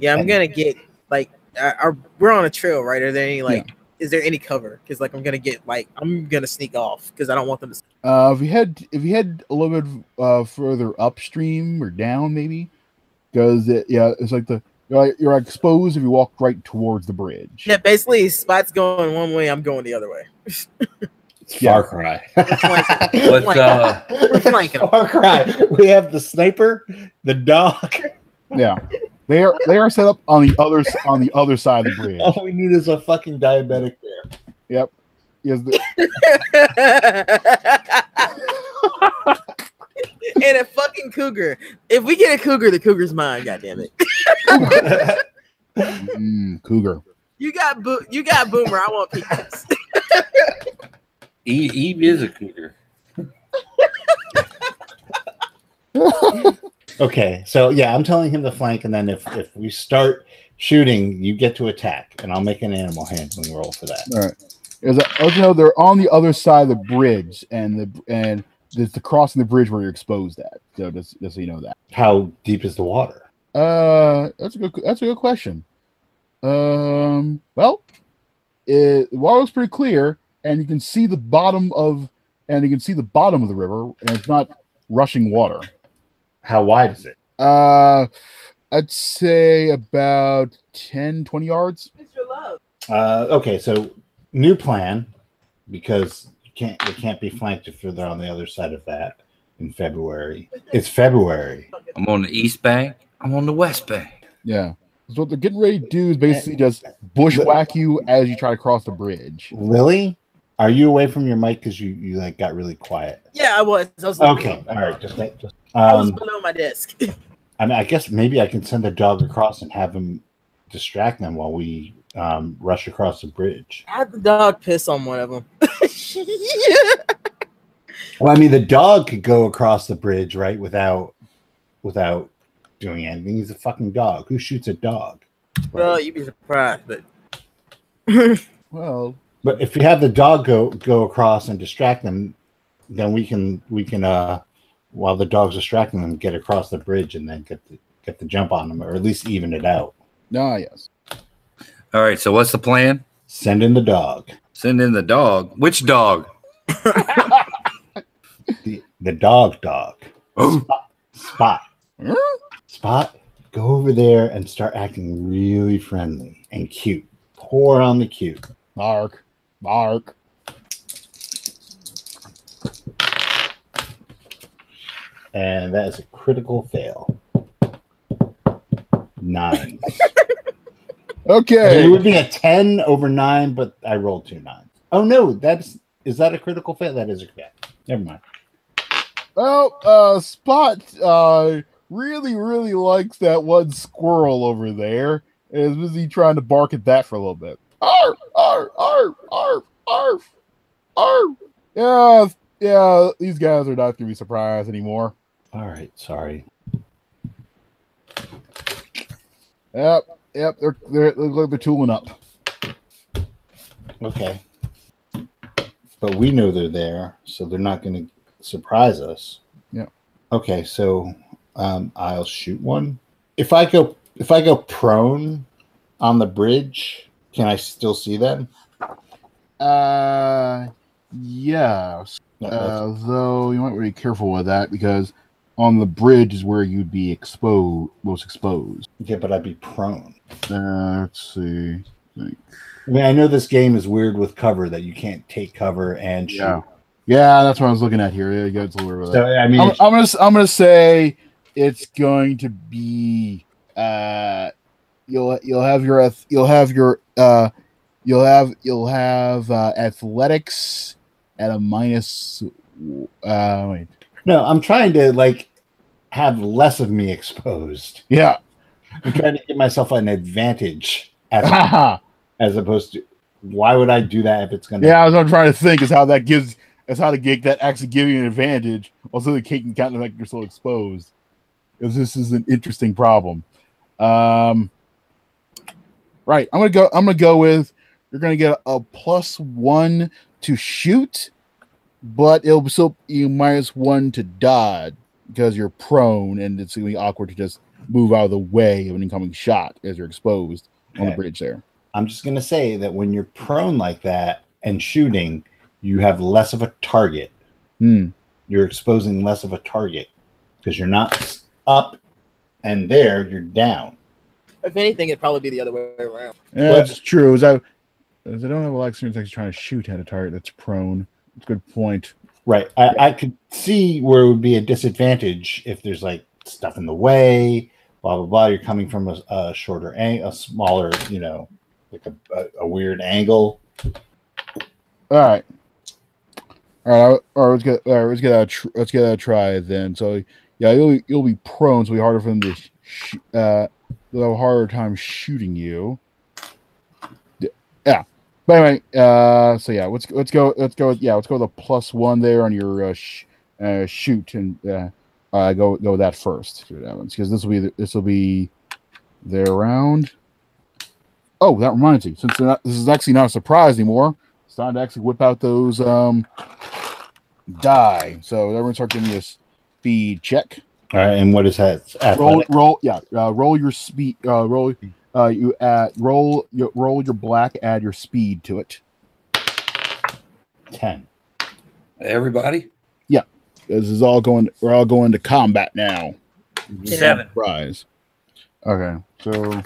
[SPEAKER 4] Yeah, I'm gonna get like are, are, we're on a trail, right? Are there any like is there any cover? Because like I'm gonna get like I'm gonna sneak off because I don't want them to.
[SPEAKER 3] uh if you head if you head a little bit uh further upstream or down maybe because it, yeah it's like the you're, like, you're exposed if you walk right towards the bridge
[SPEAKER 4] Yeah, basically, Spot's going one way, I'm going the other way.
[SPEAKER 1] It's Far Cry.
[SPEAKER 2] let's uh,
[SPEAKER 4] We're flanking 'em.
[SPEAKER 1] Far Cry. We have the sniper, the dog.
[SPEAKER 3] yeah they are they are set up on the other s- on the other side of the bridge
[SPEAKER 1] All we need is a fucking diabetic there.
[SPEAKER 3] Yes, the-
[SPEAKER 4] and a fucking cougar. If we get a cougar, the cougar's mine. God damn it!
[SPEAKER 3] Mm, cougar.
[SPEAKER 4] You got bo- you got boomer. I want peaches.
[SPEAKER 2] Eve, Eve E, is a cougar.
[SPEAKER 1] Okay, so yeah, I'm telling him to flank, and then if if we start shooting, you get to attack, and I'll make an animal handling roll for that.
[SPEAKER 3] All right. As I, as you know, oh, they're on the other side of the bridge, and the and there's the crossing the bridge where you're exposed at. So just, just so you know that.
[SPEAKER 1] How deep is the water?
[SPEAKER 3] Uh, that's a good that's a good question. Um, well, it, the water was pretty clear, and you can see the bottom of and you can see the bottom of the river, and it's not rushing water.
[SPEAKER 1] How wide is it?
[SPEAKER 3] Uh, I'd say about 10, 20 yards.
[SPEAKER 4] It's your love.
[SPEAKER 1] Uh, okay, so new plan because you can't it can't be flanked if they're on the other side of that in February. It's February.
[SPEAKER 2] I'm on the east bank. I'm on the west bank.
[SPEAKER 3] Yeah. So what they're getting ready to do is basically just bushwhack you as you try to cross the bridge.
[SPEAKER 1] Lily, are you away from your mic because you you like got really quiet?
[SPEAKER 4] Yeah, I was. I was
[SPEAKER 1] Okay, all right, just like just
[SPEAKER 4] I was
[SPEAKER 1] um,
[SPEAKER 4] below my desk.
[SPEAKER 1] I mean, I guess maybe I can send the dog across and have him distract them while we um rush across the bridge.
[SPEAKER 4] Had the dog piss on one of them.
[SPEAKER 1] Well, I mean, the dog could go across the bridge, right, without without doing anything. He's a fucking dog. Who shoots a dog?
[SPEAKER 4] Well, you'd be surprised, but
[SPEAKER 3] Well,
[SPEAKER 1] But if we have the dog go go across and distract them, then we can we can uh while the dog's distracting them, get across the bridge and then get the get the jump on them, or at least even it out.
[SPEAKER 3] nah, yes.
[SPEAKER 2] All right, so what's the plan?
[SPEAKER 1] Send in the dog.
[SPEAKER 2] Send in the dog. Which dog?
[SPEAKER 1] The the dog dog.
[SPEAKER 2] Oh,
[SPEAKER 1] Spot.
[SPEAKER 3] Hmm?
[SPEAKER 1] Spot, go over there and start acting really friendly and cute. Pour on the cute.
[SPEAKER 3] Mark, Mark.
[SPEAKER 1] And that is a critical fail. Nine. It
[SPEAKER 3] Okay.
[SPEAKER 1] would be a 10 over nine, but I rolled two nines. Oh, no. That's is that a critical fail? That is a yeah. Never mind.
[SPEAKER 3] Well, uh, Spot uh, really, really likes that one squirrel over there. And is busy trying to bark at that for a little bit. Arf, arf, arf, arf, arf, arf. Yeah, yeah, these guys are not going to be surprised anymore.
[SPEAKER 1] All right. Sorry.
[SPEAKER 3] Yep, yep, they're, they're, they're, they're tooling up.
[SPEAKER 1] Okay. But we know they're there, so they're not going to. surprise us.
[SPEAKER 3] Yeah.
[SPEAKER 1] Okay, so um, I'll shoot one. If I go if I go prone on the bridge, can I still see them?
[SPEAKER 3] Uh, yes.
[SPEAKER 1] No, that's-
[SPEAKER 3] Uh, though you might want to be careful with that because on the bridge is where you'd be exposed, most exposed.
[SPEAKER 1] yeah, but I'd be prone.
[SPEAKER 3] Uh, let's see.
[SPEAKER 1] I mean, I know this game is weird with cover that you can't take cover and shoot.
[SPEAKER 3] Yeah. Yeah, that's what I was looking at here. Yeah, you got to worry about that.
[SPEAKER 1] So I mean,
[SPEAKER 3] I'm, I'm gonna s- I'm gonna say it's going to be uh you'll you'll have your ath- you'll have your uh you'll have you'll have uh, athletics at a minus uh wait.
[SPEAKER 1] no, I'm trying to like have less of me exposed.
[SPEAKER 3] yeah
[SPEAKER 1] I'm trying to give myself an advantage as,
[SPEAKER 3] yeah
[SPEAKER 1] as opposed to why would I do that if it's gonna
[SPEAKER 3] that's what I'm trying to think is how that gives is how the gig that actually give you an advantage also the cake and kind of like you're so exposed because this is an interesting problem um right i'm gonna go i'm gonna go with you're gonna get a plus one to shoot but it'll be still you minus one to dodge because you're prone and it's gonna be awkward to just move out of the way of an incoming shot as you're exposed on the
[SPEAKER 1] Okay.
[SPEAKER 3] bridge there
[SPEAKER 1] I'm just going to say that when you're prone like that and shooting, you have less of a target.
[SPEAKER 3] hmm
[SPEAKER 1] You're exposing less of a target because you're not up and there, you're down.
[SPEAKER 4] If anything, it'd probably be the other way around.
[SPEAKER 3] Yeah,
[SPEAKER 1] But-
[SPEAKER 3] that's true. Is I, is I don't have a lot of experience actually trying to shoot at a target that's prone. That's a good point.
[SPEAKER 1] Right. I, I could see where it would be a disadvantage if there's like stuff in the way, blah, blah, blah. You're coming from a, a shorter, ang- a smaller, you know, like a, a, a weird angle.
[SPEAKER 3] All right, all right, all right. Let's get all right. Let's get a tr- let's get a try then. So yeah, you'll you'll be prone, so it'll be harder for them to. Sh- uh, they'll have a harder time shooting you. D- Yeah. But anyway, uh, so yeah, let's let's go let's go with, yeah let's go with a plus one there on your uh, sh- uh shoot and uh, uh go go with that first. See what happens because this will be the- this will be their round. Oh, that reminds me. Since they're not, this is actually not a surprise anymore, it's time to actually whip out those um die. So everyone start giving me a speed check.
[SPEAKER 1] All right. And what is that? It's
[SPEAKER 3] Roll,
[SPEAKER 1] athletic.
[SPEAKER 3] roll, yeah, uh, roll your speed. Uh, roll, uh, you add roll your roll your black. Add your speed to it.
[SPEAKER 1] 10.
[SPEAKER 2] Everybody?
[SPEAKER 3] This is all going. We're all going to combat now.
[SPEAKER 2] Seven.
[SPEAKER 3] Rise. Okay, so.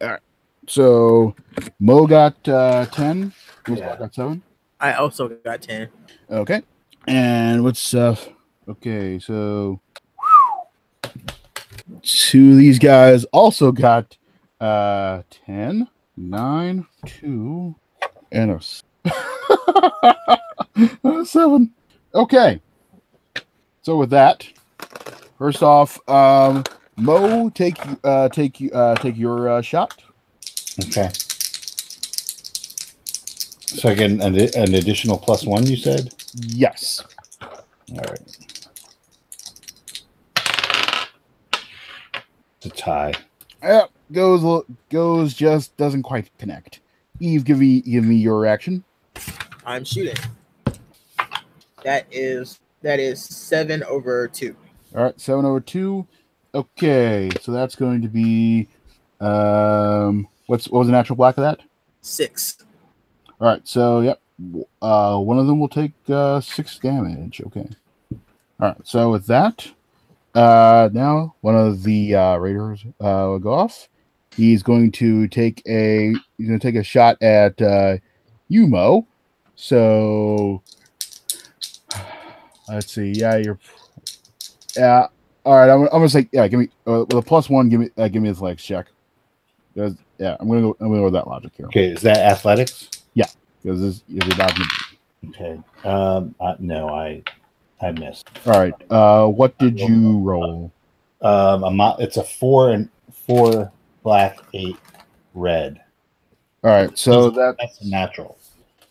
[SPEAKER 3] All right. So, Mo got uh, ten. Mo
[SPEAKER 1] Yeah.
[SPEAKER 3] got seven.
[SPEAKER 4] I also got ten.
[SPEAKER 3] Okay. And what's uh okay, so two of these guys also got uh 10, 9, 2, and a s- a 7. Okay. So with that, first off, um Mo take uh take you uh take your uh, shot.
[SPEAKER 1] Okay. So I get an, an additional plus one, you said?
[SPEAKER 3] Yes.
[SPEAKER 1] All right. It's a tie.
[SPEAKER 3] Yep, goes l- goes just doesn't quite connect. Eve, give me give me your action.
[SPEAKER 4] I'm shooting. That is that is seven over two.
[SPEAKER 3] All right, seven over two. Okay, so that's going to be um, what's what was the natural black of that?
[SPEAKER 4] Six.
[SPEAKER 3] All right, so yep, w- uh, one of them will take uh, six damage. Okay. All right, so with that, uh, now one of the uh, raiders uh, will go off. He's going to take a he's going to take a shot at uh, Yumo. So let's see. Yeah, you're. Yeah. All right, I'm, I'm gonna say yeah. Give me uh, with a plus one. Give me uh, give me this legs check. 'Cause- Yeah, I'm gonna go. I'm gonna go with that logic here
[SPEAKER 1] Okay, is that athletics?
[SPEAKER 3] because this is about me.
[SPEAKER 1] Okay. Um, uh, no, I I missed.
[SPEAKER 3] All right. Uh, what did you roll?
[SPEAKER 1] Um, a mo- it's a four and four black, eight red.
[SPEAKER 3] All right. So that
[SPEAKER 1] That's a natural.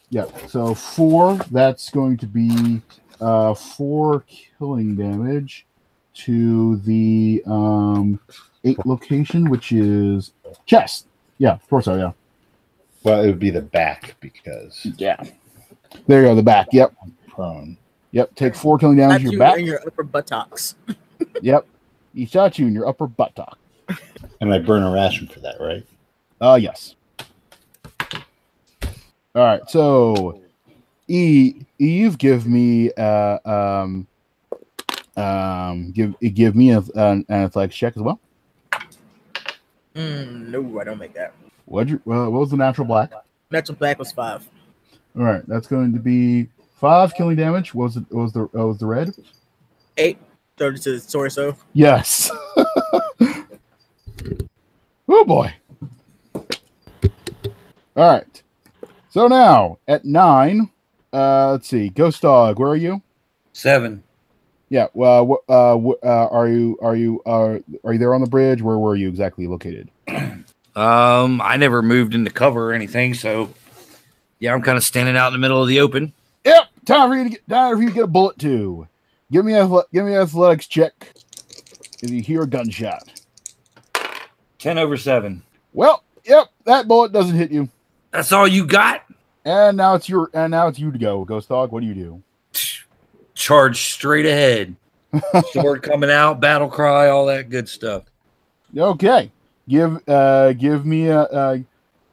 [SPEAKER 3] yeah. So four. That's going to be uh four killing damage to the um eight location, which is chest. oh, Yeah. Torso. Yeah.
[SPEAKER 1] Well, it would be the back because
[SPEAKER 3] Yeah. There you go, the back. Yep.
[SPEAKER 1] prone.
[SPEAKER 3] Yep. Take four killing
[SPEAKER 4] Not
[SPEAKER 3] damage to
[SPEAKER 4] you
[SPEAKER 3] your back.
[SPEAKER 4] and your upper buttocks.
[SPEAKER 3] Yep. He shot you in your upper buttock.
[SPEAKER 1] And I burn a ration for that, right?
[SPEAKER 3] Uh yes. All right. So E Eve give me uh um um give give me a, an, an athletics check as well.
[SPEAKER 4] Mm, no, I don't make that.
[SPEAKER 3] What uh, what was the natural black?
[SPEAKER 4] Metro Black was five.
[SPEAKER 3] All right, that's going to be five killing damage. What was it? What was the what was the red?
[SPEAKER 4] Eight. Throw it to the torso.
[SPEAKER 3] Yes. oh boy. All right. So now at nine, uh, let's see. Ghost dog, where are you?
[SPEAKER 2] Seven.
[SPEAKER 3] Yeah. Well, wh- uh, wh- uh, are you are you uh, are you there on the bridge? Where were you exactly located?
[SPEAKER 2] Um, I never moved into cover or anything, so yeah, I'm kind of standing out in the middle of the open.
[SPEAKER 3] Yep. Time for you to get time for you to get a bullet too. Give me a give me an athletics check. If you hear a gunshot.
[SPEAKER 2] Ten over seven.
[SPEAKER 3] Well, yep, that bullet doesn't hit you.
[SPEAKER 2] That's all you got?
[SPEAKER 3] And now it's your and now it's you to go, Ghost Dog. What do you do?
[SPEAKER 2] Charge straight ahead. Sword coming out, battle cry, all that good stuff.
[SPEAKER 3] Okay, give uh give me a uh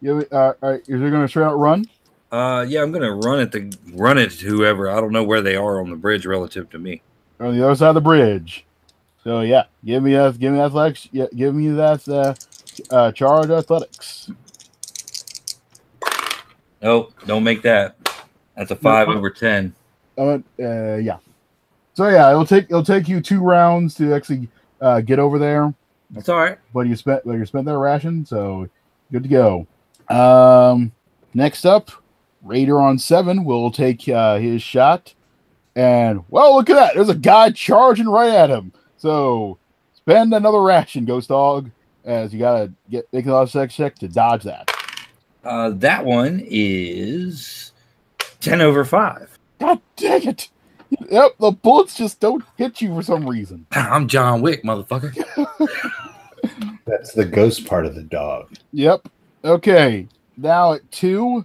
[SPEAKER 3] give uh, uh is it gonna straight out run?
[SPEAKER 2] Uh, yeah, I'm gonna run at the run at whoever. I don't know where they are on the bridge relative to me.
[SPEAKER 3] Or on the other side of the bridge. So yeah, give me that give me athletics. Yeah, give me that uh, uh charge athletics.
[SPEAKER 2] Nope, don't make that. That's a five over ten.
[SPEAKER 3] Uh, uh yeah. So yeah, it'll take it'll take you two rounds to actually uh get over there,
[SPEAKER 2] That's all right.
[SPEAKER 3] but you spent but you spent that ration, so good to go. Um, next up, Raider on seven will take uh, his shot, and well, look at that! There's a guy charging right at him. So spend another ration, Ghost Dog, as you gotta get make a lot of sex check to dodge that.
[SPEAKER 2] Uh, that one is ten over five.
[SPEAKER 3] God dang it! Yep, the bullets just don't hit you for some reason.
[SPEAKER 2] I'm John Wick, motherfucker.
[SPEAKER 1] That's the ghost part of the dog.
[SPEAKER 3] Yep. Okay. Now at two.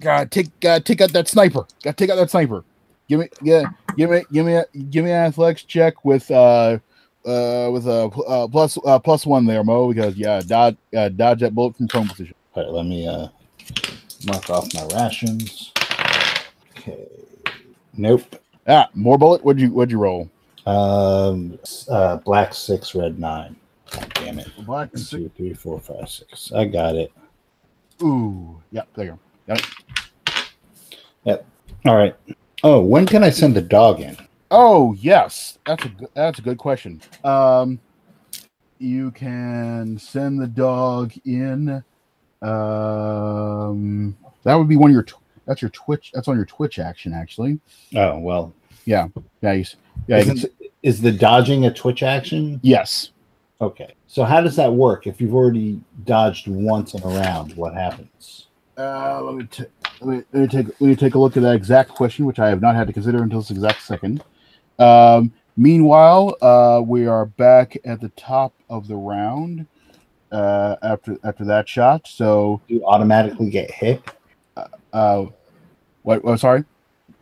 [SPEAKER 3] Gotta take gotta take out that sniper. Gotta take out that sniper. Give me yeah, give me give me a, give me an athletics check with uh uh with a pl- uh, plus uh, plus one there, Mo, because yeah, dodge uh, dodge that bullet from prone position.
[SPEAKER 1] All right, let me uh, mark off my rations. Okay. Nope.
[SPEAKER 3] Ah, more bullet. What'd you what'd you roll?
[SPEAKER 1] Um, s- uh, black six, red nine. God damn it.
[SPEAKER 3] Black
[SPEAKER 1] One, two, three, four, five, six. I got it.
[SPEAKER 3] Ooh, yeah, there you go.
[SPEAKER 1] All right. Oh, when can I send the dog in?
[SPEAKER 3] Oh yes, that's a good, that's a good question. Um, you can send the dog in. Um, that would be one of your. Tw- that's your Twitch. That's on your Twitch action, actually.
[SPEAKER 1] Oh, well,
[SPEAKER 3] Yeah, you, s- yeah. You can,
[SPEAKER 1] Isn't-
[SPEAKER 3] s-
[SPEAKER 1] is the dodging a twitch action?
[SPEAKER 3] yes.
[SPEAKER 1] Okay. So how does that work? If you've already dodged once in a round, what happens?
[SPEAKER 3] Uh, let me, t- let me let me take let me take a look at that exact question, which I have not had to consider until this exact second. Um, meanwhile, uh, we are back at the top of the round. Uh, after after that shot, so
[SPEAKER 1] You automatically get hit.
[SPEAKER 3] Uh, what? what sorry.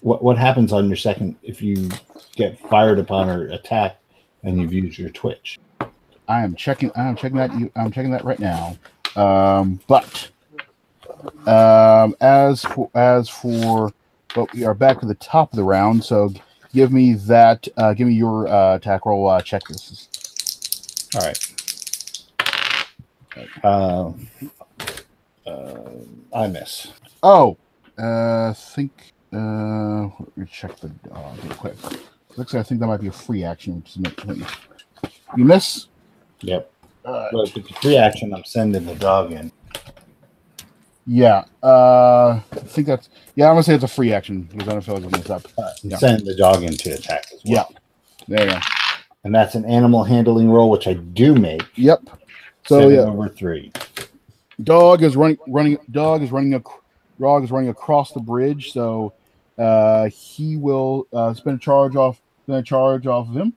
[SPEAKER 1] What what happens on your second if you get fired upon or attacked and you've used your twitch?
[SPEAKER 3] I am checking. I am checking that. You. I'm checking that right now. Um, but um, as for as for, but we are back to the top of the round. So give me that. Uh, give me your uh, attack roll uh, checklist.
[SPEAKER 1] All right. Um, uh, I miss.
[SPEAKER 3] Oh, uh, think. Uh, let me check the dog real quick. Looks like I think that might be a free action. Which is not- you miss.
[SPEAKER 1] Yep.
[SPEAKER 3] Uh,
[SPEAKER 1] But if it's a free action, I'm sending the dog in.
[SPEAKER 3] Yeah, uh, I think that's yeah. I'm gonna say it's a free action because I don't feel like looking this up.
[SPEAKER 1] Uh,
[SPEAKER 3] Yeah.
[SPEAKER 1] Send the dog in to attack as well.
[SPEAKER 3] Yeah, there you go.
[SPEAKER 1] and that's an animal handling roll, which I do make.
[SPEAKER 3] Yep. So
[SPEAKER 1] seven
[SPEAKER 3] yeah,
[SPEAKER 1] over three.
[SPEAKER 3] dog is running, running. Dog is running. A dog is running across the bridge. So uh, he will uh, spend a charge off. Spend a charge off of him.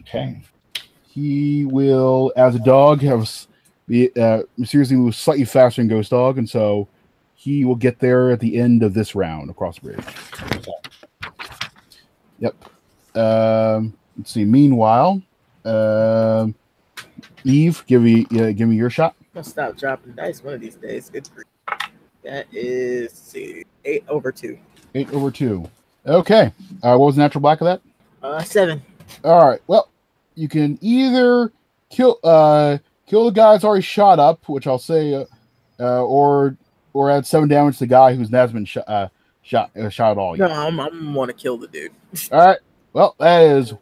[SPEAKER 1] Okay.
[SPEAKER 3] He will, as a dog, have s- be uh, mysteriously move slightly faster than Ghost Dog, and so He will get there at the end of this round across the bridge. Yep. Um, let's see. Meanwhile, um, Eve, give me uh, give me your shot.
[SPEAKER 4] I'm gonna stop dropping dice one of these days. Good grief. That is let's see, eight over two.
[SPEAKER 3] Eight over two. Okay. Uh, what was the natural black of that?
[SPEAKER 4] Uh, seven.
[SPEAKER 3] All right. Well, you can either kill uh kill the guy that's already shot up, which I'll say, uh, uh, or or add seven damage to the guy who's not been shot uh, shot uh, shot at all.
[SPEAKER 4] No,
[SPEAKER 3] Yet.
[SPEAKER 4] I'm, I'm want to kill the dude.
[SPEAKER 3] All right. Well, that is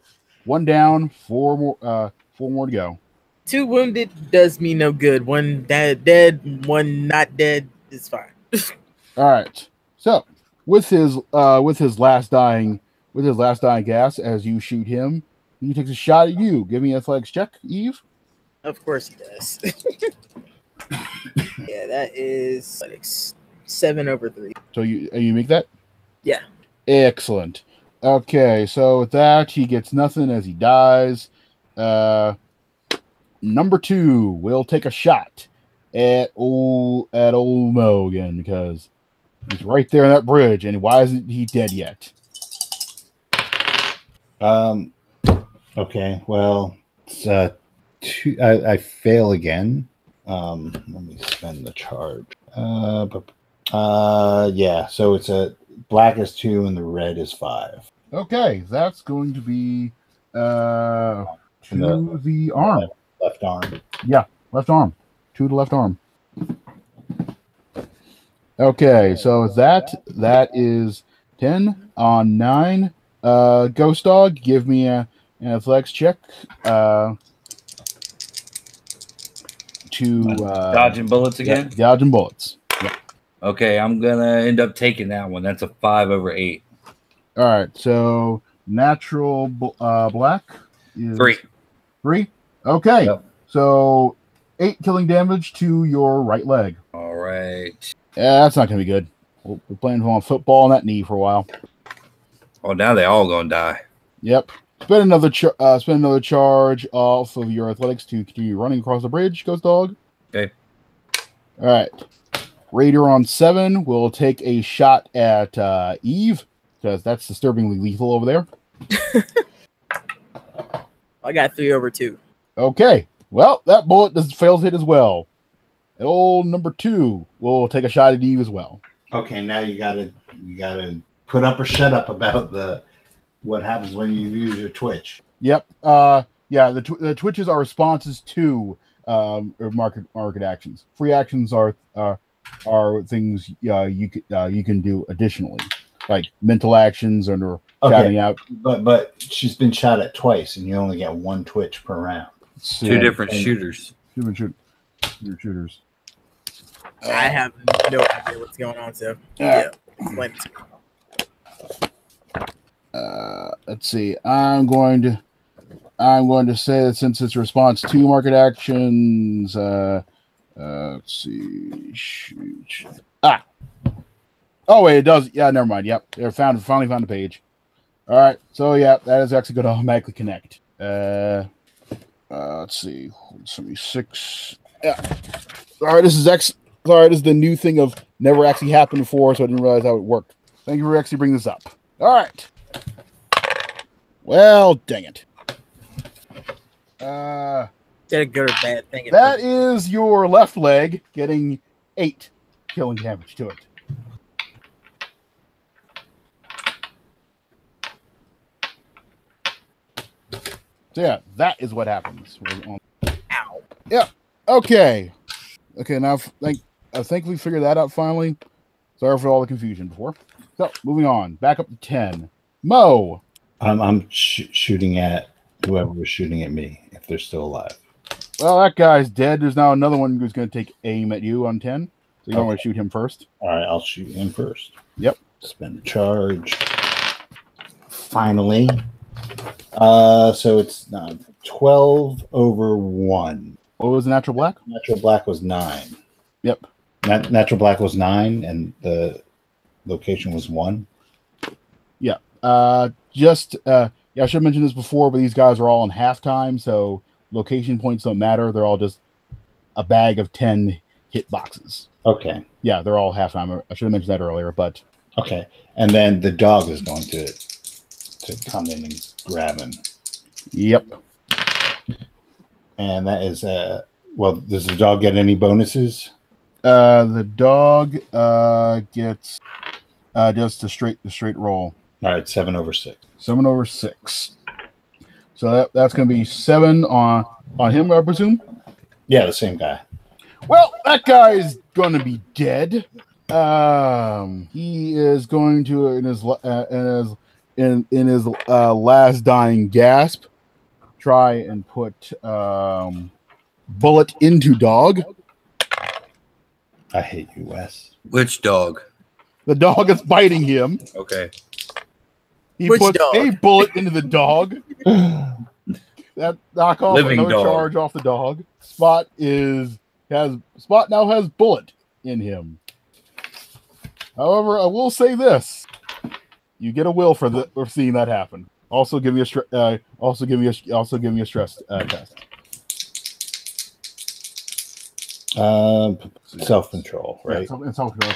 [SPEAKER 3] one down, four more uh four more to go.
[SPEAKER 4] Two wounded does me no good. One dead, dead. One not dead is fine.
[SPEAKER 3] All right. So with his uh with his last dying with his last dying gas, as you shoot him, he takes a shot at you. Give me an athletics check, Eve.
[SPEAKER 4] Of course he does. yeah, that is like s- seven over three.
[SPEAKER 3] So you uh, you make that?
[SPEAKER 4] Yeah.
[SPEAKER 3] Excellent. Okay, so with that, he gets nothing as he dies. Uh, number two will take a shot at old at old Mo again because he's right there on that bridge, and why isn't he dead yet?
[SPEAKER 1] Um, okay, well, it's, uh, two, I, I fail again. Um, let me spend the charge. Uh, bu- uh, yeah, so it's a black is two and the red is five.
[SPEAKER 3] Okay, that's going to be uh
[SPEAKER 1] And the
[SPEAKER 3] to the arm,
[SPEAKER 1] left arm.
[SPEAKER 3] left arm, to the left arm. Okay, so with that that is ten on nine. Uh, Ghost Dog, give me a an athletics check. Uh, to uh,
[SPEAKER 2] Dodging bullets
[SPEAKER 3] yeah,
[SPEAKER 2] again.
[SPEAKER 3] dodging bullets.
[SPEAKER 2] Okay, I'm gonna end up taking that one. That's a five over eight.
[SPEAKER 3] All right, so natural bl- uh, black is
[SPEAKER 2] Three.
[SPEAKER 3] Three. Okay.
[SPEAKER 2] Yep.
[SPEAKER 3] So eight killing damage to your right leg.
[SPEAKER 2] All right.
[SPEAKER 3] Yeah, that's not gonna be good. We'll be playing on football on that knee for a while.
[SPEAKER 2] Oh, now they all gonna die.
[SPEAKER 3] Yep. Spend another char- uh, spend another charge off of your athletics to continue running across the bridge, Ghost Dog.
[SPEAKER 2] Okay.
[SPEAKER 3] All right. Raider on seven will take a shot at uh, Eve because that's disturbingly lethal over there.
[SPEAKER 4] I got three over two.
[SPEAKER 3] Okay. Well, that bullet does, fails hit as well. And old number two will take a shot at Eve as well.
[SPEAKER 1] Okay, now you gotta you gotta put up or shut up about the what happens when you use your twitch.
[SPEAKER 3] Yep. Uh, yeah. The tw- the twitches are responses to um or market market actions. Free actions are uh, are things uh, you c- uh, you can do additionally, like mental actions or
[SPEAKER 1] Okay,
[SPEAKER 3] shouting out.
[SPEAKER 1] but but she's been shot at twice, and you only get one twitch per round.
[SPEAKER 2] Two different
[SPEAKER 1] and-
[SPEAKER 2] shooters.
[SPEAKER 3] different shoot- different shooters.
[SPEAKER 4] I have no idea what's going on, so yeah. explain it to me.
[SPEAKER 3] Uh, let's see. I'm going to I'm going to say that since it's response to market actions, uh, uh, let's see. Shoot, shoot. Ah. Oh wait, it does. Yeah, never mind. Yep, they found finally found the page. All right. So yeah, that is actually going to automatically connect. Uh, uh, let's see. Seventy six. Yeah. Sorry, this is X. Sorry, this is the new thing of never actually happened before, so I didn't realize how it worked. Thank you for actually bringing this up. All right. Well, dang it. Uh,
[SPEAKER 4] Is that a good or bad thing?
[SPEAKER 3] that is your left leg getting eight killing damage to it. So yeah, that is what happens.
[SPEAKER 4] Ow.
[SPEAKER 3] Okay, okay. Now, f- thank, I think we figured that out finally. Sorry for all the confusion before. So moving on, back up to ten. Mo,
[SPEAKER 1] I'm I'm sh- shooting at whoever was shooting at me if they're still alive.
[SPEAKER 3] Well, that guy's dead. There's now another one who's going to take aim at you on 10. So you don't want to shoot him first.
[SPEAKER 1] All right, I'll shoot him first.
[SPEAKER 3] Yep.
[SPEAKER 1] Spend the charge. Finally. Uh, so it's not 12 over 1.
[SPEAKER 3] What was the natural black?
[SPEAKER 1] Natural black was 9.
[SPEAKER 3] Yep.
[SPEAKER 1] Nat- natural black was 9 and the location was 1.
[SPEAKER 3] Uh, just, uh, yeah, I should have mentioned this before, but these guys are all in halftime. So location points don't matter. They're all just a bag of 10 hit boxes.
[SPEAKER 1] Okay.
[SPEAKER 3] Yeah, they're all halftime. I should have mentioned that earlier, but
[SPEAKER 1] Okay. And then the dog is going to to come in and grab him.
[SPEAKER 3] yep.
[SPEAKER 1] And that is uh well, does the dog get any bonuses?
[SPEAKER 3] Uh, the dog uh, gets uh, just the straight the straight roll,
[SPEAKER 1] All right, seven over six.
[SPEAKER 3] seven over six. So that, that's going to be seven on on him, I presume.
[SPEAKER 1] Yeah, the same guy.
[SPEAKER 3] Well, that guy is going to be dead. Um, he is going to in his la- uh, in his in in his uh, last dying gasp, try and put um, bullet into dog.
[SPEAKER 1] I hate you, Wes.
[SPEAKER 2] Which dog?
[SPEAKER 3] The dog is biting him.
[SPEAKER 2] Okay.
[SPEAKER 3] He
[SPEAKER 4] Which
[SPEAKER 3] puts
[SPEAKER 4] dog?
[SPEAKER 3] a bullet into the dog. that knock off
[SPEAKER 2] Living
[SPEAKER 3] another
[SPEAKER 2] dog.
[SPEAKER 3] charge off the dog. Spot is has Spot now has bullet in him. However, I will say this: you get a will for the for seeing that happen. Also, give me a stre- uh, also give me a also give me a stress uh, test.
[SPEAKER 1] Um, self control, right?
[SPEAKER 3] self control.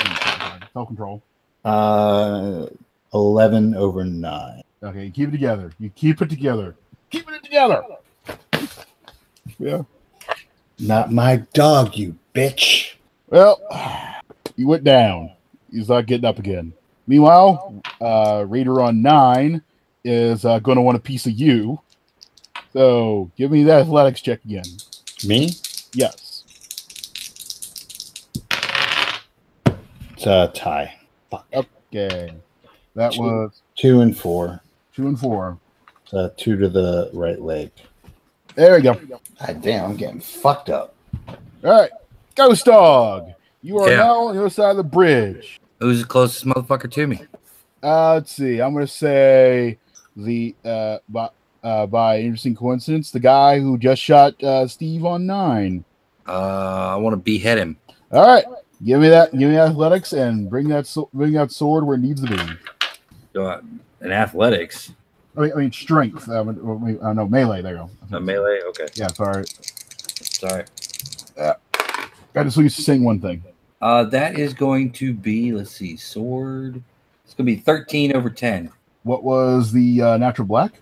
[SPEAKER 3] Self control.
[SPEAKER 1] Uh, eleven over nine.
[SPEAKER 3] Okay, you keep it together. You keep it together. Keeping it together.
[SPEAKER 1] Not my dog, you bitch.
[SPEAKER 3] Well, he went down. He's not getting up again. Meanwhile, uh, Raider on nine is uh, going to want a piece of you. So give me that athletics check again.
[SPEAKER 1] Me?
[SPEAKER 3] Yes.
[SPEAKER 1] It's a tie.
[SPEAKER 3] Okay. That
[SPEAKER 1] Two.
[SPEAKER 3] was
[SPEAKER 1] Two and four.
[SPEAKER 3] two and four.
[SPEAKER 1] It's uh, two to the right leg.
[SPEAKER 3] There we go.
[SPEAKER 1] God damn, I'm getting fucked up.
[SPEAKER 3] All right. Ghost Dog, you are
[SPEAKER 2] Yeah.
[SPEAKER 3] now on the other side of the bridge.
[SPEAKER 2] Who's the closest motherfucker to me?
[SPEAKER 3] Uh, let's see. I'm going to say the uh, by, uh, by interesting coincidence, the guy who just shot uh, Steve on nine.
[SPEAKER 2] Uh, I want to behead him.
[SPEAKER 3] All right, give me that. Give me athletics and bring that sw- bring that sword where it needs to be.
[SPEAKER 2] Uh, in athletics,
[SPEAKER 3] I mean, I mean strength. I would- I mean, uh, no melee. There you go.
[SPEAKER 2] a melee. Okay,
[SPEAKER 3] Yeah, sorry.
[SPEAKER 2] sorry.
[SPEAKER 3] I just used to sing one thing.
[SPEAKER 2] Uh, that is going to be. Let's see, sword. It's going to be thirteen over ten.
[SPEAKER 3] What was the uh, natural black?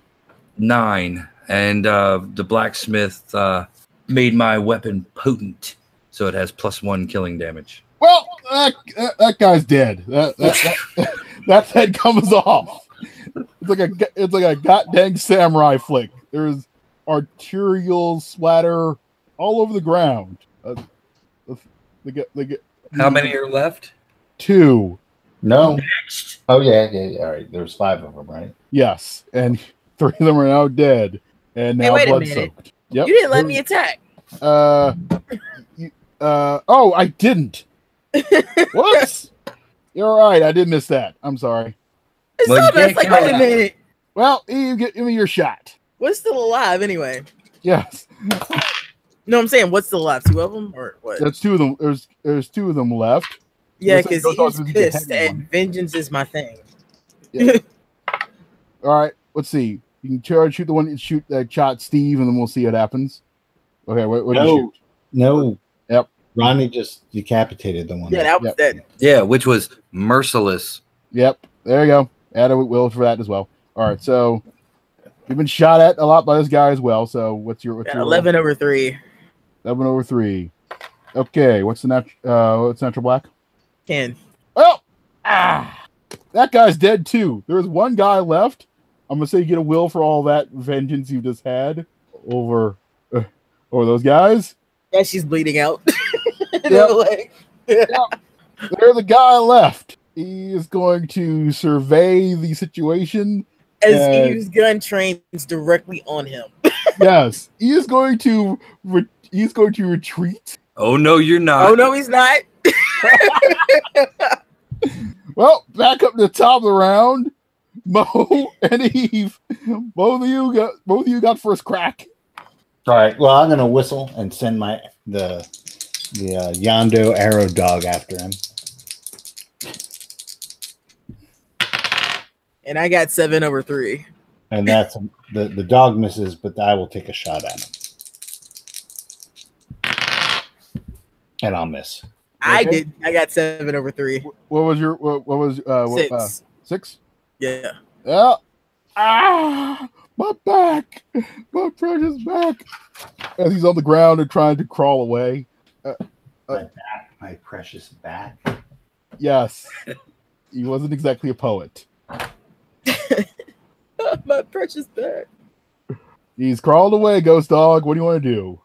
[SPEAKER 2] Nine, and uh, the blacksmith uh, made my weapon potent, so it has plus one killing damage.
[SPEAKER 3] Well, that, that, that guy's dead. That that, that, that head comes off. It's like a it's like a goddamn samurai flick. There's arterial splatter all over the ground. Uh, they get they get
[SPEAKER 2] How many are left?
[SPEAKER 3] two.
[SPEAKER 1] No. Oh yeah, yeah, yeah. All right. There's five of them, right?
[SPEAKER 3] Yes, and three of them are now dead and
[SPEAKER 4] Hey,
[SPEAKER 3] now
[SPEAKER 4] wait a
[SPEAKER 3] blood
[SPEAKER 4] minute.
[SPEAKER 3] soaked. Yep.
[SPEAKER 4] You didn't let me attack.
[SPEAKER 3] Uh, you, uh, oh, I didn't. Whoops. You're right. I did miss that. I'm sorry.
[SPEAKER 4] It's
[SPEAKER 2] Well, you
[SPEAKER 4] all good. It's
[SPEAKER 2] can't
[SPEAKER 4] like, wait
[SPEAKER 2] kill
[SPEAKER 4] a
[SPEAKER 2] it.
[SPEAKER 4] minute.
[SPEAKER 3] Well, you get give me your shot.
[SPEAKER 4] What's still alive anyway?
[SPEAKER 3] Yes,
[SPEAKER 4] No, I'm saying what's still alive? Two of them or what?
[SPEAKER 3] that's two of them. There's there's two of them left.
[SPEAKER 4] yeah,
[SPEAKER 3] that's-
[SPEAKER 4] because
[SPEAKER 3] those dogs
[SPEAKER 4] he's
[SPEAKER 3] would be the
[SPEAKER 4] pissed,
[SPEAKER 3] heavy
[SPEAKER 4] and vengeance is my thing.
[SPEAKER 3] All right. Let's see. You can charge, shoot the one that shoot that shot Steve, and then we'll see what happens. Okay. What, what did you
[SPEAKER 1] No.
[SPEAKER 3] shoot?
[SPEAKER 1] No.
[SPEAKER 3] Yep.
[SPEAKER 1] Ronnie just decapitated the one.
[SPEAKER 4] Yeah, that was that.
[SPEAKER 2] Yeah, which was merciless.
[SPEAKER 3] Yep. There you go. Add a will for that as well. All right. So you've been shot at a lot by this guy as well. So what's your what's
[SPEAKER 4] Yeah,
[SPEAKER 3] your
[SPEAKER 4] Eleven over three.
[SPEAKER 3] 11 over three? Okay. What's the nat- uh What's natural black?
[SPEAKER 4] Ten.
[SPEAKER 3] Oh, ah, that guy's dead too. There's one guy left. I'm gonna say you get a will for all that vengeance you just had over uh, over those guys.
[SPEAKER 4] Yeah, she's bleeding out.
[SPEAKER 3] Yep.
[SPEAKER 4] Like,
[SPEAKER 3] There's a guy left. He is going to survey the situation
[SPEAKER 4] As
[SPEAKER 3] Yeah.
[SPEAKER 4] Eve's gun trains directly on him.
[SPEAKER 3] yes, he is going to re- he is going to retreat.
[SPEAKER 2] Oh no, you're not.
[SPEAKER 3] Uh,
[SPEAKER 4] oh no, he's not.
[SPEAKER 3] Well, back up to the top of the round. Mo and Eve, both of you got both of you got first crack.
[SPEAKER 1] All right. Well, I'm gonna whistle and send my the the uh, Yondo arrow dog after him.
[SPEAKER 4] And I got seven over three.
[SPEAKER 1] And that's the the dog misses, but I will take a shot at him. and I'll miss.
[SPEAKER 4] I
[SPEAKER 3] Okay.
[SPEAKER 4] did. I got seven over three.
[SPEAKER 3] Wh- What was your what, what was uh what,
[SPEAKER 4] Six.
[SPEAKER 3] uh, six?
[SPEAKER 4] yeah.
[SPEAKER 3] Yeah. Ah, my back, my precious back. As he's on the ground and trying to crawl away.
[SPEAKER 1] My precious back.
[SPEAKER 3] Yes, he wasn't exactly a poet.
[SPEAKER 4] My purchase back.
[SPEAKER 3] He's crawled away, ghost dog. What do you want to do?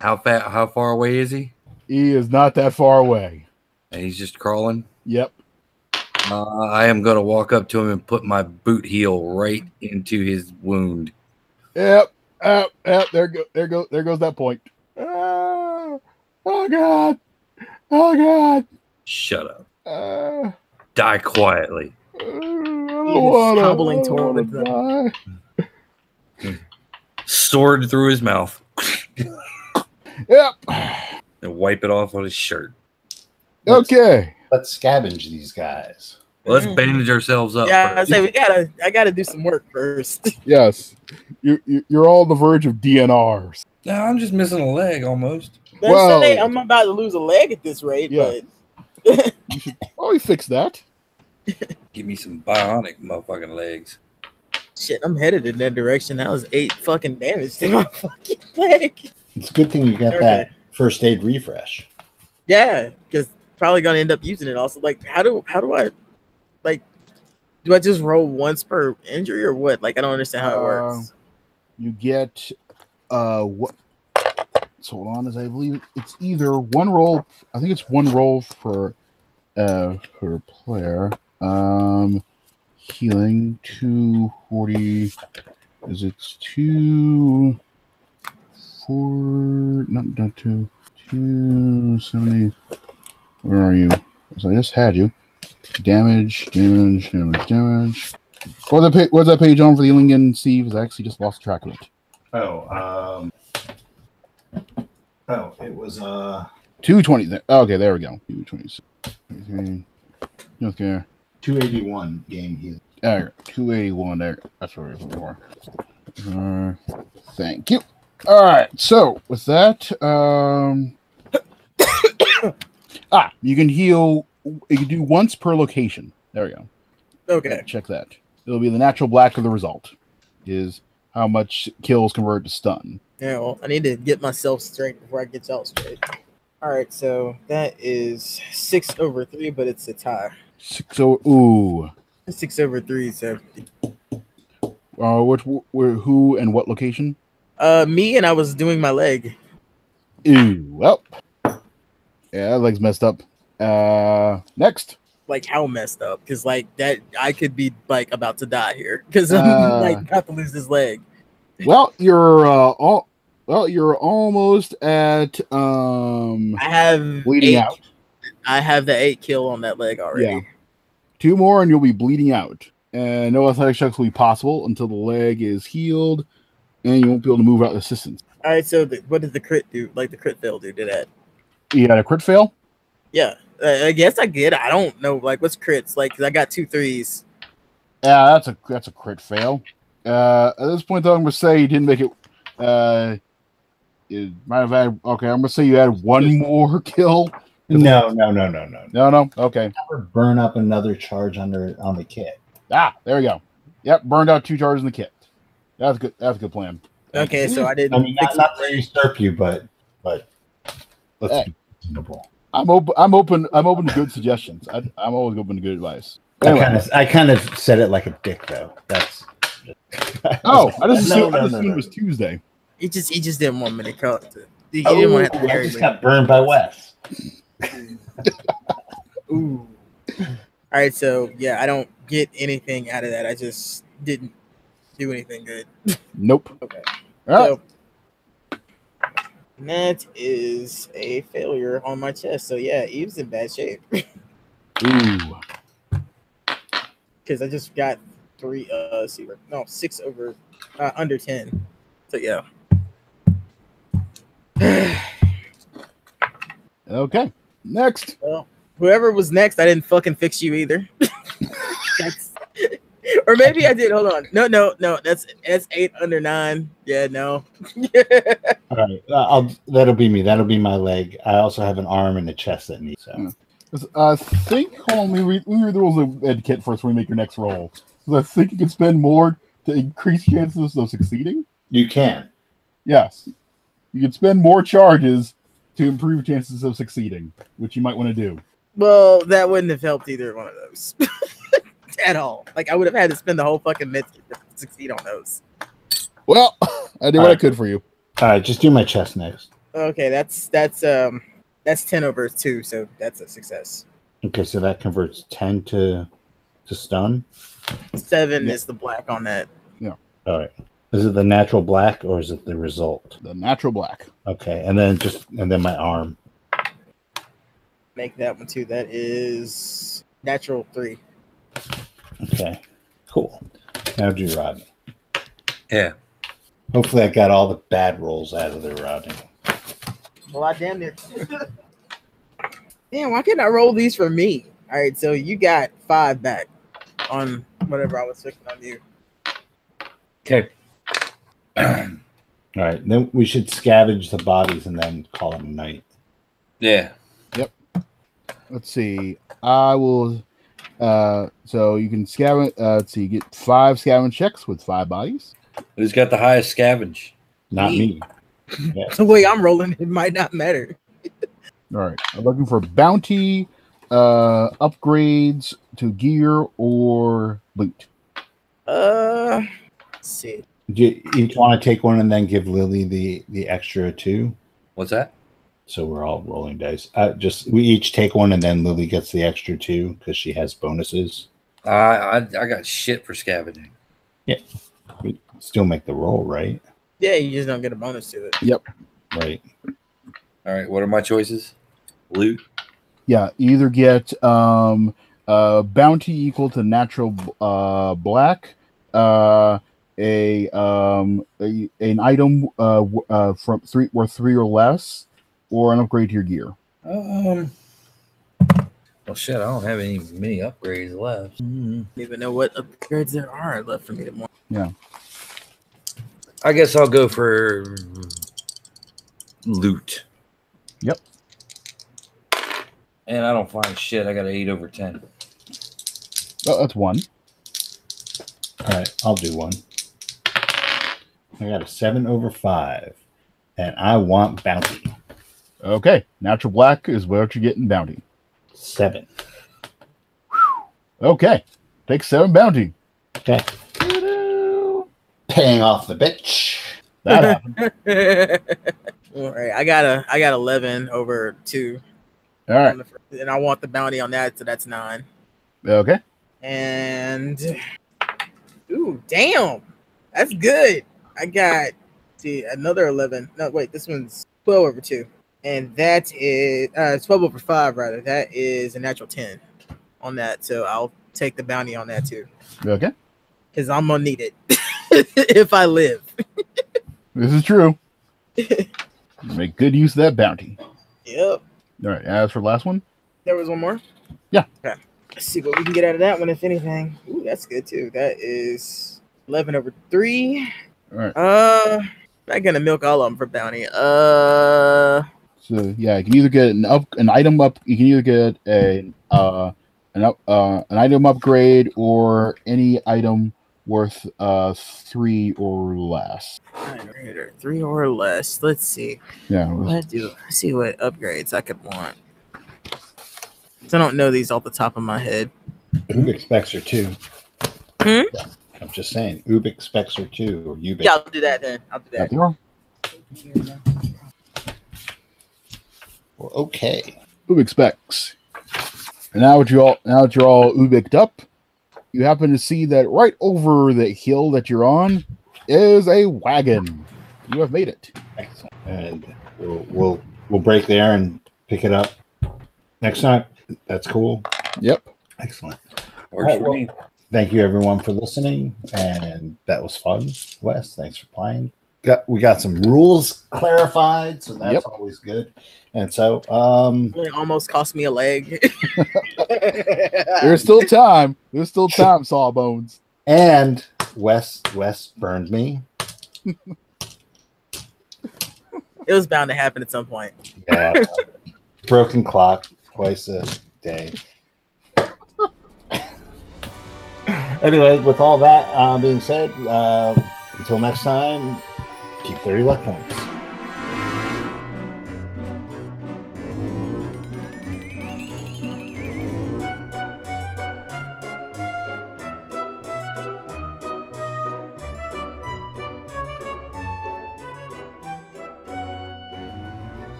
[SPEAKER 2] How fat? How far away is he?
[SPEAKER 3] He is not that far away.
[SPEAKER 2] And he's just crawling.
[SPEAKER 3] Yep.
[SPEAKER 2] Uh, I am gonna walk up to him and put my boot heel right into his wound.
[SPEAKER 3] Yep. Yep. Yep. There go. There go. There goes that point. Ah, oh god. Oh god.
[SPEAKER 2] Shut up.
[SPEAKER 3] Ah.
[SPEAKER 2] Die quietly.
[SPEAKER 3] What
[SPEAKER 4] hobbling toward the-
[SPEAKER 2] Sword through his mouth
[SPEAKER 3] Yep.
[SPEAKER 2] and wipe it off on his shirt.
[SPEAKER 1] Let's-
[SPEAKER 3] Okay.
[SPEAKER 1] Let's scavenge these guys.
[SPEAKER 2] Let's
[SPEAKER 4] Mm.
[SPEAKER 2] bandage ourselves up.
[SPEAKER 4] Yeah, I
[SPEAKER 2] first.
[SPEAKER 4] say we gotta. I gotta do some work first.
[SPEAKER 3] Yes. You, you you're all on the verge of DNRs.
[SPEAKER 2] No, I'm just missing a leg almost.
[SPEAKER 4] Don't
[SPEAKER 3] Well-
[SPEAKER 4] say I'm about to lose a leg at this rate.
[SPEAKER 3] Yeah. Oh, we fixed that.
[SPEAKER 2] Give me some bionic motherfucking legs.
[SPEAKER 4] But shit, I'm headed in that direction. That was eight fucking damage to my fucking leg.
[SPEAKER 1] It's a good thing you got
[SPEAKER 4] Okay.
[SPEAKER 1] that first aid refresh.
[SPEAKER 4] Yeah, because probably gonna end up using it. Also, like, how do how do I like? Do I just roll once per injury or what? Like, I don't understand how it works.
[SPEAKER 3] You get uh what? So hold on, as I believe it's either one roll. I think it's one roll for uh per player. Um, healing two forty. Is it's two four? Not not two two seventy. Where are you? So I just had you. Damage, damage, damage, damage. What was that page, what was that page on for the Lincoln Steve? 'Cause I actually just lost track of it.
[SPEAKER 1] Oh, um, oh, it was uh
[SPEAKER 3] 220. Th- okay, there we go. 220. 23. Okay.
[SPEAKER 1] 281 game. He
[SPEAKER 3] There. 281. There. That's what we're looking for. Uh, thank you. All right. So, with that, um, ah, you can heal. You can do once per location. There we go.
[SPEAKER 4] Okay,
[SPEAKER 3] Check that. It'll be the natural black of the result, is how much kills convert to stun.
[SPEAKER 4] yeah. Well, I need to get myself straight before I get y'all straight. All right, so that is six over three, but it's a tie.
[SPEAKER 3] Six oh ooh.
[SPEAKER 4] Six over three, so
[SPEAKER 3] Uh, which wh- wh- who and what location?
[SPEAKER 4] uh, me and I was doing my leg.
[SPEAKER 3] Ooh, well, yeah, that leg's messed up. Uh, next,
[SPEAKER 4] Like how messed up? Because like that, I could be like about to die here because I'm
[SPEAKER 3] Uh.
[SPEAKER 4] like about to lose this leg.
[SPEAKER 3] well, you're uh, all well, you're almost at um,
[SPEAKER 4] I have
[SPEAKER 3] bleeding
[SPEAKER 4] eight-
[SPEAKER 3] out.
[SPEAKER 4] I have the eight kill on that leg already.
[SPEAKER 3] Yeah. Two more, and you'll be bleeding out, and no athletic checks will be possible until the leg is healed, and you won't be able to move out of assistance.
[SPEAKER 4] All right, so the, what did the crit do? Like the crit fail do to that?
[SPEAKER 3] You had a crit fail.
[SPEAKER 4] Yeah, I I guess I get. it. I don't know. Like what's crits? Like 'cause I got two threes.
[SPEAKER 3] Yeah, that's a that's a crit fail. Uh, at this point, though, I'm gonna say you didn't make it. Uh, you might have had. Okay, I'm gonna say you had one more kill.
[SPEAKER 1] no, no, no, no, no.
[SPEAKER 3] No, no. Okay.
[SPEAKER 1] Never burn up another charge under on the kit.
[SPEAKER 3] Ah, there we go. Yep, burned out two charges in the kit. That's good. That's a good plan.
[SPEAKER 4] Okay, so I didn't.
[SPEAKER 1] I mean, not,
[SPEAKER 4] fix
[SPEAKER 1] not to usurp you, but but let's
[SPEAKER 3] Hey.
[SPEAKER 1] be reasonable.
[SPEAKER 3] I'm open. I'm open. I'm open to good suggestions. I, I'm always open to good advice.
[SPEAKER 1] I
[SPEAKER 3] Anyway.
[SPEAKER 1] kind of I kind of said it like a dick though. That's
[SPEAKER 3] Oh,
[SPEAKER 1] No,
[SPEAKER 3] I just assumed, I
[SPEAKER 1] no,
[SPEAKER 3] just
[SPEAKER 1] no,
[SPEAKER 3] assumed
[SPEAKER 1] no.
[SPEAKER 3] it was Tuesday.
[SPEAKER 4] He just he just didn't want me to call. it to- He
[SPEAKER 1] Oh,
[SPEAKER 4] didn't want to have to
[SPEAKER 1] I
[SPEAKER 4] carry
[SPEAKER 1] just
[SPEAKER 4] me.
[SPEAKER 1] got burned by Wes.
[SPEAKER 4] Ooh. All right, so yeah, I don't get anything out of that. I just didn't do anything good.
[SPEAKER 3] Nope.
[SPEAKER 4] Okay.
[SPEAKER 3] All right.
[SPEAKER 1] Oh.
[SPEAKER 4] So, and that is a failure on my chest. So yeah, Eve's in bad shape
[SPEAKER 3] Ooh.
[SPEAKER 4] because I just got three uh let's see, no six over uh, under ten. So yeah.
[SPEAKER 3] Okay. Next.
[SPEAKER 4] Well, whoever was next, I didn't fucking fix you either. That's or maybe I did. Hold on. No, no, no. That's that's eight under nine. Yeah, no.
[SPEAKER 1] All right, uh, I'll, that'll be me. That'll be my leg. I also have an arm and a chest that needs. So.
[SPEAKER 3] I think, hold on, let me read, let me read the rules of Ed Kit first when we make your next roll. 'Cause I think you can spend more to increase chances of succeeding.
[SPEAKER 1] You can.
[SPEAKER 3] Yes. You can spend more charges to improve chances of succeeding, which you might want to do.
[SPEAKER 4] Well, that wouldn't have helped either one of those at all. Like I would have had to spend the whole fucking myth to succeed on those.
[SPEAKER 3] Well, I did what I
[SPEAKER 1] Alright.
[SPEAKER 3] could for you.
[SPEAKER 1] All right, just do my chest next.
[SPEAKER 4] Okay, that's that's um that's ten over two, so that's a success.
[SPEAKER 1] Okay, so that converts ten to to stun.
[SPEAKER 4] Seven
[SPEAKER 3] Yeah.
[SPEAKER 4] is the black on that.
[SPEAKER 1] All right, is it the natural black or is it the result?
[SPEAKER 3] The natural black.
[SPEAKER 1] Okay, and then just and then my arm.
[SPEAKER 4] Make that one too. That is natural three.
[SPEAKER 1] Okay, cool. Now do Rodney.
[SPEAKER 2] Yeah.
[SPEAKER 1] Hopefully, I got all the bad rolls out of there, Rodney.
[SPEAKER 4] Well, I damn near. damn, why couldn't I roll these for me? All right, so you got five back on whatever I was fixing on you.
[SPEAKER 2] Okay.
[SPEAKER 1] All right, then we should scavenge the bodies and then call it a night.
[SPEAKER 2] yeah.
[SPEAKER 3] Let's see. I will. Uh, so you can scavenge. Uh, let's see. You get five scavenge checks with five bodies.
[SPEAKER 2] Who's got the highest scavenge?
[SPEAKER 1] Not me.
[SPEAKER 4] The way I'm rolling, it might not matter.
[SPEAKER 3] All right. I'm looking for bounty, uh, upgrades to gear or loot.
[SPEAKER 4] Uh, let's see.
[SPEAKER 1] Do you each want to take one and then give Lily the the extra two?
[SPEAKER 2] What's that?
[SPEAKER 1] So we're all rolling dice. Uh, just we each take one and then Lily gets the extra two because she has bonuses.
[SPEAKER 2] I, I I got shit for scavenging.
[SPEAKER 1] We still make the roll, right?
[SPEAKER 4] Yeah, you just don't get a bonus to it.
[SPEAKER 1] Right.
[SPEAKER 2] All right. What are my choices? Loot.
[SPEAKER 3] Yeah. you Either get um, uh, bounty equal to natural uh, black, uh, a, um, a an item uh, w- uh, from three worth three or less, or an upgrade to your gear.
[SPEAKER 2] Um. Well, shit. I don't have any many upgrades left.
[SPEAKER 4] Don't Mm-hmm. even know what upgrades there are left for me to want.
[SPEAKER 2] I guess I'll go for mm, loot.
[SPEAKER 3] Yep.
[SPEAKER 2] And I don't find shit. I got an eight over ten.
[SPEAKER 3] Oh, that's one.
[SPEAKER 1] All right, I'll do one. I got a seven over five, and I want bounty
[SPEAKER 3] Okay, natural black is what you get in bounty.
[SPEAKER 1] seven.
[SPEAKER 3] Okay, take seven bounty.
[SPEAKER 1] Okay. Paying off the bitch.
[SPEAKER 3] That happened.
[SPEAKER 4] All right, I got a I got eleven over two,
[SPEAKER 3] All right.
[SPEAKER 4] on the fir- and I want the bounty on that, so that's nine.
[SPEAKER 3] Okay.
[SPEAKER 4] And ooh, damn, that's good. I got see another eleven. No, wait, this one's twelve over two, and that is uh, twelve over five rather. That is a natural ten on that, so I'll take the bounty on that too,
[SPEAKER 3] Okay.
[SPEAKER 4] because I'm gonna need it if I live.
[SPEAKER 3] This is true. Make good use of that bounty.
[SPEAKER 4] Yep.
[SPEAKER 3] All right. As for the last one,
[SPEAKER 4] There was one more.
[SPEAKER 3] Yeah.
[SPEAKER 4] Okay. Let's see what we can get out of that one, if anything. Ooh, that's good too. That is eleven over three.
[SPEAKER 3] all right.
[SPEAKER 4] Uh, not gonna milk all of them for bounty. Uh,
[SPEAKER 3] So yeah, you can either get an up an item up. You can either get a uh an up uh an item upgrade or any item worth uh three or less.
[SPEAKER 4] nine or eight or three or less. Let's see.
[SPEAKER 3] Yeah.
[SPEAKER 4] What do? Let's see what upgrades I could want. So I don't know these off the top of my head.
[SPEAKER 1] Oob expects her two.
[SPEAKER 4] Hmm?
[SPEAKER 1] I'm just saying, Oob expects her two, or Ubix.
[SPEAKER 4] Yeah, I'll do that then. I'll do that.
[SPEAKER 3] Nothing wrong.
[SPEAKER 1] Well, okay.
[SPEAKER 3] Ubik specs. And now that you all now that you're all Ubiked up, you happen to see that right over the hill that you're on is a wagon. You have made it.
[SPEAKER 1] Excellent. And we'll, we'll we'll break there and pick it up next time. That's cool.
[SPEAKER 3] Yep.
[SPEAKER 1] Excellent.
[SPEAKER 2] Works
[SPEAKER 1] Alright,
[SPEAKER 2] for
[SPEAKER 1] well-
[SPEAKER 2] me.
[SPEAKER 1] Thank you everyone for listening, and that was fun. Wes, thanks for playing. Got we got some rules clarified, so that's
[SPEAKER 3] Yep.
[SPEAKER 1] always good. And so, um,
[SPEAKER 4] It almost cost me a leg.
[SPEAKER 1] Uh,
[SPEAKER 3] There's still time. There's still time, Sawbones.
[SPEAKER 1] And Wes Wes burned me.
[SPEAKER 4] It was bound to happen at some point.
[SPEAKER 1] Yeah. Broken clock twice a day. anyway, with all that uh, being said, uh, until next time, keep 30 luck points.